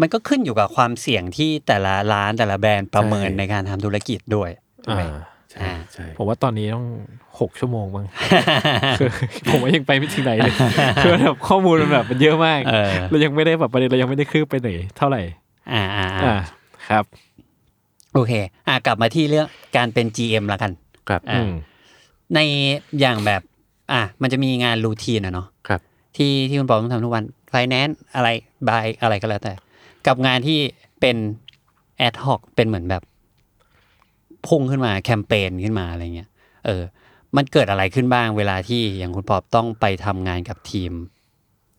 S2: มันก็ขึ้นอยู่กับความเสี่ยงที่แต่ละร้านแต่ละแบรนด์ประเมิน
S4: ใช่
S2: ในการทำธุรกิจด้วยถูกไหม
S3: อ่า
S4: ใช่
S2: อ่า
S4: ใช่
S3: ผมว่าตอนนี้ต้องหกชั่วโมงบ้าง คือผมว่ายังไปไม่ถึงไหนเลย คือแบบข้อมูลมันแบบมันเยอะมาก
S2: เออ
S3: เรายังไม่ได้แบบประเด็นเรายังไม่ได้คืบไปไหนเท่าไหร่
S2: อ่าอ่า
S3: อ่า
S2: อ่า
S3: ครับ
S2: โอเค อ่ากลับมาที่เรื่องการเป็น GM ละกัน
S4: ครับ
S2: อ่า
S3: อืม
S2: ในอย่างแบบ อ่ะมันจะมีงานรูทีนอะเนาะ
S4: ครับ
S2: ที่ที่คุณปอต้องทำทุกวันไฟแนนซ์อะไรบายอะไรก็แล้วแต่ กับงานที่เป็นแอดฮอกเป็นเหมือนแบบ พุ่งขึ้นมาแคมเปญขึ้นมาอะไรเงี้ยเออ มันเกิดอะไรขึ้นบ้างเวลาที่อย่างคุณปอบต้องไปทำงานกับทีม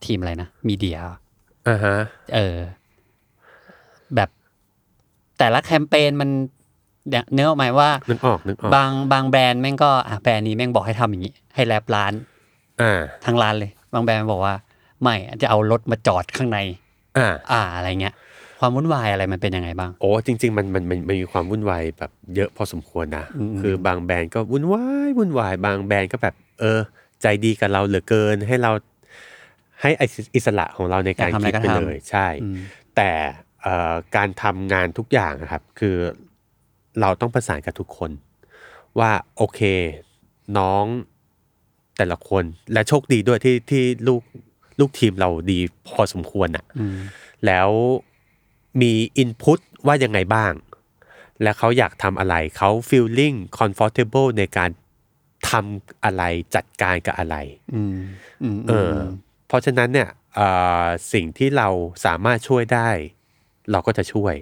S2: ทีมอะไรนะมีเดีย
S4: อ่าฮะ
S2: เออ แบบแต่ละแคมเปญมันเนี่ยเนื้อออกไหมายว่า
S4: นึกออกนึกออก
S2: บางบางแบรนด์แม่งก็อ่ะแบรนด์นี้แม่งบอกให้ทำอย่างนี้ ให้แลบร้าน
S4: อ่า
S2: ทางร้านเลย บางแบรนด์บอกว่า ไม่จะเอารถมาจอดข้างใน
S4: อ่า
S2: อ่าอะไรเงี้ย ความวุ่นวายอะไรมันเป็นยังไงบ้าง
S4: โอ้จริง ๆ มันมันมันมันมีความวุ่นวายแบบเยอะพอสมควรนะ
S2: อืม
S4: คือบางแบรนด์ก็วุ่นวายวุ่นวาย บางแบรนด์ก็แบบ เออ ใจดีกับเราเหลือเกิน ให้เราให้อิสระของเราในการคิดไปเลยใช่
S2: อืม
S4: แต่เอ่อการทำงานทุกอย่างนะครับ คือเราต้องประสานกับทุกคน ว่าโอเค น้องแต่ละคนและโชคดีด้วยที่ที่ลูกลูกทีมเราดีพอสมควรอะ
S2: อืม
S4: แล้วมีอินพุตว่ายังไงบ้าง และเขาอยากทำอะไรเขาฟีลลิ่งคอนฟอร์ทเบิลในการทำอะไรจัดการกับอะไร
S2: อืมอืม
S4: เอออเพราะฉะนั้นเนี่ยเอ่อสิ่งที่เราสามารถช่วยได้ เราก็จะช่วย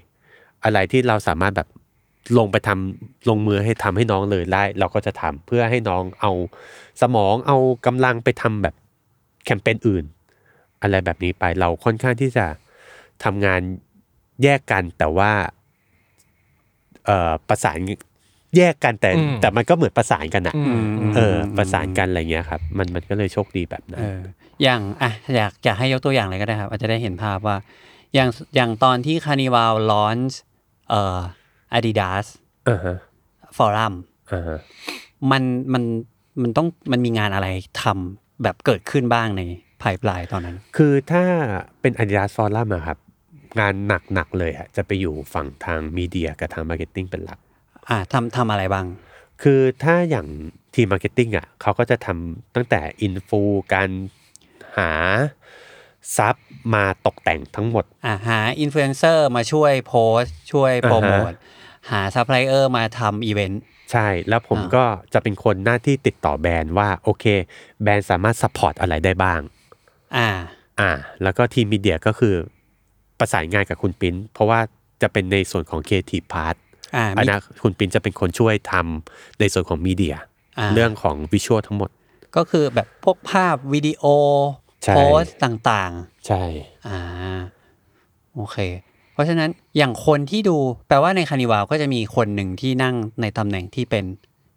S4: อะไรที่เราสามารถแบบลงไปทำลงมือให้ทำให้น้องเลยได้ เราก็จะทำเพื่อให้น้องเอาสมองเอากำลังไปทำแบบแคมเปญอื่น อะไรแบบนี้ไปเราค่อนข้างที่จะทำงานแยกกันแต่ว่าเอ่อประสานแยกกันแต่
S3: อืม
S4: แต่มันก็เหมือนประสานกันอะ
S3: อืม
S4: เออประสานกันอะไรเงี้ยครับ มันมันก็เลยโชคดีแบบนั้
S2: เอน อ อย่างอ่ะอยากอยากให้ยกตัวอย่างเลยก็ได้ครับ อาจจะได้เห็นภาพว่า อย่างอย่างตอนที่คานิวาลลอนช์เอ่ออาดิดาส
S4: อ่าฮะ
S2: ฟอรัม
S4: อ่าฮะ
S2: มันมันมันต้องมันมีงานอะไรทำแบบเกิดขึ้นบ้างในภายปลายตอนนั้น
S4: คือถ้าเป็น Adidas Forum อะครับ งานหนัก ๆ เลยฮะจะไปอยู่ฝั่งทางมีเดียกับทางมาร์เก็ตติ้งเป็นหลัก
S2: อ่ะทำทำอะไรบ้าง
S4: คือถ้าอย่างทีมมาร์เก็ตติ้งอ่ะเขาก็จะทำตั้งแต่อินฟูการหาซับมาตกแต่งทั้งหมด
S2: อ่ะหาอินฟลูเอนเซอร์มาช่วยโพสต์ช่วยโปรโมทหาซัพพลายเออร์มาทำอีเวนต์
S4: ใช่ แล้วผม
S2: อ่า
S4: ก็จะเป็นคนหน้าที่ติดต่อแบรนด์ว่า โอเค แบรนด์สามารถซัพพอร์ตอะไรได้บ้าง
S2: อ่า
S4: อ่า แล้วก็ทีมมีเดียก็คือประสานงานกับคุณปิ้นเพราะว่าจะเป็นในส่วนของ Creative Part
S2: อ่า
S4: อัน
S2: มี
S4: นะคุณปิ้นจะเป็นคนช่วยทำในส่วนของมีเดีย
S2: อ่า
S4: เรื่องของวิชวลทั้งหมด
S2: ก็คือแบบพวกภาพวิดีโอ
S4: ใช่
S2: โพสต์ต่าง
S4: ใช่
S2: ๆ อ่าโอเค เพราะฉะนั้นอย่างคนที่ดูแปลว่าในคานิวาลก็จะมีคนหนึ่งที่นั่งในตำแหน่งที่เป็น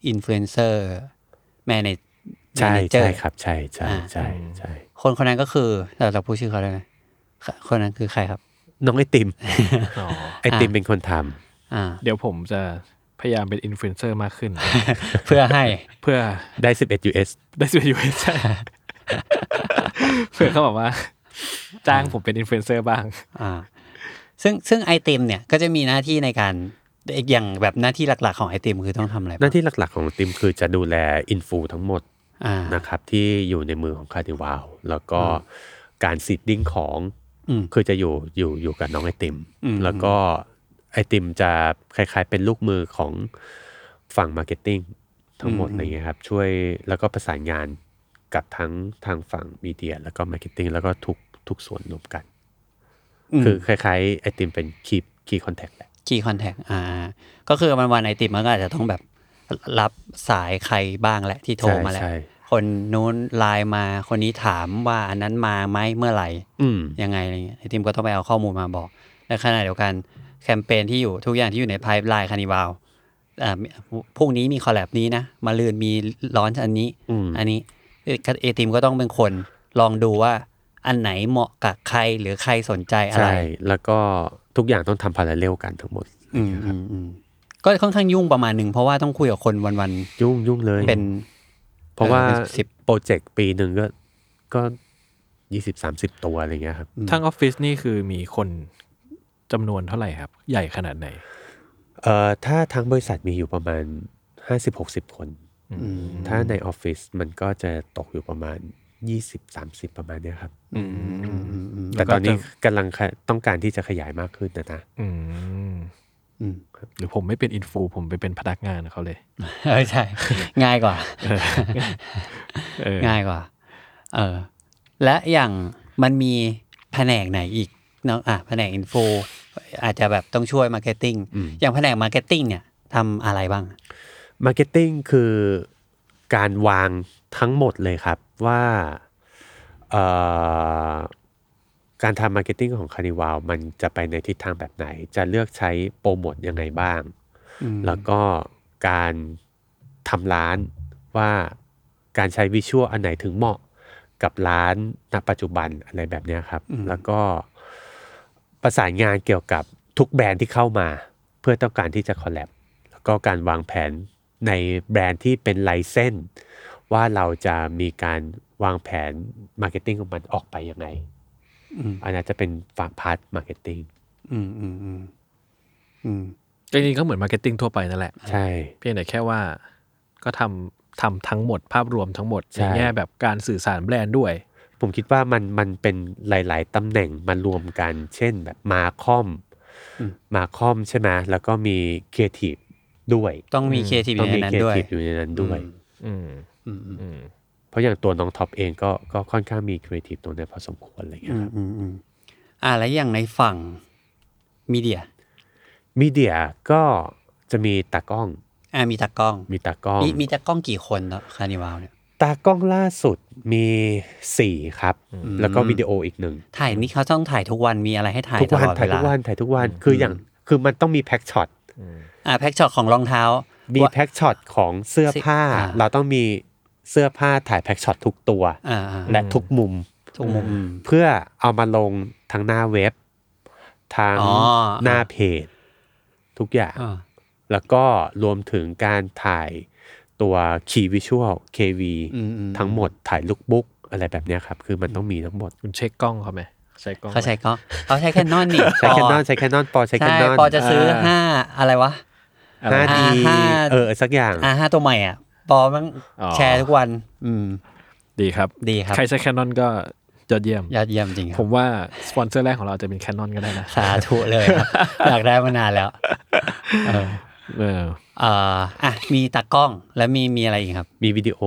S2: อินฟลูเอนเซอร์แมเนจ
S4: ใช่
S2: เจอ
S4: ใช่
S2: ร์
S4: ครับ ใช่ใช่
S2: อ่า
S4: ใช่ใช่
S2: คนคนนั้นก็คือเราเราพูดชื่อเขาได้ไหมคนนั้นคือใครครับ
S4: น้องไอติม
S3: อ๋อ
S4: ไอติม
S2: อ่า
S4: เป็นคนทำ
S2: อ่า
S3: เดี๋ยวผมจะพยายามเป็นอินฟลูเอนเซอร์มากขึ้น
S2: เพื่อให้
S3: เพื่อ
S4: ได้ 11 US
S3: ได้สิบยูเอ สเพื่อเขาบอกว่า จ้างผมเป็นอินฟลูเอนเซอร์บ้าง
S2: อ่าซึ่งซึ่งไอติมเนี่ยก็จะมีหน้าที่ในการอย่างแบบหน้าที่หลักๆของไอติมคือต้องทำอะไร
S4: หน้าที่หลักๆของติมคือจะดูแลอินฟูทั้งหมด
S2: อ่า
S4: นะครับที่อยู่ในมือของคาร์นิวาลแล้วก็การซีดดิ้งของ
S2: อืม
S4: คือจะอยู่อยู่อยู่กับน้องไอติม
S2: อืม
S4: แล้วก็ไอติมจะคล้ายๆเป็นลูกมือของฝั่งมาร์เก็ตติ้งทั้งหมดอะไรเงี้ยครับช่วยแล้วก็ประสานงานกับทั้งทางฝั่งมีเดีย แล้วก็มาร์เก็ตติ้งแล้วก็ทุกทุกส่วนรวมกัน
S2: ม
S4: คือคล้ายๆไอติมเป็นคีคีคอนแทคแหละ
S2: key contact อ่า ก็คือวันวันๆไอติมมันก็อาจจะต้องแบบรับสายใครบ้างแหละที่โทรมาแหละ
S4: ใช่ใช่
S2: คนนู้นไลน์มาคนนี้ถามว่าอันนั้นมาไหมเมื่อไหร่
S4: อืม
S2: ยังไงอะไรเงี้ยไอติมก็ต้องไปเอาข้อมูลมาบอกในขณะเดียวกันแคมเปญที่อยู่ทุกอย่างที่อยู่ในไพ p e ไลน์คานิวาลอ่าพรุ่งนี้มีคอลแลบนี้นะมาลืนมีร้อนอันนี้
S4: อืม
S2: อันนี้เอ่อไอติมก็ต้องเป็นคนลองดูว่าอันไหนเหมาะกับใครหรือใครสนใจอะไร
S4: ใช่แล้วก็ทุกอย่างต้องทำพาราเลลกันทั้งหมด
S2: อืมอืมอืมก็ค่อนข้างยุ่งประมาณหนึ่งเพราะว่าต้องคุยกับคนวันวัน
S4: ยุ่งยุ่งเลย
S2: ๆเป็น
S4: เพราะว่า
S2: เออเป็นสิบ
S4: โปรเจกต์ปีหนึ่งก็ก็ยี่สิบสามสิบตัวอะไรเงี้ยครับ
S3: ทั้งออฟฟิศนี่คือมีคนจำนวนเท่าไหร่ครับ ใหญ่ขนาดไหน
S4: เอ่อถ้าทั้งบริษัทมีอยู่ประมาณห้าสิบหกสิบคน ถ้าในออฟฟิศมันก็จะตกอยู่ประมาณยี่สิบสามสิบประมาณเนี้ยครับ แต่ตอนนี้กำลังขยต้องการที่จะขยายมากขึ้นนะนะ
S3: อืม
S2: อืม
S3: หรือผมไม่เป็นอินฟูผมไปเป็นพนักงานเขาเลย
S2: เออใช่ ง่ายกว่า
S3: เออ
S2: ง่ายกว่า เออ และอย่างมันมีแผนกไหนอีกเนาะอ่ะแผนกอินโฟอาจจะแบบต้องช่วยมาร์เก็ตติ้ง
S4: อืม
S2: อย่างแผนกมาร์เก็ตติ้งเนี่ยทำอะไรบ้าง
S4: มาร์เก็ตติ้งคือการวางทั้งหมดเลยครับว่าเอ่อการทำมาร์เก็ตติ้งของคานิวาลมันจะไปในทิศทางแบบไหน จะเลือกใช้โปรโมทยังไงบ้าง
S2: อืม
S4: แล้วก็การทำร้านว่าการใช้วิชวลอันไหนถึงเหมาะกับร้านณปัจจุบันอะไรแบบเนี้ยครับ แล้วก็ประสานงานเกี่ยวกับทุกแบรนด์ที่เข้ามา เพื่อต้องการที่จะคอลแลบ แล้วก็การวางแผนในแบรนด์ที่เป็นไลเซนส์ว่าเราจะมีการวางแผนมาร์เก็ตติ้งของมันออกไปยังไง
S2: อืม
S4: อันนั้นจะเป็นฝั่งพาร์ทมาร์เก็ตติ้ง
S2: อืมอืมอืมอืม
S3: จริงๆก็เหมือนมาร์เก็ตติ้งทั่วไปนั่นแหละ
S4: ใช่
S3: เพียงแต่แค่ว่าก็ทำทำทั้งหมดภาพรวมทั้งหมด
S4: ใช่
S3: ในแง่แบบการสื่อสารแบรนด์ด้วย
S4: ผมคิดว่ามันมันเป็นหลาย ๆ ตำแหน่งมารวมกัน เช่นแบบมาคอม มาคอมใช่ไหมแล้วก็มีครีเอทีฟด้วย
S2: ต้องมีครีเอทีฟอ
S4: ต้อยู่ งมี
S2: ในนั้
S4: ครี
S2: น
S4: เอ
S2: ด้วย
S4: ทีฟอยู่ในนั้นด้วย
S3: อืม
S2: อืมอืม
S3: อืม
S4: เพราะอย่างตัวน้องท็อปเองก็ก็ค่อนข้างมีครีเอทีฟตรงนี้พอสมควรอะไรอย่างเงี้ยครับ
S2: อืมอืมอ่าแล้วอย่างในฝั่งมีเดีย
S4: มีเดียก็จะมีตากล้อง
S2: อ่ามีตากล้อง
S4: มีตากล้อง
S2: มีมีตากล้องกี่คนแล้วคานิวาลเนี่ย
S4: ตากล้องล่าสุดมี 4 ครับ แล้วก็วิดีโออีกหนึ่ง
S2: ถ่ายนี่เขาต้องถ่ายทุกวันมีอะไรให้ถ่าย
S4: ทุก
S2: ต
S4: วัน
S2: ลอด
S4: ถ่า
S2: เวยลา
S4: ทุกวันถ่ายทุกวัน คืออย่างคือมันต้องมีแพ็กช็อต
S2: อ่าแพ็กช็อตของรองเท้า
S4: มีแพ็กช็อตของเสื้อผ้า
S2: อ่า
S4: เราต้องมีเสื้อผ้าถ่ายแพ็กช็อตทุกตัว
S2: อ่าอ่า
S4: และทุกมุม
S2: ทุกมุม
S4: เพื่อเอามาลงทั้งหน้าเว็บทั้ง
S2: อ๋อ
S4: หน้าเพจ ทุกอย่าง
S2: อ่า
S4: แล้วก็รวมถึงการถ่ายตัวคีวิชวล KV
S2: อืมอืม
S4: ทั้งหมดถ่ายลุกบุ๊กอะไรแบบเนี้ยครับ คือมันต้องมีทั้งหมด
S3: คุณเช็คกล้องเขาไหมใช้กล้อง
S2: เขาใช้ก็เขาใช้แคนนอนนี่
S4: ใช้แคนนอน
S2: ป
S4: ใช้แคนนอนปอใช้
S2: ใช่
S4: แคนนอน
S2: ปอจะซื้อห้าอะไรวะ
S4: ห้าดี
S2: ห้า
S4: เออสักอย่าง
S2: อ่าห้าตัวใหม่อ่ะ ปอมันแชร์ทุกวัน อืม
S3: ดีครับ
S2: ดีครับ
S3: ใครใช้แคนนอนก็ยอดเยี่ยม
S2: ยอดเยี่ยมจริงครั
S3: ผ
S2: บ
S3: มว่า สปอนเซอร์แรกของเราจะ เป็นแคนนอนก็ได้นะ
S2: สาธุเลยครับ อยากได้มานานแล้ว เออ
S3: เออ
S2: เอ่ออ่ะมีตากล้องแล้วมีมีอะไรอีกครับ
S4: มีวิดีโอ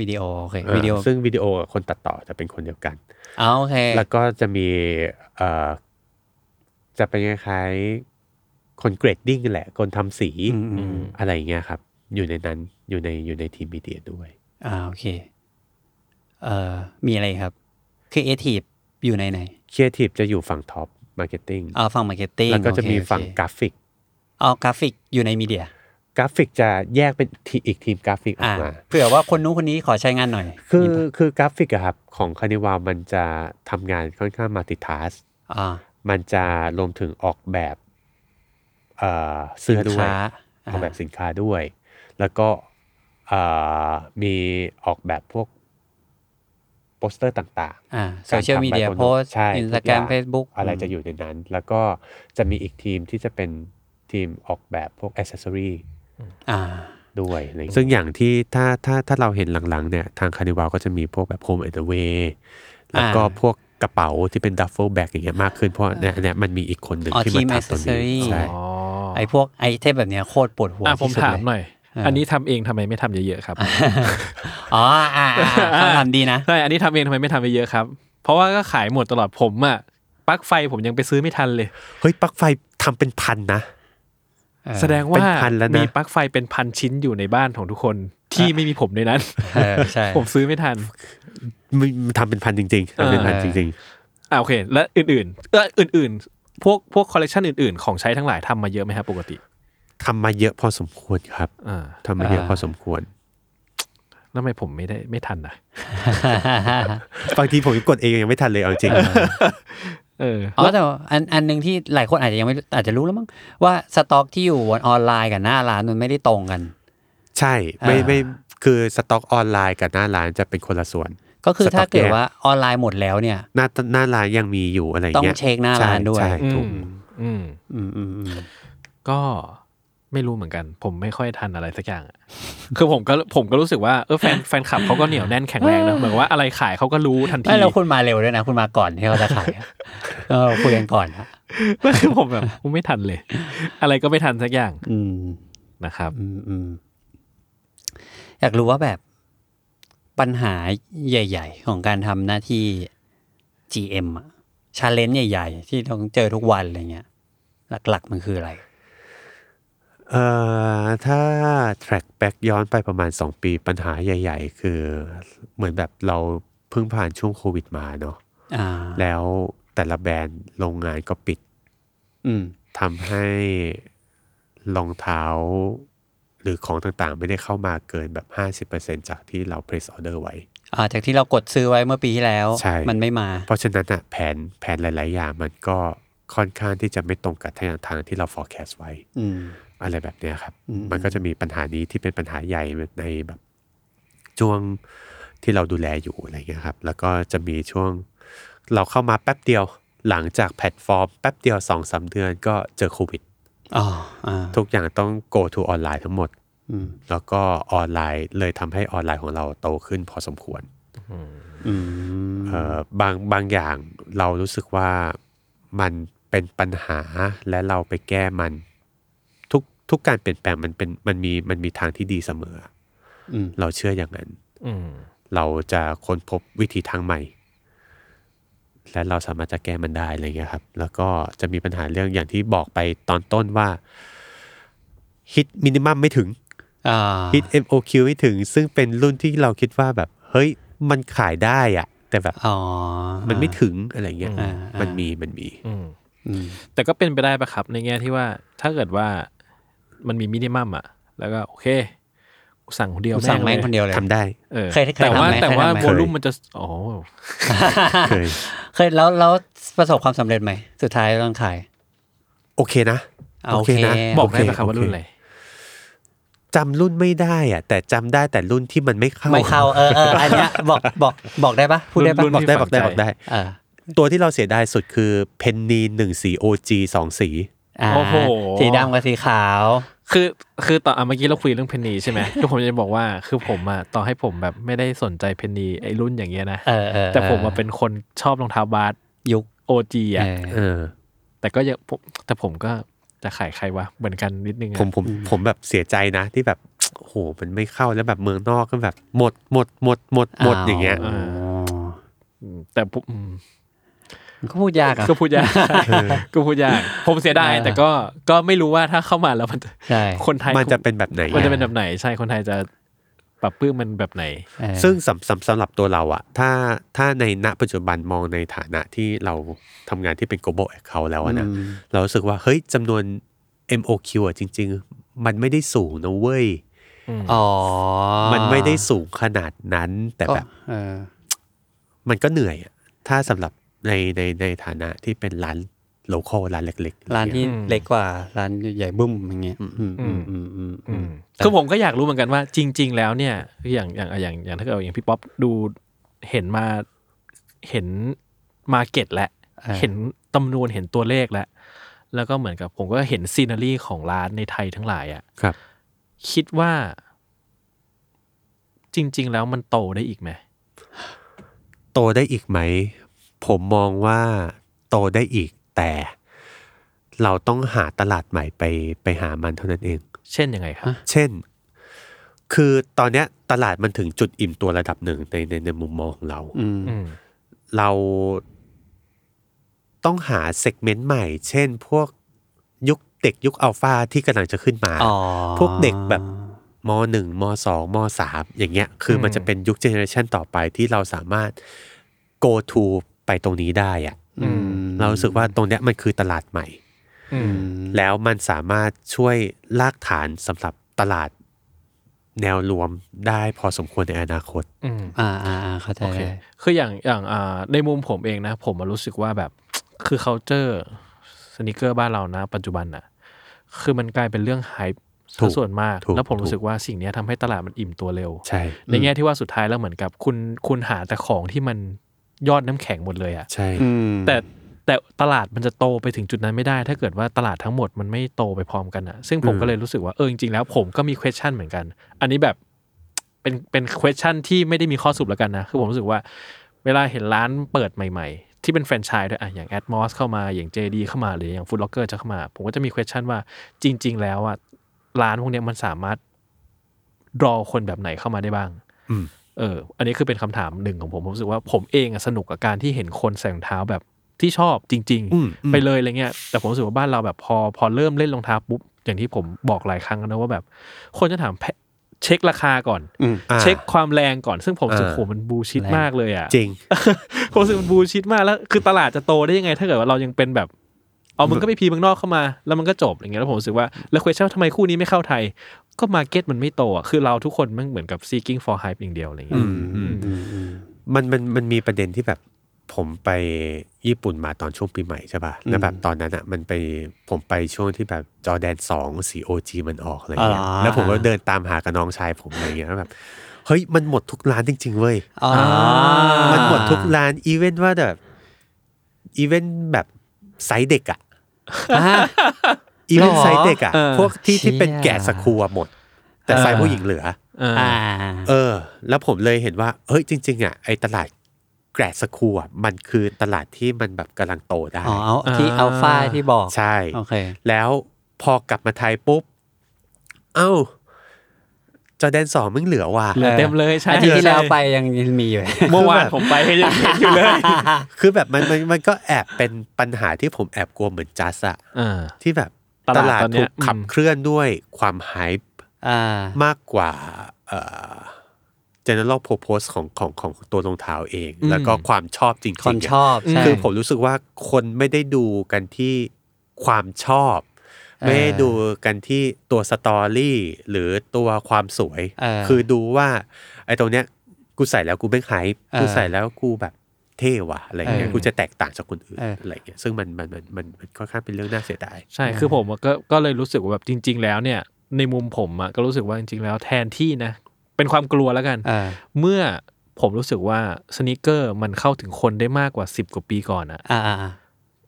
S2: วิดีโอโอเค
S4: เอ่อ
S2: วิดีโอ
S4: ซึ่งวิดีโอกับคนตัดต่อจะเป็นคนเดียวกัน
S2: อ๋อโอเค
S4: แล้วก็จะมีเอ่อจะเป็นคล้ายๆคนเกรดดิ้งแหละ คนทำสี
S2: อืมอืม
S4: อะไรอย่างเงี้ยครับ อยู่ในนั้นอยู่ในอยู่ในทีมมีเดียด้วย
S2: อ่าโอเคเอ่อมีอะไรอีกครับคือเอทีฟอยู่ในไหน
S4: Creative จะอยู่ฝั่งท็อปมาร์เก็ตติ้ง
S2: อ๋อฝั่งมาร์เก็ตติ้ง
S4: แล้วก็จะมีฝั่งกราฟิก
S2: อ๋อกราฟิกอยู่ในมีเดีย
S4: กราฟิกจะแยกเป็นทีอีกทีมกราฟิกออ
S2: อ่าก
S4: มา
S2: เผื่อว่าคนนู้นคนนี้ขอใช้งานหน่อย
S4: คือ
S2: มีปะ
S4: คือกราฟิกอะครับ ของคานิวามันจะทำงานค่อนข้างมัลติทัส
S2: อ่า
S4: มันจะรวมถึงออกแบบเอ่อเสื้อด้วย
S2: ค้า
S4: ออกแบบสินค้าด้วย แล้วก็เอ่อมีออกแบบพวกโปสเตอร์ต่าง
S2: อ่า
S4: ๆ
S2: โซเชียลมีเดียโพส
S4: ใช่
S2: อินส
S4: ทุ
S2: ตาแกรม
S4: ย่าง
S2: เฟซบุ๊ก
S4: อะไรจะอยู่ในนั้น แล้วก็จะมีอีกทีมที่จะเป็นทีมออกแบบพวกอ c เซ s ซอรี
S2: อ่า
S4: ด้วยอะไรอย่างเงี้ยซึ่งอย่างที่ถ้าถ้าถ้าเราเห็นหลังๆเนี่ยทางคานิวาก็จะมีพวกแบบโฮมเอ a w เวแล้วก็
S2: อ่า
S4: พวกกระเป๋าที่เป็นดัฟเฟิลแบกอย่างเงี้ยมากขึ้นเพราะเนี่ยเนี่ยมันมีอีกคนหนึ่ง
S2: อ๋อ
S4: ที่
S2: ทีม
S4: มาทำตัว
S2: accessory
S4: นี้ใช่
S3: อ๋อ
S2: ไอพวกไอเทมแบบเนี้ยโคตรปวดหัว
S3: อ่ะผม
S2: ที่สุด
S3: ถาม
S2: เลย
S3: หน่อย
S2: อ่า
S3: อันนี้ทำเองทำไมไม่ทำเยอะ ๆครับ
S2: อ๋ออ่าอ่าอ่าคำถามดีนะ
S3: ใช่ อันนี้ทำเองทำไมไม่ทำไปเยอะครับ เพราะว่าก็ขายหมดตลอดผมอะปลั๊กไฟผมยังไปซื้อไม่ทันเลย
S4: เฮ้ยปลั๊กไฟทำเป็นพันนะ
S2: เออ
S3: แสดง
S4: เป็
S3: ว่าน
S4: พันแล้วนะ
S3: มีปลั๊กไฟเป็นพันชิ้นอยู่ในบ้านของทุกคนที่ไม่มีผมในนั้น
S2: เออใช่
S3: ผมซื้อไม่ทัน
S4: มันมันทำเป็นพันจริงๆทำเป็นพัน
S2: เออ
S4: จริง
S3: อ่าโอเค และอื่นๆ เอออื่นๆ พวกพวกคอลเลกชันอื่นๆ ของใช้ทั้งหลายทำมาเยอะไหมครับปกติ
S4: ๆทำมาเยอะพอสมควรครับ
S3: อ่า
S4: ทำมาเยอะ
S2: อ่า
S4: พอสมควร
S3: แล้วทำไมผมไม่ได้ไม่ทันนะ
S4: บางทีผมยังกดเองยังไม่ทันเลยเอาจริง
S3: เออ
S2: อ๋อแต่ว่าอันอันหนึ่งที่หลายคนอาจจะยังไม่อาจจะรู้แล้วมั้งว่าสต็อกที่อยู่บนออนไลน์กับหน้าร้านมันไม่ได้ตรงกัน
S4: ใช่ไม่
S2: อ่า
S4: ไม่คือสต็อกออนไลน์กับหน้าร้านจะเป็นคนละส่วน
S2: ก็คือถ้าเกิ
S4: ส
S2: ด
S4: ต็อกแยก
S2: ว่าออนไลน์หมดแล้วเนี่ย
S4: หน้าหน้าร้านยังมีอยู่อะไรย่า
S2: ต้อง
S4: เงี้ย
S2: เช็คหน้าร้านด้วย
S4: ใช่
S3: อื
S4: ใช่ถูก
S3: มอืม
S2: อืมอืมอืม
S3: ก็ไม่รู้เหมือนกัน ผมไม่ค่อยทันอะไรสักอย่างอะ คือผมก็ผมก็รู้สึกว่าเออแฟนแฟนคลับเขาก็เหนียวแน่นแข็งแรงนะเหมือนว่าอะไรขายเขาก็รู้ทันที
S2: ไม่แล้วคุณมาเร็วด้วยนะ คุณมาก่อนที่เขาจะขายอะ เออคุยกันก่อนอะ
S3: แล้ว คือผมแบบผมไม่ทันเลย อะไรก็ไม่ทันสักอย่าง
S2: อืม
S3: นะครับ
S2: อืมอืมอยากรู้ว่าแบบปัญหาใหญ่ ๆ ของการทำหน้าที่ GM อะชาเลนจ์ใหญ่ ๆ ที่ต้องเจอทุกวันอะไรเงี้ย หลัก ๆ มันคืออะไร
S4: เอ่อถ้า track back ย้อนไปประมาณ 2 ปีปัญหาใหญ่ ๆ คือเหมือนแบบเราเพิ่งผ่านช่วงโควิดมาเนาะ
S2: อ่า
S4: แล้วแต่ละแบรนด์โรงงานก็ปิด
S2: อืม
S4: ทำให้รองเท้า หรือของต่างๆ ไม่ได้เข้ามาเกินแบบ 50%จากที่เรา place order ไว้
S2: อ่า จากที่เรากดซื้อไว้เมื่อปีที่แล้ว
S4: ใช่
S2: มันไม่มา
S4: เพราะฉะนั้นอะแผนแผนหลาย ๆ อย่างมันก็ค่อนข้างที่จะไม่ตรงกับทางทางที่เรา forecast ไว้
S2: อืม
S4: อะไรแบบเนี้ยครับ
S2: อืม
S4: มันก็จะมีปัญหานี้ที่เป็นปัญหาใหญ่ในแบบช่วงที่เราดูแลอยู่อะไรเงี้ยครับ แล้วก็จะมีช่วงเราเข้ามาแป๊บเดียว หลังจากแพลตฟอร์มแป๊บเดียวสองสามเดือนก็เจอโควิด
S2: อ๋ออ่า
S4: ทุกอย่างต้อง go to ออนไลน์ทั้งหมด
S2: อืม
S4: แล้วก็ออนไลน์เลยทำให้ออนไลน์ของเราโตขึ้นพอสมควร
S2: อืม
S4: เอ่อบางบางอย่างเรารู้สึกว่ามันเป็นปัญหาและเราไปแก้มัน ทุกทุกการเปลี่ยนแปลงมันเป็นมันมีมันมีทางที่ดีเสมออ
S2: ม
S4: เราเชื่ออย่างนั้น
S3: อืม
S4: เราจะค้นพบวิธีทางใหม่ และเราสามารถจะแก้มันได้อะไรเงี้ยครับ แล้วก็จะมีปัญหาเรื่องอย่างที่บอกไปตอนต้นว่าฮิตมินิมัมไม่ถึง
S2: อ่า
S4: ฮิต MOQ ไม่ถึง ซึ่งเป็นรุ่นที่เราคิดว่าแบบ เฮ้ยมันขายได้อะแต่แบบ
S2: อ๋อ
S4: มันไม่ถึงอะไรเงี้ย
S2: อ่าอ่ามั
S4: มันมี มันมี
S3: อืม
S2: อืม
S3: แต่ก็เป็นไปได้ปะครับในแง่ที่ว่าถ้าเกิดว่ามันมีมินิมัมอะแล้วก็โอเคกูสั่งคนเดียว
S2: กูสั่งแม่ง
S3: ลย
S2: คนเดียวเลย
S4: ทำได้
S3: เออ
S2: เคยเคย
S3: แต่ว่า
S2: ทำไหม
S3: แต่ว่า
S2: เคยทำไหม
S3: วอลลุ่มมันจะอ๋อ
S4: เคย
S2: เคยแล้วแล้วประสบความสำเร็จไหม สุดท้ายตอนขาย
S4: โอเคนะ
S2: อ่าโอเค
S4: นะ
S3: บอกได้ไหมครับ
S4: โ
S3: ว่ารุ่นอะไร
S4: จำรุ่นไม่ได้อ่ะ แต่จำได้แต่รุ่นที่มันไม่เข้า
S2: ไม่เข้าเออเอออันเนี้ย บอกบอกบอกได้ปะพูดได้ปะ
S3: รุ่น
S4: บ
S2: บอก อก
S4: ได้
S3: ที่
S4: บอกได้
S3: ฝั
S4: บ
S3: ง
S4: อก
S3: ใจ
S4: ได้
S2: เออ
S4: ตัวที่เราเสียดายสุดคือเพนนีหนึ่งสีโอจีสองสี
S2: อ่า
S3: โอ้โห
S2: สีดำกับสีขาว
S3: คือคือตอนอ่ะเมื่อกี้เราคุยเรื่องเพนนีใช่ไหม คือผมจะบอกว่าคือผมอะต่อให้ผมแบบไม่ได้สนใจเพนนีไอ้รุ่นอย่างเงี้ยนะ
S2: เออเออ
S3: แต่ผมมาเป็นคนชอบรองเท้าบาส
S2: ยุค
S3: โอจีอะ
S2: เออ
S4: เออ
S3: แต่ก็ยังผมแต่ผมก็ จะขายใครวะ เหมือนกันนิดนึงอะ
S4: ผมผมผมแบบเสียใจนะที่แบบ โอ้โหมันไม่เข้าแล้วแบบเมืองนอกก็แบบหมดหมดหมดหมดหมดอย่างเงี้ย
S2: อ๋อ
S3: อืมแต่ผมอืม
S2: มันก็พูดยากอะ
S3: ก็พูดยากก็พูดยาก ผมเสียดาย
S2: เออ
S3: แต่ก็ก็ไม่รู้ว่าถ้าเข้ามาแล้วมันจะ
S2: ใช่
S3: คนไทย
S4: มันจะเป็นแบบไหน
S3: มัน
S4: อะ
S3: จะเป็นแบบไหน ใช่คนไทยจะปรับปรื้มมันแบบไหน
S2: เออ
S4: ซึ่งสำสำสำหรับตัวเราอะถ้าถ้าในณปัจจุบันมองในฐานะที่เราทำงานที่เป็น global account แล้วอะนะ
S2: อืม
S4: เรารู้สึกว่า เฮ้ยจำนวน MOQ อะจริง ๆ มันไม่ได้สูงนะเว้ย
S2: อ๋อ
S4: มันไม่ได้สูงขนาดนั้น แต่แบบ
S2: ก็เออ
S4: มันก็เหนื่อยอะถ้าสำหรับในในในฐานะที่เป็นร้านโลคอลร้านเล็กๆ
S2: ร้านที่
S3: อืม
S2: เล็กกว่าร้านใหญ่บึ้มอย่างเงี้ยอืมอืมอืมอืมอืม
S3: คือผมก็อยากรู้เหมือนกันว่าจริง ๆ แล้วเนี่ยอย่างอย่างอย่างอย่างถ้าเกิดอย่างพี่ป๊อปดูเห็นมาเห็นมาเก็ตแล้ว
S2: อ่า
S3: เห็นจำนวนเห็นตัวเลขแล้ว แล้วก็เหมือนกับผมก็เห็นซีนารีของร้านในไทยทั้งหลายอะ่ะ
S4: ครับ
S3: คิดว่า จริง ๆ แล้วมันโตได้อีกไหม
S4: โตได้อีกไหม ผมมองว่าโตได้อีกแต่เราต้องหาตลาดใหม่ไปไปหามันเท่านั้นเอง
S3: เช่นยังไงครับ
S4: เช่น คือตอนเนี้ยตลาดมันถึงจุดอิ่มตัวระดับหนึ่งในในในมุมมองของเรา
S2: อืม
S3: อืม
S4: เราต้องหาเซกเมนต์ใหม่ เช่น พวกยุคเด็กยุคอัลฟาที่กำลังจะขึ้นมา
S2: อ๋อ
S4: พวกเด็กแบบมหนึ่งมสองมสามอย่างเงี้ย คืออ
S3: ม
S4: มันจะเป็นยุคเจเนอเรชันต่อไปที่เราสามารถ go to ไปตรงนี้ได้อะ
S3: อืม
S4: เรารู้สึกว่าตรงเนี้ยมันคือตลาดใหม่
S3: อืม
S4: แล้วมันสามารถช่วยลากฐานสำหรับตลาดแนวรวมได้พอสมควรในอนาคต
S3: อืม
S2: อ่าอ่าอ่าเข้าใจ
S3: โอเค
S2: ได้
S3: คืออย่างอย่างอ่าในมุมผมเองนะ ผมอะรู้สึกว่าแบบ คือ culture สนิเกอร์บ้านเรานะ ปัจจุบันน่ะ คือมันกลายเป็นเรื่องไฮป์
S4: ถูก
S3: ส่วนมาก
S4: ถูก
S3: แล้วผมรู้สึกว่าสิ่งเนี้ยทำให้ตลาดมันอิ่มตัวเร็ว
S4: ใช่
S3: ในแง่ที่ว่าสุดท้ายแล้วเหมือนกับคุณคุณหาแต่ของที่มันยอดน้ำแข็งหมดเลยอะ
S4: ใช่
S2: อืม
S3: แต่แต่ตลาดมันจะโตไปถึงจุดนั้นไม่ได้ ถ้าเกิดว่าตลาดทั้งหมดมันไม่โตไปพร้อมกันอะซึ่งผม
S4: อืม
S3: ก็เลยรู้สึกว่าเออจริงๆแล้วผมก็มี question เหมือนกัน อันนี้แบบเป็นเป็น question ที่ไม่ได้มีข้อสรุปแล้วกันนะ คือผมรู้สึกว่า เวลาเห็นร้านเปิดใหม่ๆ ที่เป็นแฟรนไชส์ด้วยอะอย่าง Atmos เข้ามาอย่าง JD เข้ามาหรืออย่าง Food Locker จะเข้ามา ผมก็จะมี question ว่าจริง ๆ แล้วอะร้านพวกเนี้ยมันสามารถรอคนแบบไหนเข้ามาได้บ้าง
S4: อืม
S3: เออ อันนี้คือเป็นคำถามหนึ่งของผมผมรู้สึกว่าผมเองอะสนุกกับการที่เห็นคนใส่รองเท้าแบบที่ชอบจริง
S4: อืมอื
S3: ๆ
S4: ม
S3: ไปเลยอะไรเงี้ยแต่ผมรู้สึกว่าบ้านเราแบบพอพอเริ่มเล่นรองเท้าปุ๊บอย่างที่ผมบอกหลายครั้งแล้วนะว่าแบบ คนจะถามแพะเช็คราคาก่อน
S2: อืม
S4: อ่า
S3: เช็คความแรงก่อนซึ่งผมรู้สึก
S4: อ่า
S3: โหมันบูชิด
S2: แรง
S3: มากเลยอ่ะ
S4: จริง
S3: ผมรู้สึกมันบูลชิดมากแล้วคือตลาดจะโตได้ยังไง ถ้าเกิดว่าเรายังเป็นแบบเอามันก็ไปพีเมืองนอกเข้ามา แล้วมันก็จบอย่างเงี้ยแล้วผมรู้สึกว่าแล้วเควชั่นทำไมคู่นี้ไม่เข้าไทย ก็มาเก็ตมันไม่โตอ่ะคือเราทุกคนมันเหมือนกับ seeking for hype อย่างเดียวอะไรเงี้ย
S4: มันมันมันมีประเด็นที่แบบผมไปญี่ปุ่นมาตอนช่วงปีใหม่ใช่ป่ะแล้วแบบตอนนั้นอ่ะมันไปผมไปช่วงที่แบบจอแดนสอง COG มันออกอะไรเงี้ย
S2: อ๋อ
S4: แล้วผมก็เดินตามหากับน้องชายผมอะไรเงี้ยแล้วแบบเฮ้ยมันหมดทุกร้านจริง ๆ เว้ย
S2: อ๋อ
S4: มันหมดทุกร้าน อีเวนต์ว่าแบบอีเวนต์แบบไซส์เด็กอะ
S2: อ่า
S4: อีเวนต์
S2: หรอ
S4: ไซส์เด็กอะ
S2: เออ
S4: พวกที่ที่เป็น
S2: เชี่ย
S4: แกะสครูอะหมด แต่ไซส์ผู้หญิงเหลือ
S3: อ่า
S2: อ่า
S4: เออ แล้วผมเลยเห็นว่า เฮ้ยจริง ๆอะไอตลาดแกะสครูอะมันคือตลาดที่มันแบบกำลังโตได้
S2: อ๋อเอาที่อัลฟาที่บอก
S4: ใช่
S2: โอเค
S4: แล้วพอกลับมาไทยปุ๊บ เอ้า จอแดนสองมึงเหลือว่ะ
S3: เหลือเต็มเลยใช่
S2: อาทิตย์ที่แล้ว
S3: ใช่
S2: ไปยังมีอยู่
S3: เมื่อวานผมไปยังเห็นอยู่เลย
S4: คือแบบมันมันมันก็แอบเป็นปัญหาที่ผมแอบกลัวเหมือนจัสอะ
S3: อ่า
S4: ที่แบบ
S3: ตลาดตอน
S4: ถู
S3: เนี้ย
S4: กขับ
S3: อืม
S4: เคลื่อนด้วยความไฮป์
S2: อ่าม
S4: ากกว่าเอ่อ general purpose ของของของตัวรองเท้าเอง แล้วก็ความชอบจริงๆ
S2: คน
S4: อะ
S2: ชอบใช่
S4: คือผมรู้สึกว่าคนไม่ได้ดูกันที่ความชอบ
S2: เออ
S4: ไม่ได้ดูกันที่ตัวสตอรี่หรือตัวความสวย
S2: เออ
S4: คือดูว่าไอ้ตรงเนี้ยกูใส่แล้วกูไม่ไฮป์
S2: เออ
S4: กูใส่แล้วกูแบบเท่ว่ะอะไรเงี้ย
S2: เออ
S4: กูจะแตกต่างจากคนอื่น
S2: เอออ
S4: อะไรเงี้ยซึ่งมันมันมันมันมันค่อนข้างเป็นเรื่องน่าเสียดาย
S3: ใช่คือผมอะก็ก็เลยรู้สึกว่าแบบจริง ๆ แล้วเนี่ย ในมุมผมอะก็รู้สึกว่าจริง ๆ แล้วแทนที่นะ เป็นความกลัวแล้วกัน
S2: เออ
S3: เมื่อผมรู้สึกว่าสนิเกอร์มันเข้าถึงคนได้มากกว่า 10 กว่าปีก่อนอะ
S2: อ่าอ่าอ่า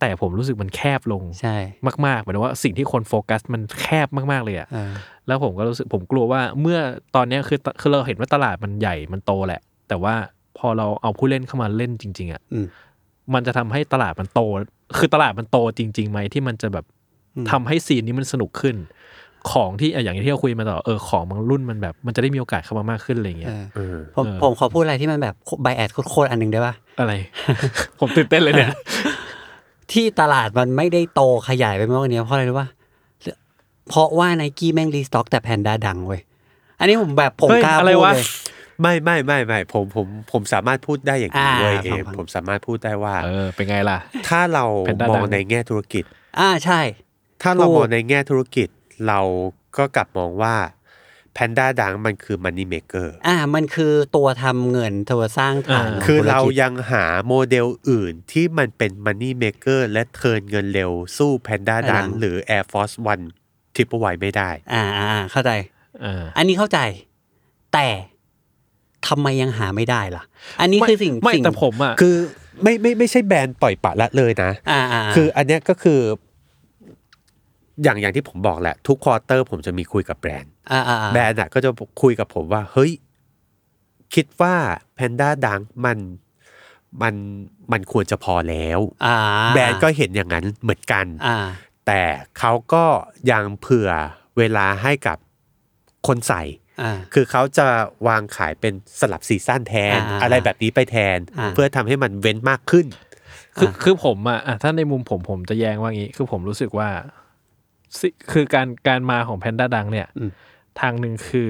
S3: แต่ผมรู้สึกมันแคบลง
S2: ใช่
S3: มากๆหมายถึงว่าสิ่งที่คนโฟกัสมันแคบมากๆเลยอะ
S2: เออ
S3: แล้วผมก็รู้สึกผมกลัวว่าเมื่อตอนเนี้ยคือตคือเราเห็นว่าตลาดมันใหญ่มันโตแหละ แต่ว่าพอเราเอาผู้เล่นเข้ามาเล่นจริง ๆอะ
S2: อืม
S3: มันจะทำให้ตลาดมันโต คือตลาดมันโตจริงๆไหมที่มันจะแบบ ทำให้ซีนนี้มันสนุกขึ้น ของที่อ่ะอย่างที่เราคุยมาต่อเออของบางรุ่นมันแบบ มันจะได้มีโอกาสเข้ามามากขึ้นอะไรอย่างเงี้
S2: เอย อ
S4: เออ
S2: ผมผมขอพูดอะไรที่มันแบบไบแอดโคตรๆอันหนึ่งได้ปะ
S3: อะไร ผมตื่นเต้นเลยเนี่ย
S2: ที่ตลาดมันไม่ได้โตขยายไปมากกว่านี้เพราะอะไรรู้ป่ะเพราะว่าไนกี้แม่งรีสต็อกแต่แพนด้าดังเว้ย อันนี้ผมแบบผม
S3: เฮ้ย
S2: กล้า
S3: อะไร
S2: พูด
S3: วะ
S2: เลย
S4: ไม่ไม่ไม่ไม่ผมผมผมสามารถพูดได้อย่างนี้
S2: อ่า
S4: เลย
S2: ฟั
S4: เอง ม
S2: ฟัง
S4: ผมสามารถพูดได้ว่า
S3: เออเป็นไงล่ะ
S4: ถ้าเรา
S3: แพนด้าม
S4: อง
S3: ดัง
S4: ในแง่ธุรกิจ
S2: อ่าใช่
S4: ถ้าเรา
S2: ถูก
S4: มองในแง่ธุรกิจ เราก็กลับมองว่าแพนด้าดังมันคือมันนี่เมเกอร์
S2: อ่ามันคือตัวทำเงินตัวสร้างฐาน
S3: อ่า
S2: ขง
S4: คือเรา
S2: ธุกิจ
S4: ยังหาโมเดลอื่นที่มันเป็นมันนี่เมเกอร์และเทิร์นเงินเร็วสู้แพนด้าดังหรือ Air Force One ทิปเปอร์ไวไม่ได้
S2: อ่าอ่าอ่าเข้าใจ
S3: อ่า
S2: อันนี้เข้าใจ แต่ทำไมยังหาไม่ได้ล่ะ อันนี้
S3: ไม่
S2: คือสิ่ง
S3: ไม่
S2: สิ่ง
S3: แต่ผมอ่ะ
S4: คือไม่ไม่ไม่ใช่แบรนด์ปล่อยปละละเลยนะ
S2: อ่าา
S4: คืออันเนี้ยก็คือ อย่างอย่างที่ผมบอกแหละ ทุกควอเตอร์ผมจะมีคุยกับแบรนด์
S2: อ่าอ่าอ่า
S4: แบรนด์อ่ะก็จะคุยกับผมว่า เฮ้ย คิดว่าแพนด้าดังมันมันมันควรจะพอแล้ว
S2: อ่า
S4: แบรนด์ก็เห็นอย่างนั้นเหมือนกัน
S2: อ่า
S4: แต่เขาก็ยังเผื่อเวลาให้กับคนใส่
S2: อ่า
S4: คือเขาจะวางขายเป็นสลับซีซั่นแทน
S2: อ่า
S4: อะไรแบบนี้ไปแทน
S2: อ่า
S4: เพื่อทำให้มันเว้นมากขึ้น
S3: คือ
S2: อ่ะ
S3: คือผมอ่ะอ่ะถ้าในมุมผมผมจะแย้งว่างี้ คือผมรู้สึกว่าซิคือการการมาของแพนด้าดังเนี่ย ทางหนึ่งคือ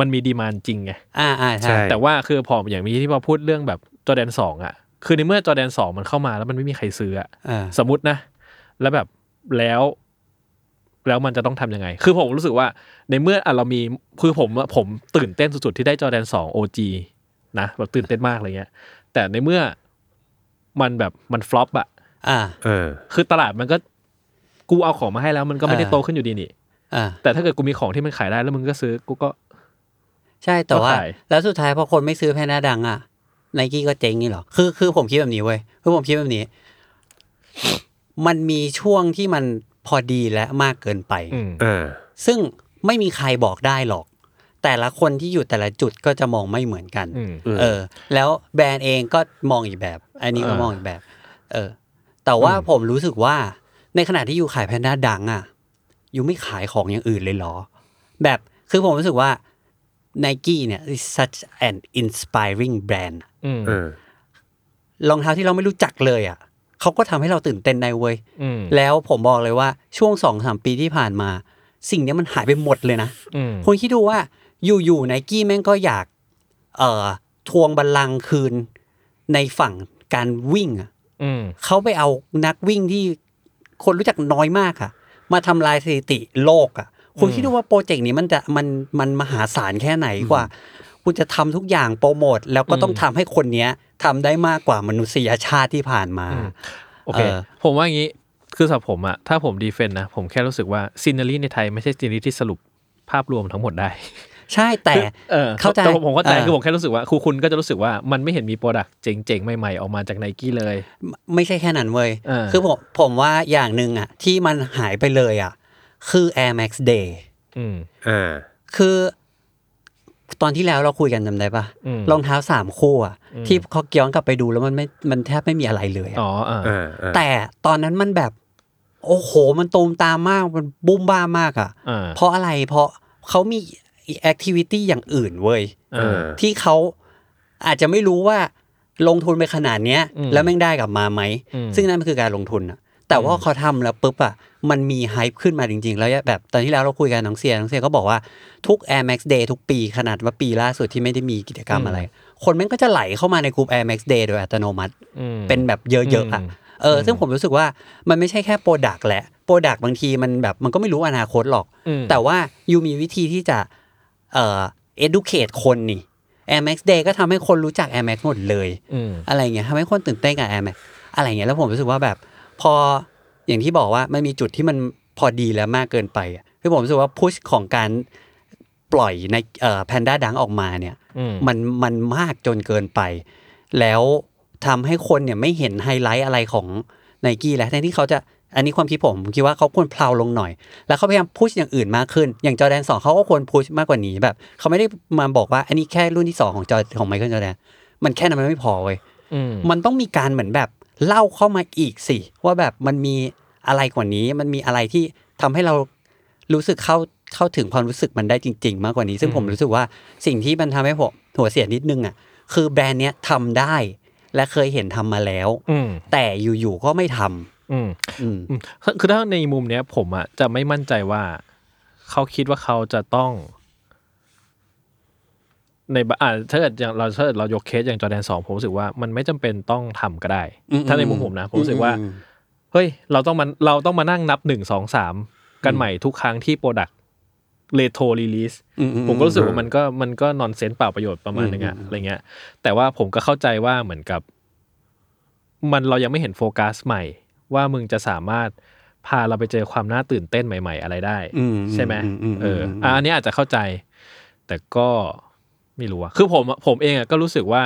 S3: มันมีดีมานจริงไง
S2: อ่าอ่าใช่
S4: ใช่
S3: แต่ว่าคือพออย่างมีที่พอพูดเรื่องแบบจอแดนสองอ่ะ คือในเมื่อจอแดนสองมันเข้ามาแล้วมันไม่มีใครซื้ออ่ะ
S2: อ่า
S3: สมมตินะ แล้วแบบแล้ว แล้วมันจะต้องทำยังไง คือผมรู้สึกว่าในเมื่ออ่ะเรามีคือผมอะผมตื่นเต้นสุดๆ ที่ได้จอแดนสองโอจีนะแบบตื่นเต้นมากอะไรเงี้ย แต่ในเมื่อมันแบบมันฟลอปอ่ะ
S2: อ่า
S4: เออ
S3: คือตลาดมันก็กูเอาของมาให้แล้ว มันก็ไม่ได้
S2: เออ
S3: โตขึ้นอยู่ดีนี่
S2: อ่า
S3: แต่ถ้าเกิดกูมีของที่มันขายได้แล้วมึงก็ซื้อกูก็
S2: ใช่แต่ว่า
S3: ก็ขาย
S2: แล้วสุดท้ายพอคนไม่ซื้อแพนด้าดังอ่ะไนกี้ก็เจ๊งนี่เหรอคือคือผมคิดแบบนี้เว้ยคือผมคิดแบบนี้ มันมีช่วงที่มันพอดีและมากเกินไป
S3: อืม
S4: เออ
S2: ซึ่งไม่มีใครบอกได้หรอก แต่ละคนที่อยู่แต่ละจุดก็จะมองไม่เหมือนกัน
S3: อืม
S2: เออ แล้วแบรนด์เองก็มองอีกแบบ อันนี้ก็
S3: เออ
S2: มองอีกแบบ เออ แต่ว่าผมรู้สึกว่าในขณะที่อยู่ขายแพนด้าดังอ่ะอยู่ไม่ขายของอย่างอื่นเลยเหรอ แบบคือผมรู้สึกว่า n i กี้เนี่ย is such an inspiring brand
S3: อืม
S4: เออ
S2: รองเท้าที่เราไม่รู้จักเลยอ่ะเขาก็ทำให้เราตื่นเต้นได้เว้ย
S3: อืม
S2: แล้วผมบอกเลยว่าช่วงสองสามปีที่ผ่านมา สิ่งเนี้ยมันหายไปหมดเลยนะ
S3: อืม
S2: คุณคิดดูว่าอยู่ๆไนกี้แม่งก็อยาก เอ่อทวงบัลลังก์คืนในฝั่งการวิ่งอะ
S3: อืม
S2: เขาไปเอานักวิ่งที่คนรู้จักน้อยมากอะมาทำลายสถิติโลกอะคุณคิดดูว่าโปรเจกต์นี้มันจะมันมันมหาศาลแค่ไหนกว่า คุณจะทำทุกอย่างโปรโมท แล้วก็ต้องทำให้คนเนี้ยทำได้มากกว่ามนุษยชาติที่ผ่านมา
S3: โอเค
S2: เออ
S3: ผมว่าอย่างนี้คือสำหรับผมอะถ้าผมดีเฟนต์นะ ผมแค่รู้สึกว่าซีนารีในไทยไม่ใช่ซีนารีที่สรุปภาพรวมทั้งหมดได้
S2: ใช่แต่
S3: ออ
S2: เข้าใจ
S3: แต่ผมผมเข้าใจ
S2: เออ
S3: คือผมแค่รู้สึกว่าครูคุณก็จะรู้สึกว่ามันไม่เห็นมีโปรดักต์เจ๋งๆ ใหม่ๆ ออกมาจากไนกี้เลย
S2: ไม่ใช่แค่นั้นเว้ย
S3: เออ
S2: คือผมผมว่าอย่างหนึ่งอ่ะ ที่มันหายไปเลยอ่ะ คือ Air Max Day
S3: อืม
S4: อ่า
S2: คือตอนที่แล้วเราคุยกันจำได้ปะ
S3: อืม
S2: รองเท้าสามคู่อ่ะ ที่เขาย้อนกลับไปดูแล้วมันไม่มันแทบไม่มีอะไรเลยอะ
S3: อ๋ออ่า
S4: อ่าอ่า
S2: แต่ตอนนั้นมันแบบ โอ้โห มันตูมตามมาก มันบุ้มบ้ามากอ่ะ
S3: อ่า
S2: เพราะอะไรเพราะเขามีแอคทิวิตี้อย่างอื่นเว้ย
S3: เออ
S2: ที่เขาอาจจะไม่รู้ว่าลงทุนไปขนาดเนี้ย
S3: อืม
S2: แล้วแม่งได้กลับมาไหม
S3: อืม
S2: ซึ่งนั่นมันคือการลงทุนอะแต่ว่าเขาทำแล้วปุ๊บอะมันมีไฮป์ขึ้นมาจริง ๆ แล้วแบบตอนที่แล้วเราคุยกันน้องเซียน้องเซียก็บอกว่าทุก Air Max Day ทุกปีขนาดว่าปีล่าสุดที่ไม่ได้มีกิจกรรมอะไร คนแม่งก็จะไหลเข้ามาในกลุ่ม Air Max Day โดยอัตโนมัติ
S3: อืม
S2: เป็นแบบเยอะๆอะ
S3: อืม
S2: เออซึ่งผมรู้สึกว่ามันไม่ใช่แค่โปรดักแหละโปรดักบางทีมันแบบมันก็ไม่รู้อนาคตหรอก
S3: อืม
S2: แต่ว่ายูมีวิธีที่จะเอ่อ educate คนนี่ Air Max Day ก็ทำให้คนรู้จัก Air Max หมดเลย
S3: อืม
S2: อะไรเงี้ยทำให้คนตื่นเต้นกับ Air Max อะไรเงี้ยแล้วผมรู้สึกว่าแบบ พออย่างที่บอกว่ามันมีจุดที่มันพอดีแล้วมากเกินไปอะคือผมรู้สึกว่าพุชของการปล่อยในแพนด้าดังออกมาเนี่ย
S3: อืม
S2: มันมันมากจนเกินไป แล้วทำให้คนเนี่ยไม่เห็นไฮไลท์อะไรของไนกี้แล้วแทนที่เขาจะอันนี้ความคิดผมผมคิดว่าเขาควรเพลาลงหน่อย แล้วเขาพยายามพุชอย่างอื่นมากขึ้น อย่างจอแดนสองเขาก็ควรพุชมากกว่านี้แบบ เขาไม่ได้มาบอกว่าอันนี้แค่รุ่นที่สองของจอของไมเคิลจอแดนมันแค่นั้นมันไม่พอเว้ย
S3: อืม
S2: มันต้องมีการเหมือนแบบเล่าเข้ามาอีกสิ ว่าแบบมันมี อะไรกว่านี้ มันมีอะไรที่ทำให้เรารู้สึกเข้าเข้าถึงความรู้สึกมันได้จริง ๆ มากกว่านี้ ซึ่งผมรู้สึกว่าสิ่งที่มันทำให้ผมหัวเสียนิดนึงอ่ะคือแบรนด์เนี้ยทำได้ และเคยเห็นทำมาแล้ว
S3: อืม
S2: แต่อยู่ๆก็ไม่ทำ
S3: อืม
S2: อืม
S3: อืมคือคือถ้าในมุมเนี้ยผมอะจะไม่มั่นใจว่าเขาคิดว่าเขาจะต้อง ในบอ่าถ้าเกิดอย่างเราถ้าเกิดเรายกเคสอย่างจอแดนสองผมรู้สึกว่ามันไม่จำเป็นต้องทำก็ได้
S2: อืม
S3: ถ้าในมุมผมนะ ผมรู้สึกว่า เฮ้ย เราต้องมาเราต้องมานั่งนับหนึ่งสองสามกันใหม่ทุกครั้งที่โปรดักเลโทรีลิส
S2: อืมอืม
S3: ผมก็รู้สึกว่ามันก็มันก็นอนเซนเปล่าประโยชน์ประมาณนึงอะอะไรเงี้ย แต่ว่าผมก็เข้าใจว่าเหมือนกับ มันเรายังไม่เห็นโฟกัสใหม่ ว่ามึงจะสามารถพาเราไปเจอความน่าตื่นเต้นใหม่ ๆ อะไรได้
S2: อื
S3: ใช่ไหม
S2: ม
S3: เอออ่ะอันนี้อาจจะเข้าใจ แต่ก็ไม่รู้อะคือผมอะผมเองอะก็รู้สึกว่า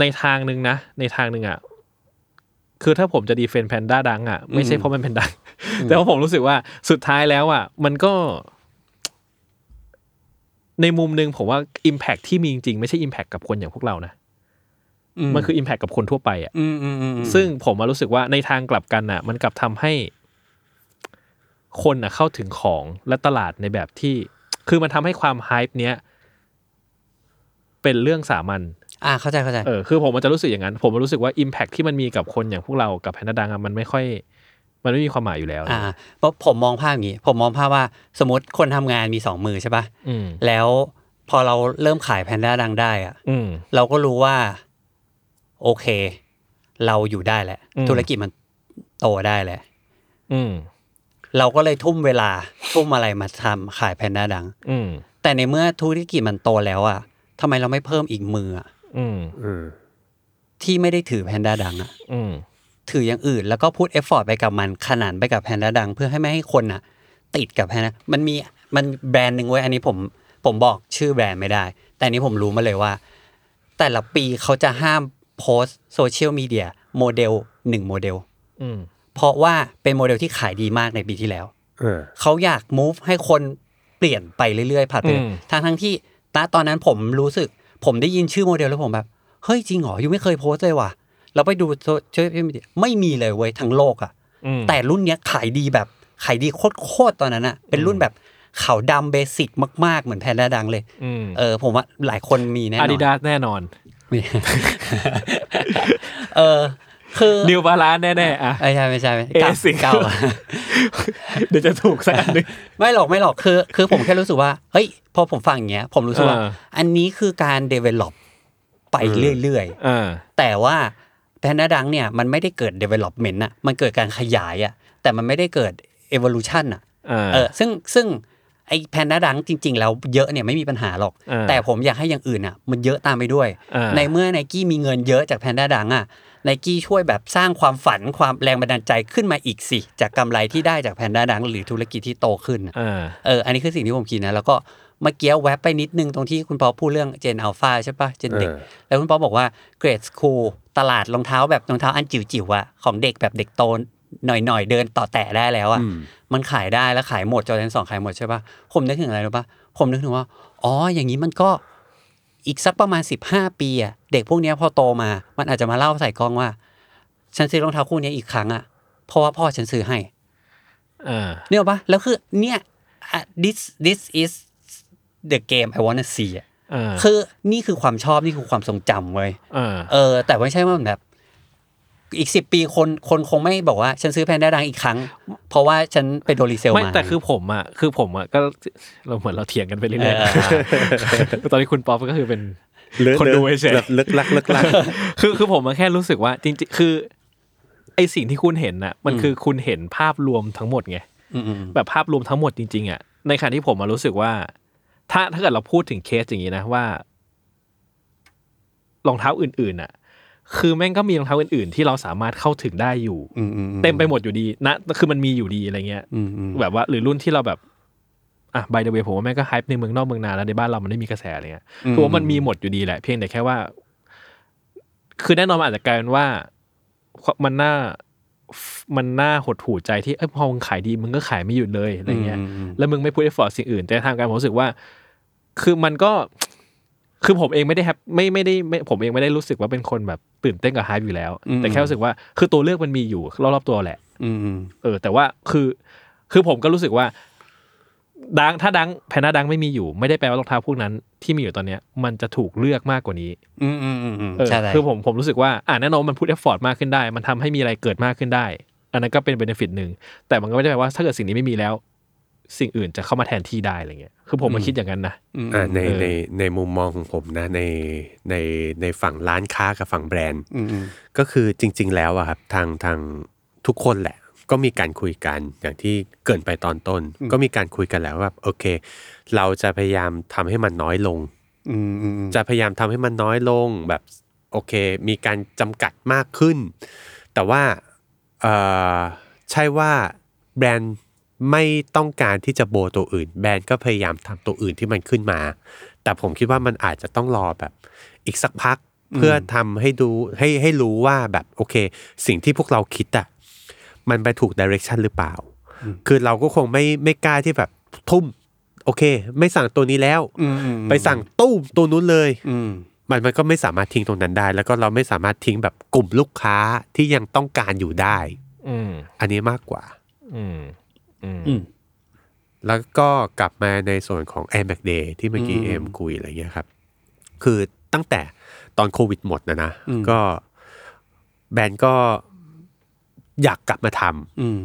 S3: ในทางหนึ่งนะ ในทางหนึ่งอะคือถ้าผมจะดีเฟนแพนด้าดังอะไม่ใช่เพราะมันเป็นดัง แต่ว่าผมรู้สึกว่าสุดท้ายแล้วอะมันก็ ในมุมหนึ่งผมว่า Impact ที่มีจริงๆ ไม่ใช่ Impact กับคนอย่างพวกเรานะ มันคือ Impact กับคนทั่วไปอะ
S2: มอืมอืม
S3: ซึ่งผมมารู้สึกว่าในทางกลับกันน่ะ มันกลับทำให้ คนน่ะเข้าถึงของและตลาดในแบบที่ คือมันทำให้ความฮ p e เนี้ยเป็นเรื่องสามัญ
S2: อ่าเข้าใจเข้าใจ
S3: เออคือผมมันจะรู้สึกอย่างนั้น ผมมันรู้สึกว่า Impact ที่มันมีกับคนอย่างพวกเรากับแพนด้าดังอะมันไม่ค่อย มันไม่มีความหมายอยู่แล้ว
S2: อ่าเพราะผมมองภาพอย่างนี้ ผมมองภาพว่าสมมติคนทำงานมีสองมือใช่ป่ะ
S3: อืม
S2: แล้วพอเราเริ่มขายแพนด้าดังได้อะ
S3: อืม
S2: เราก็รู้ว่า โอเค เราอยู่ได้แหละ
S3: อืม
S2: ธุรกิจมันโตได้แหละ
S3: อืม
S2: เราก็เลยทุ่มเวลาทุ่มอะไรมาทำขายแพนด้าดัง
S3: อืม
S2: แต่ในเมื่อธุรกิจมันโตแล้วอ่ะทำไมเราไม่เพิ่มอีกมืออะ
S3: อืม
S4: อืม
S2: ที่ไม่ได้ถือแพนด้าดังอ่ะ
S3: อืม
S2: ถืออย่างอื่นแล้วก็พูดเอฟฟอร์ตไปกับมันขนานไปกับแพนด้าดัง เพื่อให้ไม่ให้คนน่ะ ติดกับแพนด้ามันมีมันแบรนด์หนึ่งไว้ยอันนี้ผมผมบอกชื่อแบรนด์ไม่ได้ แต่อันนี้ผมรู้มาเลยว่า แต่ละปีเขาจะห้ามโพสต์โซเชียลมีเดียโมเดลหนึ่งโมเดล
S3: อืม
S2: เพราะว่าเป็นโมเดลที่ขายดีมากในปีที่แล้ว
S4: เออ
S2: เขาอยาก move ให้คนเปลี่ยนไปเรื่อยๆผ่านไปทั้งทั้งๆที่ตตอนนั้นผมรู้สึก ผมได้ยินชื่อโมเดลแล้วผมแบบ เฮ้ย จริงเหรอยูไม่เคยโพสต์เลยว่ะเราไปดูโซเชียลมีเดียไม่มีเลยเว้ยทั้งโลกอะ
S3: อืม
S2: แต่รุ่นเนี้ยขายดีแบบขายดีโคตรๆตอนนั้นอะเป็นรุ่นแบบขาวดำเบสิกมากๆ เหมือนแพนด้าดังเลย
S3: อืม
S2: เออ ผมว่าหลายคนมีแน่น
S3: อา
S2: อน
S3: ดิดาสแน่นอน
S2: มี เออคือ
S3: นิวบาลานแน่ๆอ่ะ
S2: ไม่ใช่ไม่ใช่ไม่ใช่เก่า
S3: เอสิ
S2: เก่าอะ
S3: เดี๋ยวจะถูกสักอันหนึง
S2: ไม่หรอกไม่หรอกคือ คือผมแค่รู้สึกว่า เฮ้ย พอผมฟังอย่างเงี้ย ผมรู้สึกว่า
S3: เออ
S2: อันนี้คือการ develop ไปเรื่อย
S3: อ่า
S2: ๆ แต่ว่าแพนด้าดังเนี่ย มันไม่ได้เกิด development อะมันเกิดการขยายอะแต่มันไม่ได้เกิด evolution อะ
S3: อ่า
S2: เออซึ่งซึ่งไอแพนด้าดังจริง ๆ แล้วเยอะเนี่ยไม่มีปัญหาหรอก
S3: เออ
S2: แต่ผมอยากให้อย่างอื่นอะมันเยอะตามไปด้วย
S3: เออ
S2: ในเมื่อไนกี้มีเงินเยอะจากแพนด้าดังอะไนกี้ช่วยแบบสร้างความฝันความแรงบันดาลใจขึ้นมาอีกสิจากกำไรที่ได้จากแพนด้าดังหรือธุรกิจที่โตขึ้นอะ
S3: อ่า
S2: เออ อันนี้คือสิ่งที่ผมคิดนะ แล้วก็เมื่อกี้แวบไปนิดนึงตรงที่คุณปอพูดเรื่องเจนอัลฟาใช่ปะเจนเด็ก
S4: เออ
S2: แล้วคุณปอบอกว่าเกรดสคูลตลาดรองเท้าแบบรองเท้าอันจิ๋วๆอะของเด็กแบบเด็กโตหน่อยๆ เดินต่อแตะได้แล้วอะมันขายได้แล้วขายหมดจอแดนสองขายหมดใช่ปะผมนึกถึงอะไรรู้ปะผมนึกถึงว่า อ๋อ อย่างนี้มันก็อีกสักประมาณ 15 ปีอะเด็กพวกเนี้ยพอโตมา มันอาจจะมาเล่าใส่กล้องว่า ฉันซื้อรองเท้าคู่เนี้ยอีกครั้งอะเพราะว่าพ่อฉันซื้อให้
S3: อ่า
S2: เนี่ยปะแล้วคือเนี่ยอ่ะ this this is the game I wanna see อ่ะ
S3: อ่า
S2: คือนี่คือความชอบนี่คือความทรงจำเว้ย
S3: อ่า
S2: เออ แต่ไม่ใช่ว่าแบบ อีกสิบปีคนคนคงไม่บอกว่า ฉันซื้อแพนด้าดังอีกครั้ง เพราะว่าฉันไปโดนรีเซล
S3: ไม่
S2: มา
S3: แต่คือผมอ่ะคือผมอ่ะก็เราเหมือนเราเถียงกันไปเรื่อย
S2: เออ
S3: ๆตอนนี้คุณป๊อปก็คือเป็น
S4: ลึก
S3: คนดูเฉย
S4: ลึกลึกลักลึกลัก
S3: คือคือผมอะแค่รู้สึกว่า จริงๆ คือไอสิ่งที่คุณเห็นน่ะ มันคือคุณเห็นภาพรวมทั้งหมดไง
S2: อืมอืม
S3: แบบภาพรวมทั้งหมดจริงๆอ่ะในขณะที่ผมมารู้สึกว่า ถ้าถ้าเกิดเราพูดถึงเคสอย่างนี้นะว่ารองเท้าอื่นๆอ่ะ คือแม่งก็มีรองเท้าอื่นๆ ที่เราสามารถเข้าถึงได้อยู่
S2: อืมอืมอืม
S3: เต็มไปหมดอยู่ดีนะคือมันมีอยู่ดีอะไรเงี้ย
S2: อืมอืม
S3: แบบว่าหรือรุ่นที่เราแบบอ่ะบายเดเวผมว่าแม่งก็ไฮป์ในเมืองนอกเมืองนาแล้วในบ้านเรามันไม่มีกระแสอะไรเงี้ยคือว่ามันมีหมดอยู่ดีแหละ เพียงแต่แค่ว่า คือแน่นอนมันอาจจะกลายเป็นว่า มันน่ามันน่าหดหู่ใจที่เอ้ยพอมึงขายดีมึงก็ขายไม่หยุดเลยอะไรเงี้ย แล้วมึงไม่พูดเอฟฟอร์สิ่งอื่น แต่ทางการผมรู้สึกว่า คือมันก็ คือผมเองไม่ได้แฮปไม่ไม่ได้ไม่ผมเองไม่ได้รู้สึกว่าเป็นคนแบบตื่นเต้นกับไฮป์อยู่แล้ว แต่แค่รู้สึกว่า คือตัวเลือกมันมีอยู่รอบๆตัวแหละ
S2: อืม
S3: เออแต่ว่าคือคือผมก็รู้สึกว่าดังถ้าดังแพนด้าดังไม่มีอยู่ ไม่ได้แปลว่ารองเท้าพวกนั้นที่มีอยู่ตอนเนี้ยมันจะถูกเลือกมากกว่านี้
S2: อืมอืมอืมอืม
S3: เออ
S2: ใช่เลย
S3: คือผมผมรู้สึกว่าอ่าแน่นอนมันพูดเอฟฟอร์มากขึ้นได้ มันทำให้มีอะไรเกิดมากขึ้นได้ อันนั้นก็เป็นเบนฟิตหนึ่งแต่มันก็ไม่ได้แปลว่าถ้าเกิดสิ่งนี้ไม่มีแล้ว สิ่งอื่นจะเข้ามาแทนที่ได้อะไรเงี้ยคือผมมาคิดอย่างนั้นนะ
S2: อืม
S4: อ่าใน
S3: เออ
S4: ในในมุมมองของผมนะในในในฝั่งร้านค้ากับฝั่งแบรนด์
S2: อืมอืม
S4: ก็คือจริง ๆ แล้วอะครับทางทางทุกคนแหละ ก็มีการคุยกันอย่างที่เกรินไปตอนต้น ก็มีการคุยกันแล้วว่าโอเค เราจะพยายามทำให้มันน้อยลง
S2: อืมอืมอืม
S4: จะพยายามทำให้มันน้อยลงแบบโอเค มีการจำกัดมากขึ้น แต่ว่าเอ่อใช่ว่าแบรนด์ไม่ต้องการที่จะโบว์ตัวอื่น แบรนด์ก็พยายามทำตัวอื่นที่มันขึ้นมา แต่ผมคิดว่ามันอาจจะต้องรอแบบอีกสักพักเพื่อทำให้ดูให้ให้รู้ว่าแบบโอเค สิ่งที่พวกเราคิดอะมันไปถูกดิเรกชันหรือเปล่า คือเราก็คงไม่ไม่กล้าที่แบบทุ่ม โอเค ไม่สั่งตัวนี้แล้ว
S2: อืมอืม
S4: ไปสั่งตู้มตัวนู้นเลย
S2: อืม
S4: มันมันก็ไม่สามารถทิ้งตรงนั้นได้ แล้วก็เราไม่สามารถทิ้งแบบกลุ่มลูกค้าที่ยังต้องการอยู่ได้
S3: อืม
S4: อันนี้มากกว่า
S3: อืมอืม
S2: อืม
S4: แล้วก็กลับมาในส่วนของ Air Mac Day ที่เมื่อกี้
S2: อืม
S4: เอ็มคุยอะไรเงี้ยครับ คือตั้งแต่ตอนโควิดหมดนะนะ
S2: อืม
S4: ก็แบรนด์ก็อยากกลับมาทำ
S2: อืม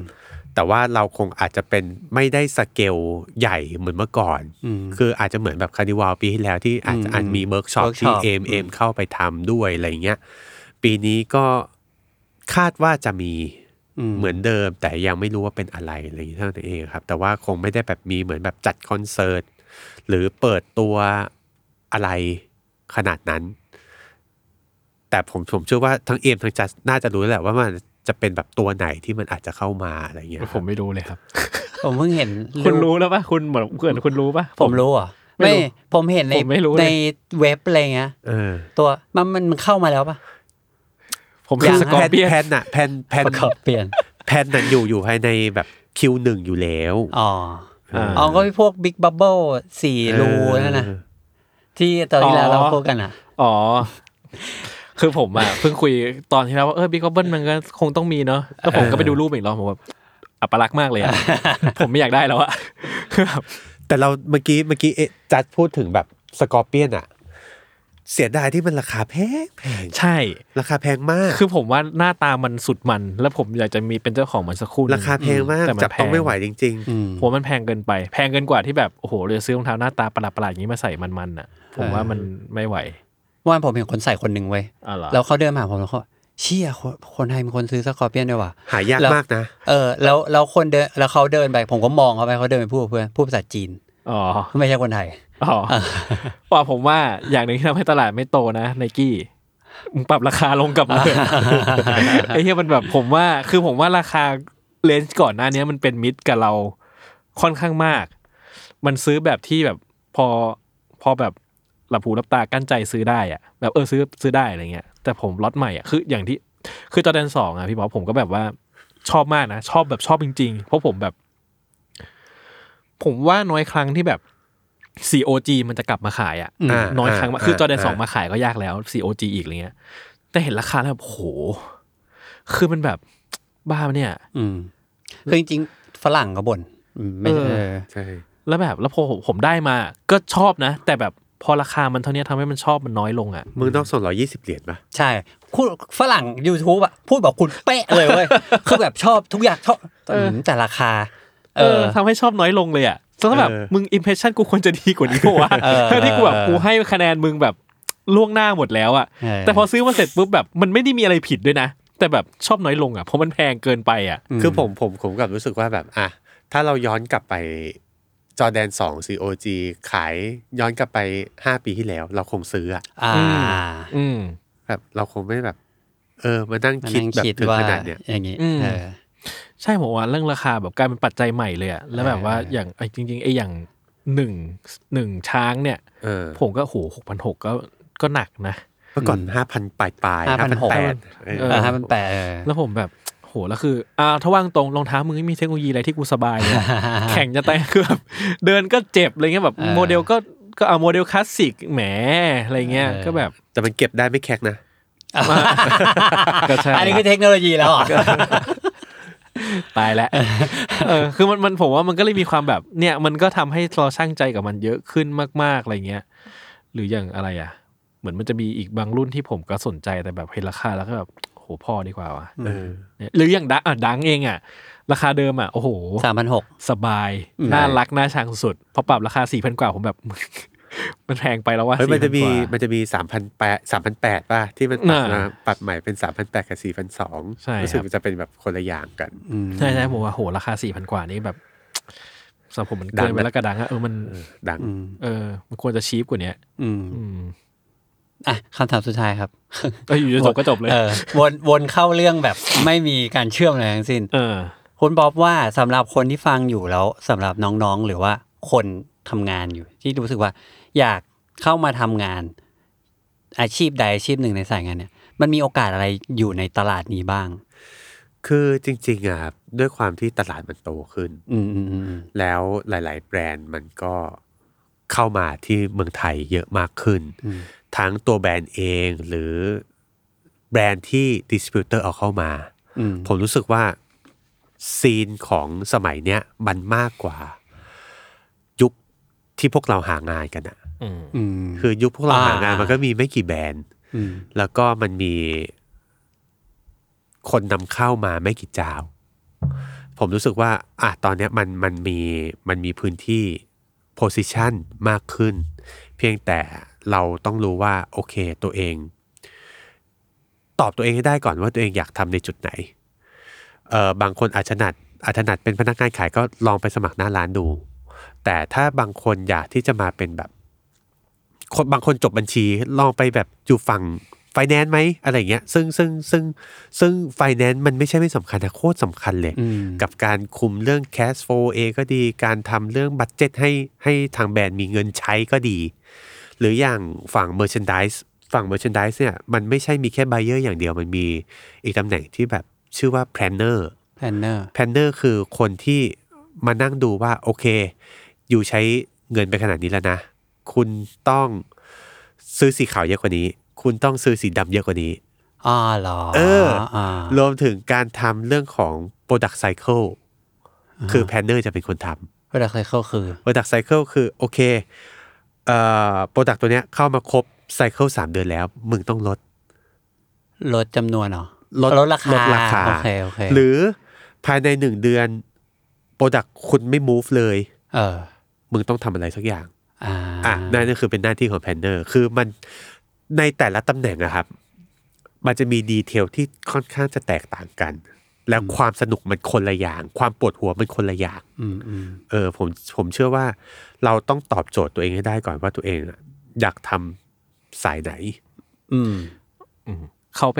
S4: แต่ว่าเราคงอาจจะเป็นไม่ได้สเกลใหญ่เหมือนเมื่อก่อน
S2: อืม
S4: คืออาจจะเหมือนแบบคาร์ดิวาลปีที่แล้วที่อาจจะ
S2: อืม
S4: อาจมีเวิร์กช็อป
S2: workshop
S4: ที่เอมเอมเข้าไปทำด้วยอะไรเงี้ย ปีนี้ก็คาดว่าจะมี
S2: อืม
S4: เหมือนเดิม แต่ยังไม่รู้ว่าเป็นอะไรอะไรอย่างเงี้ยเท่านั้นเองครับ แต่ว่าคงไม่ได้แบบมีเหมือนแบบจัดคอนเสิร์ตหรือเปิดตัวอะไรขนาดนั้น แต่ผมผมเชื่อว่าทั้งเอมทั้งจัสน่าจะรู้แหละว่ามันจะเป็นแบบตัวไหนที่มันอาจจะเข้ามาอะไรเงี้ยครับ
S3: ผมไม่รู้เลยครับ
S2: ผมเพิ่งเห็น
S3: คุณรู้แล้วปะคุณเหมือนเพื่อนคุณรู้ปะ
S2: ผมรู้เหรอ่ะ
S3: ไม่
S2: ไม่
S3: รู้
S2: ผมเห็นใน
S3: ผมไม่รู้เลย
S2: ในเว็บอะไรเงี้ย
S4: เออ
S2: ตัวมันมันมันเข้ามาแล้วป่ะ
S3: ผม
S2: อ
S3: เป็
S2: ยาน ก
S3: สกอ
S4: แพ
S3: ร์
S4: น
S3: เปียน
S4: แพนน่ะแพนแพน
S2: ประกอบเปลี่ยน
S4: แพนน่ะอยู่อยู่ภายในแบบคิวหนึ่งอยู่แล้ว
S2: อ๋อ
S3: อ่า
S2: อ๋อก็พวกบิ๊กบับเบิลสี่รูนั่นนะที่ตอนที่แล้วเราพูดกันอ่ะ
S3: อ๋อ คือผมอ่ะ เพิ่งคุยตอนที่แล้วว่าเออบิ๊กบับเบิ้ลมันก็คงต้องมีเนาะแล้วผมก็ไปดูรูปอีกรอบผมแบบอัปลักษณ์มาก เลยอ่ะ ผมไม่อยากได้แล้วอ่ะ คือแบบ
S4: แต่เราเมื่อกี้เมื่อกี้เอ๊ะจัดพูดถึงแบบสกอร์เปียนอะเสียดายที่มันราคาแพงแพง
S3: ใช่
S4: ราคาแพงมาก
S3: คือผมว่าหน้าตามันสุดมัน แล้วผมอยากจะมีเป็นเจ้าของมันสักคู่หนึ่
S4: ราคาแพงมาก
S3: แต่น
S4: จับต้องไม่ไหวจริง
S2: อืม
S3: ผมว่ามันแพงเกินไป แพงเกินกว่าที่แบบโอ้โหเราจะซื้อรองเท้าหน้าตาประหลาดๆอย่างนี้มาใส่มันๆอ่ะ ผมว่ามันไม่ไหว
S2: วันผมเห็นคนใส่คนหนึ่งเว้ย
S3: อ๋อเหรอ
S2: แล้วเขาเดินมาหาผมแล้วเขาเชี่ยคนคนไทยมีคนซื้อสกอร์เปียนด้วยว่ะ
S4: ๆ หายาก
S2: แล้ว
S4: มากนะ
S2: เออแล้วแล้วคนเดินแล้วเขาเดินไปผมก็มองเขาไปเขาเดินไปพูดกับเพื่อนพูดภาษาจีน
S3: อ๋อ
S2: ไม่ใช่คนไทย
S3: อ๋อว่าผมว่าอย่างหนึ่งที่ทำให้ตลาดไม่โตนะไนกี้มึงปรับราคาลงกลับมา ไอ้เหี้ยมันแบบผมว่าคือผมว่าราคาเลนส์ก่อนหน้านี้มันเป็นมิดกับเราค่อนข้างมาก มันซื้อแบบที่แบบพอพอแบบหลับหูหลับตากั้นใจซื้อได้อะแบบเออซื้อซื้อได้อะไรเงี้ยแต่ผมล็อตใหม่อ่ะคืออย่างที่คือจอแดนสองอ่ะพี่บ๊อบผมก็แบบว่าชอบมากนะ ชอบแบบชอบจริง ๆ เพราะผมแบบ ผมว่าน้อยครั้งที่แบบ COG มันจะกลับมาขายอ่ะ
S4: อ่า
S3: น้อยครั้งมากคือจอแดนสอง
S4: อ่าม
S3: มาขายก็ยากแล้ว COG อีกอะไรเงี้ย แต่เห็นราคาแล้วแบบโห คือมันแบบ บ้าปะเนี่ย
S2: อืมคือจริงๆฝรั่งก็บ่นอืมไม่ใช่
S3: เออ
S2: เออ
S4: ใช่
S3: แล้วแบบแล้วพอผมผมได้มา ก็ชอบนะ แต่แบบพอราคามันเท่านี้ทำให้มันชอบมันน้อยลงอ่ะ
S4: เมืองนอกส่งร้อยยี่สิบเหรียญปะ
S2: ใช่คุณฝรั่ง YouTube อ่ะพูดแบบคุณเป๊ะเลยเว้ย คือแบบชอบทุกอย่างชอบมแต่ราคา
S3: เออทำให้ชอบน้อยลงเลยอ่ะแล้วแบบมึงอิมเพรสชันกูควรจะดีกว่านี้เพราะว่า
S2: เออ
S3: ทั้งที่กูแบบ
S2: เออ
S3: กูให้คะแนนมึงแบบล่วงหน้าหมดแล้วอ่ะ
S2: เออ
S3: แต่พอซื้อมาเสร็จปุ๊บแบบมันไม่ได้มีอะไรผิดด้วยนะ แต่แบบชอบน้อยลงอ่ะเพราะมันแพงเกินไปอ่ะ
S4: คือผมผมผมกลับรู้สึกว่าแบบอ่ะถ้าเราย้อนกลับไปจอแดนสอง COG ขายย้อนกลับไปห้าปีที่แล้ว เราคงซื้ออะ
S2: อ่า
S3: อืม
S4: แบบเราคงไม่แบบ เออมานั่ง
S2: มา
S4: คิด
S2: นั่ง
S4: แบบ
S2: คิด
S4: ถึง
S2: ว่า
S4: ขนาดเนี้ย
S2: อย่างนี้
S3: อืม
S2: เออ
S3: ใช่ผมว่าเรื่องราคาแบบกลายเป็นปัจจัยใหม่เลยอะแล้วแบบว่า
S2: เอออ
S3: อย่างไอ้จริงๆไอ้อย่างหนึ่งหนึ่งช้างเนี่ย
S4: เออ
S3: ผมก็โหหกพันหกก็ก็หนักนะ
S4: เมื่อก่อนห้าพันปลายปลาย
S2: 5,600
S4: เออ
S3: เออ
S2: อ่ามันแปลเออ
S3: แล้วผมแบบโหแล้วคืออ่าถ้าว่างตรงรองเท้ามึงไม่มีเทคโนโลยีอะไรที่กูสบาย เลยอะ แข่งจะแต่คือแบบเดินก็เจ็บอะไรเงี้ยแบบ
S2: เออ
S3: โมเดลก็ก็เอาโมเดลคลาสสิกแหมอะไรเงี้ย
S2: เออ
S3: ก็แบบ
S4: แต่มันเก็บได้ไม่แคกนะ
S3: ก็ใช่
S2: อันนี้คือเทคโนโลยีแล้วเหรอ
S3: ตายแล้ว เออคือมันมันผมว่ามันก็เลยมีความแบบเนี่ยมันก็ทำให้เราช่างใจกับมันเยอะขึ้นมาก ๆอะไรเงี้ย หรืออย่างอะไรอ่ะ เหมือนมันจะมีอีกบางรุ่นที่ผมก็สนใจแต่แบบเห็นราคาแล้วก็แบบโหพ่อดีกว่าว่ะ
S4: เออ
S3: เนี่ยหรืออย่างดังอ่ะดังเองอ่ะ ราคาเดิมอ่ะโอ้โห
S2: สามพันหก
S3: สบาย น่ารัก น่าชังสุดพอปรับราคาสี่พันกว่าผมแบบ มันแพงไปแล้วว่า
S4: เฮ้ยมันจะมี
S3: 4,000กว่า
S4: มันจะมีสามพันแปดสามพันแปดป่ะ ที่มันปรับ
S3: อ่า
S4: มาปรับใหม่เป็นสามพันแปดกับสี่พันสอง
S3: ใช่ครับ
S4: รู้สึกมันจะเป็นแบบคนละอย่างกัน
S3: ใช่ใช่ผมว่าโหราคาสี่พันกว่านี้แบบสำหรับผมมันเกินไป
S4: ดัง
S3: แล้วกระดังอะเออมัน
S4: ดัง
S3: เออมันควรจะชีพกว่าเนี้ย
S2: อืม
S3: อืม
S2: อ่ะคำถามสุดท้ายครับ
S3: เอออยู่จะจบก็จบเลย
S2: ออวน วนเข้าเรื่องแบบไม่มีการเชื่อมอะไรทั้งสิ้น
S3: เออ
S2: คุณบ๊อบว่าสำหรับคนที่ฟังอยู่แล้วสำหรับน้องๆ หรือว่าคนทำงานอยู่ ที่รู้สึกว่า อยากเข้ามาทำงาน อาชีพใดอาชีพหนึ่งในสายงานเนี่ย มันมีโอกาสอะไรอยู่ในตลาดนี้บ้าง
S4: คือจริงๆอ่ะครับด้วยความที่ตลาดมันโตขึ้น
S2: อืมอืมอืม
S4: แล้วหลาย ๆ แบรนด์มันก็เข้ามาที่เมืองไทยเยอะมากขึ้น ทั้งตัวแบรนด์เองหรือแบรนด์ที่ดิส t r ิ b ิวเตอร์เอาเข้ามา
S2: อืม
S4: ผมรู้สึกว่าซีนของสมัยเนี้ยมันมากกว่า ยุคที่พวกเราหางานกันอะ
S3: อืม
S2: อืม
S4: คือยุคพวกเรา
S2: อ่า
S4: หางานมันก็มีไม่กี่แบรนด์
S2: อืม
S4: แล้วก็มันมีคนนำเข้ามาไม่กี่เจ้า ผมรู้สึกว่า อ่ะตอนเนี้ยมันมันมีมันมีพื้นที่ position มากขึ้น เพียงแต่เราต้องรู้ว่า โอเคตัวเอง ตอบตัวเองให้ได้ก่อนว่าตัวเองอยากทำในจุดไหน เออบางคนอาจถนัดอาจถนัดเป็นพนักงานขายก็ลองไปสมัครหน้าร้านดู แต่ถ้าบางคนอยากที่จะมาเป็นแบบ คนบางคนจบบัญชีลองไปแบบอยู่ฝั่งไฟแนนซ์ไหมอะไรอย่างเงี้ย ซึ่งซึ่งซึ่งซึ่งไฟแนนซ์มันไม่ใช่ไม่สำคัญนะโคตรสำคัญเลย
S2: อืม
S4: กับการคุมเรื่องแคสโฟเองก็ดี การทำเรื่องบัตเจ็ตให้ให้ทางแบรนด์มีเงินใช้ก็ดี หรืออย่างฝั่งเมอร์ช n นดิสฝั่งเมอร์ช n นดิสเนี่ยมันไม่ใช่มีแค่ไบเออร์อย่างเดียวมันมีอีกตำแหน่งที่แบบชื่อว่าแพลนเนอร์
S2: แพลนเนอร์
S4: แพลนเนอร์คือคนที่มานั่งดูว่า โอเค อยู่ใช้เงินไปขนาดนี้แล้วนะ คุณต้องซื้อสีขาวเยอะกว่านี้ คุณต้องซื้อสีดำเยอะกว่านี้
S2: อ๋อเหรอ
S4: เออ
S2: อ่าร
S4: วมถึงการทำเรื่องของ Product Cycle คือแพลนเนอร์จะเป็นคนทำ
S2: เวลาไซเคิลคือ
S4: Product Cycle คือโอเคเอ่อ Product ตัวเนี้ยเข้ามาครบ Cycle สามเดือนแล้ว มึงต้องลด
S2: ลดจำนวนเหรอ
S4: ลด
S2: ลดราคา
S4: ลดราคา
S2: โอเคโอเค
S4: หรือภายในหนึ่งเดือน Product คุณไม่ move เลย
S2: เออ
S4: มึงต้องทำอะไรสักอย่าง
S2: อ่า
S4: อ่ะนั่นก็คือเป็นหน้าที่ของแพนเนอร์ คือมันในแต่ละตำแหน่งอะครับ มันจะมีดีเทลที่ค่อนข้างจะแตกต่างกัน แล้วความสนุกมันคนละอย่าง ความปวดหัวมันคนละอย่าง
S2: อืมอืม
S4: เออผมผมเชื่อว่าเราต้องตอบโจทย์ตัวเองให้ได้ก่อนว่าตัวเองอะอยากทำสายไหน
S2: อืม
S3: เขาไป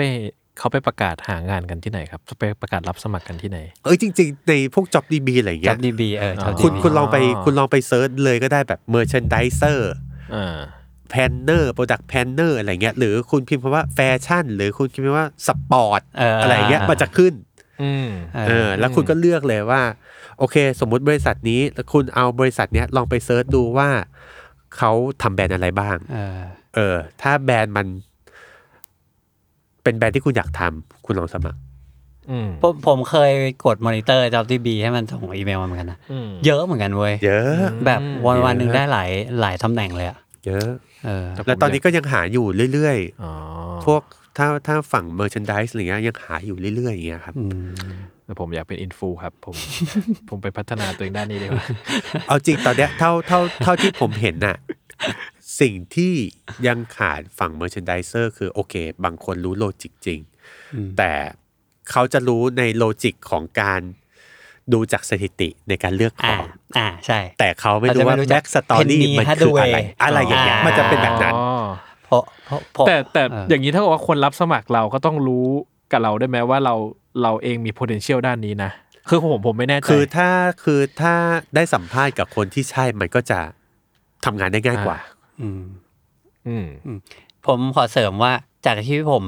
S3: เขาไปประกาศหางานกันที่ไหนครับไปประกาศรับสมัครกันที่ไหน
S4: เอ้ยจริง ๆ ในพวก job db อะไรอย่าง
S2: จั
S4: เงี้
S2: บ
S4: ย
S2: ดีบีเออจับ DB
S4: คุณคุณ
S3: อ๋อ
S4: ลองไปคุณลองไปเซิร์ชเลยก็ได้แบบ merchandiser
S3: อ่า
S4: แพนเนอร์โปรดักต์แพนเนอร์อะไรเงี้ยหรือคุณพิมพ์คำว่าแฟชั่น หรือคุณพิมพ์คำว่าสปอร์ต
S2: เอออ
S4: อะไรเงี้ยมันจะขึ้น
S3: อืม
S4: เออแล้วคุณก็เลือกเลยว่า โอเค สมมุติบริษัทนี้แล้วคุณเอาบริษัทเนี้ยลองไปเซิร์ชดูว่าเขาทำแบรนด์อะไรบ้าง
S2: เออ
S4: เออ ถ้าแบรนด์มัน เป็นแบรนด์ที่คุณอยากทำคุณลองสมัคร
S3: อืม
S2: ผมผมเคยกดมอนิเตอร์จ็อบที่บีให้มันส่งอีเมลมาเหมือนกันนะ
S3: อืม
S2: เยอะเหมือนกันเว้ย
S4: เยอะ
S2: แบบวันวันหนึ่ง
S4: เยอะ
S2: ได้หลายหลายตำแหน่งเลยอะ
S4: เยอะ
S2: เออ
S4: แล้วตอนนี้ก็ยังหาอยู่เรื่อย
S3: อ๋อ
S4: ๆ พวกถ้าถ้าฝั่งเมอร์ชันดิสอะไรเงี้ยยังหาอยู่เรื่อยๆอย่างเงี้ยครับ
S3: แต่ผมอยากเป็นอินฟูครับผม ผมไปพัฒนาตัวเองด้านนี้ดีกว่า
S4: เอาจริงตอนเนี้ยเท่าเท่าเท่าที่ผมเห็นน่ะสิ่งที่ยังขาดฝั่งเมอร์ชันดิเซอร์คือโอเค บางคนรู้โลจิกจริง
S2: อืม
S4: แต่เขาจะรู้ในโลจิกของการดูจากสถิติในการเลือกข
S2: อ่า
S4: อง
S2: อ่าใช่
S4: แต่เขาไม่รู้ว่า
S2: เขาจะไม่รู้จั
S4: แบ็
S2: ก
S4: กสตอรี่
S2: Penny
S4: มันคืออะไร
S2: Hathaway
S4: อะไรอย่างเงี้ย
S2: อ่ามั
S4: มันจะเป็นแบบนั้น
S3: อ๋อ
S2: เพราะเพราะเพราะ
S3: แต่แต่
S2: เ
S3: อย่างนี้ถ้ากับว่าคนรับสมัครเราก็ต้องรู้กับเราได้ไหมว่าเราเราเองมี potential ด้านนี้นะ คือผมผมไม่แน่ใจ
S4: คือถ้าคือถ้าได้สัมภาษณ์กับคนที่ใช่มันก็จะทำงานได้ง่ายกว่า
S2: อืม
S3: อืม
S2: ผมขอเสริมว่าจากที่ผม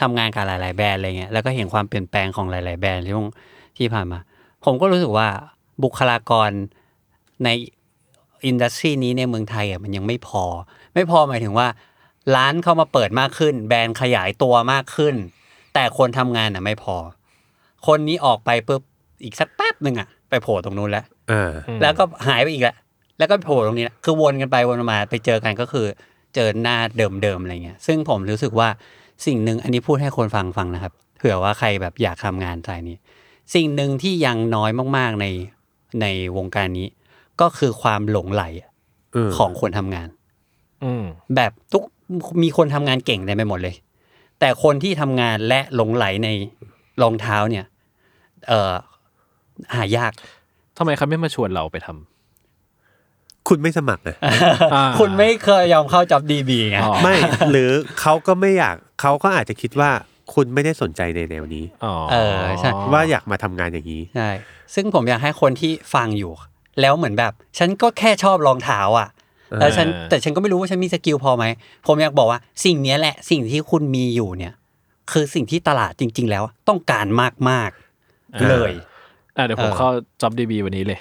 S2: ทำงานกับหลาย ๆ แบรนด์อะไรเงี้ยแล้วก็เห็นความเปลี่ยนแปลงของหลาย ๆ แบรนด์ที่ผมที่ผ่านมา ผมก็รู้สึกว่าบุคลากรในอินดัสทรีนี้ในเมืองไทยอ่ะมันยังไม่พอ ไม่พอหมายถึงว่า ร้านเข้ามาเปิดมากขึ้น แบรนด์ขยายตัวมากขึ้น แต่คนทำงานอ่ะไม่พอ คนนี้ออกไปปุ๊บ อีกสักแป๊บหนึ่งอะไปโผล่ตรงนู้นแล้ว
S4: อ่า
S2: แล้วก็หายไปอีกแล้ว แล้วก็ไปโผล่ตรงนี้ละคือวนกันไปวนมาไปเจอกันก็คือเจอหน้าเดิมๆอะไรเงี้ย ซึ่งผมรู้สึกว่าสิ่งหนึ่งอันนี้พูดให้คนฟังฟังนะครับ เผื่อว่าใครแบบอยากทำงานสายนี้ สิ่งหนึ่งที่ยังน้อยมากๆในในวงการนี้ ก็คือความหลงไหล
S4: เออ
S2: ของคนทำงาน
S3: อืม
S2: แบบทุกมีคนทำงานเก่งเต็มไปหมดเลย แต่คนที่ทำงานและหลงไหลในรองเท้าเนี่ย เอ่อหายาก
S3: ทำไมเขาไม่มาชวนเราไปท
S4: คุณไม่สมัครนะ
S3: ำอ่า
S2: คุณไม่เคยยอมเข้าจับดีบีไง
S3: อ๋อ
S4: ไม่ หรือเขาก็ไม่อยากเขาก็อาจจะคิดว่าคุณไม่ได้สนใจในแนวนี้
S3: อ๋อ
S2: เออใช่
S4: ว่าอยากมาทำงานอย่างนี้
S2: ใช่ ซึ่งผมอยากให้คนที่ฟังอยู่ แล้วเหมือนแบบ ฉันก็แค่ชอบรองเท้าอ่ะแล้วฉันแต่ฉันก็ไม่รู้ว่าฉันมีสกิลพอไหม ผมอยากบอกว่าสิ่งเนี้ยแหละ สิ่งที่คุณมีอยู่เนี่ย คือสิ่งที่ตลาดจริง ๆ แล้วต้องการมากๆเลย
S3: อ่ะเดี๋ยวผมเข้า job DB วันนี้เลย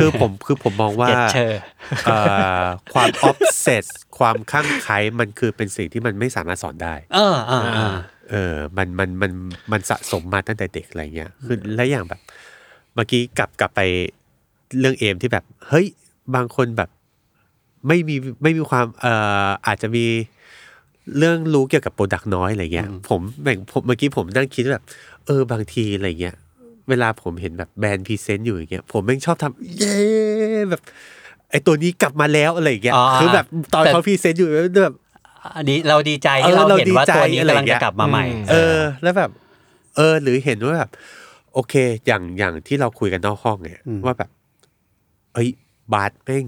S4: คือผมคือผมมองว่า
S2: เก็ตเชอร์
S4: เอ่อความออฟเซสความข้างไคล้มันคือเป็นสิ่งที่มันไม่สามารถสอนได้
S2: เออเออเออ
S4: เออ มันมันมันมันสะสมมาตั้งแต่เด็กอะไรเงี้ย คือและอย่างแบบ เมื่อกี้กลับกลับไปเรื่องเอมที่แบบ เฮ้ย บางคนแบบไม่มีไม่มีความเอ่ออาจจะมีเรื่องรู้เกี่ยวกับโปรดักน้อยอะไรเงี้ย ผมแบ่งผมเมื่อกี้ผมนั่งคิดว่าแบบ เออบางทีอะไรเงี้ย เวลาผมเห็นแบบแบรนด์พรีเซนต์อยู่อย่างเงี้ย ผมแม่งชอบทำเย้แบบไอตัวนี้กลับมาแล้วอะไรเงี้ย
S2: อ๋อ
S4: คือแบบตอน
S2: แต่
S4: เขาพรีเซนต์อยู่แบบ
S2: อันนี้เราดีใจ
S4: เอ
S2: ที่
S4: อ
S2: เรา
S4: เรา
S2: เห็น
S4: ดี
S2: ว่า
S4: ใจ
S2: ตัวนี้
S4: อะไร
S2: กำลัง
S4: เงี้
S2: จะ
S4: ย
S2: กลับมาใหม่
S4: เออแล้วแบบ เออ หรือเห็นว่าแบบ โอเค อย่างอย่างที่เราคุยกันนอกห้องเนี่ยว่าแบบ เอ้ย บาสแม่ง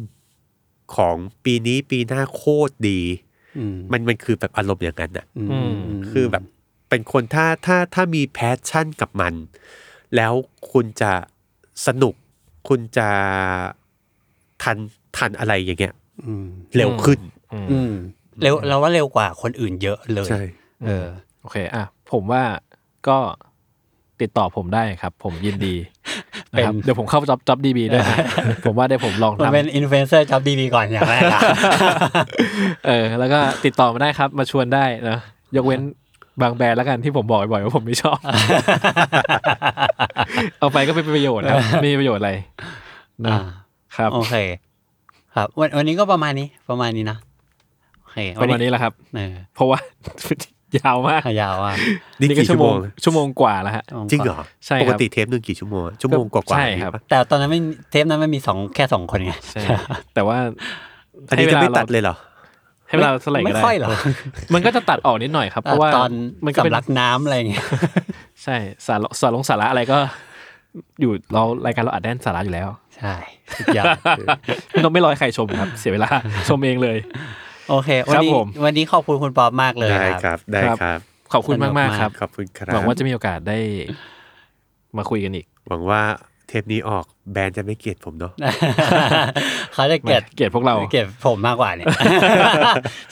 S4: ของปีนี้ปีหน้าโคตรดี
S2: ม
S4: มันมันคือแบบอารมณ์อย่างนั้นน่ะ
S3: อืม
S4: คือแบบเป็นคนถ้าถ้าถ้ามีแพชชั่นกับมัน แล้วคุณจะสนุก คุณจะทันทันอะไรอย่างเงี้ย
S2: อืม
S4: เร็วขึ้น
S2: อืมเร็วเราว่าเร็วกว่าคนอื่นเยอะเลย
S4: ใช่
S2: เออ
S3: โอเค อ่ะ ผมว่าก็ติดต่อผมได้ครับ ผมยินดีนะครับ
S2: เป็น
S3: เดี๋ยวผมเข้า job job DB ด้วยนะผมว่าเดี๋ยวผมลอง
S2: มัน
S3: ทำ
S2: เป็นอินฟลูเอนเซอร์จับดีบีก่อนอย่างแรกอะ
S3: เออแล้วก็ติดต่อมาได้ครับมาชวนได้นะยกเว้นบางแบรนด์แล้วกันที่ผมบอกบ่อยๆว่าผมไม่ชอบ เอาไปก็ไม่เป็นประโยชน์ครับไม่มีประโยชน์อะไรนะ
S2: อ่า
S3: ครับ
S2: โอเค ครับ วันวันนี้ก็ประมาณนี้ ประมาณนี้นะโอเค
S3: ประมาณนี้แหละครับ
S2: เออ
S3: เพราะ ว่า ยาวมาก
S2: ขยาว อ่ะ
S4: นี่กี่ชั่วโมง
S3: ชั่วโมงกว่าแล้วฮะ
S4: จริงเหรอ
S3: ใช่ครับ
S4: ปกติเทปหนึ่งกี่ชั่วโมงชั่วโมงกว่าๆ
S3: ใช่
S4: อย่างนี้
S3: ครับ
S4: ปะ
S2: แต่ตอนนั้นไม่เทปนั้นไม่มีสองแค่สองคนไง
S3: ใช่ แต่ว่า
S4: อันนี้จะไม่ตัดเลยเหรอ
S3: ให้เวลาเท่าไหร่ก็
S2: ไม่
S3: ได้
S2: ค่อยหรอ
S3: มันก็จะตัดออกนิดหน่อยครับ เพราะว่า
S2: ตอน
S3: มันก็เป็น
S2: สำลักน้ำอะไรอย่างเงี้ย
S3: ใช่สาระสาระลงสาระอะไรก็ อยู่เรารายการเราอัดแน่นสาระอยู่แล้ว
S2: ใช่สุดยอด
S3: ไม่ต้องไม่รอให้ใครชมครับ เสียเวลา ชมเองเลย
S2: โอเค วัน
S3: ครับ
S2: นี้
S3: ผม
S2: วันนี้ขอบคุณคุณปอบมากเลย
S4: ได้ค
S2: ครับ
S4: รับ ได้ครับ
S3: ขอบคุณมากมากๆครับ
S4: ขอบคุณครับ
S3: หวังว่าจะมีโอกาสได้มาคุยกันอีก
S4: หวังว่าเทปนี้ออกแบรนด์จะไม่เกลียดผมเนาะ
S2: เขาจะเกลียด
S3: เกลียดพวกเรา
S2: เกลียดผมมากกว่า เนี่ย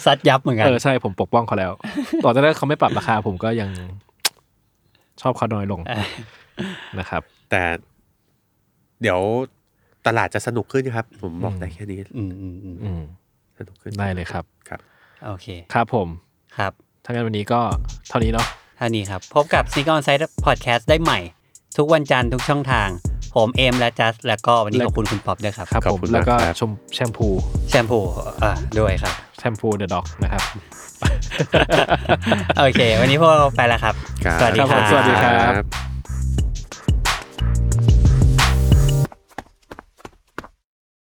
S2: ซัดยับเหมือนกัน
S3: เออใช่ผมปกป้องเขาแล้ว ต่อจากนั้นเขาไม่ปรับราคาผมก็ยัง ชอบเขาน้อยลง นะครับ
S4: แต่เดี๋ยวตลาดจะสนุกขึ้นนะครับ ผมบอกได้แค่นี้
S2: อืมอืมอืม
S3: อืม
S4: สนุกขึ้น
S3: ได้เลยครับ
S4: ครับ
S2: โอเค
S3: ครับผม
S2: ครับ
S3: ทั้างนั้นวันนี้ก็เท่านี้เนาะ
S2: เท่านี้ครับ พบกับ s ิง g ก e On Site Podcast ได้ใหม่ ทุกวันจันทร์ทุกช่องทาง ผมเอมและจัส แล้วก็วันนี้ขอบคุณคุณป๊อปด้วยครับ
S3: ครับ
S4: ขอบ
S3: ผม
S4: คุณ
S3: แล้วก็
S4: มากครับ
S3: ชมแชมพู
S2: แชมพูอ่าด้วย ครับ
S3: แชมพูเดอะด็อกนะครับ
S2: โอเค วันนี้พวกเราไปแล้วครับ
S4: ครับ
S2: สวัสดีครับ
S3: สวัสดีครับ
S4: ครับ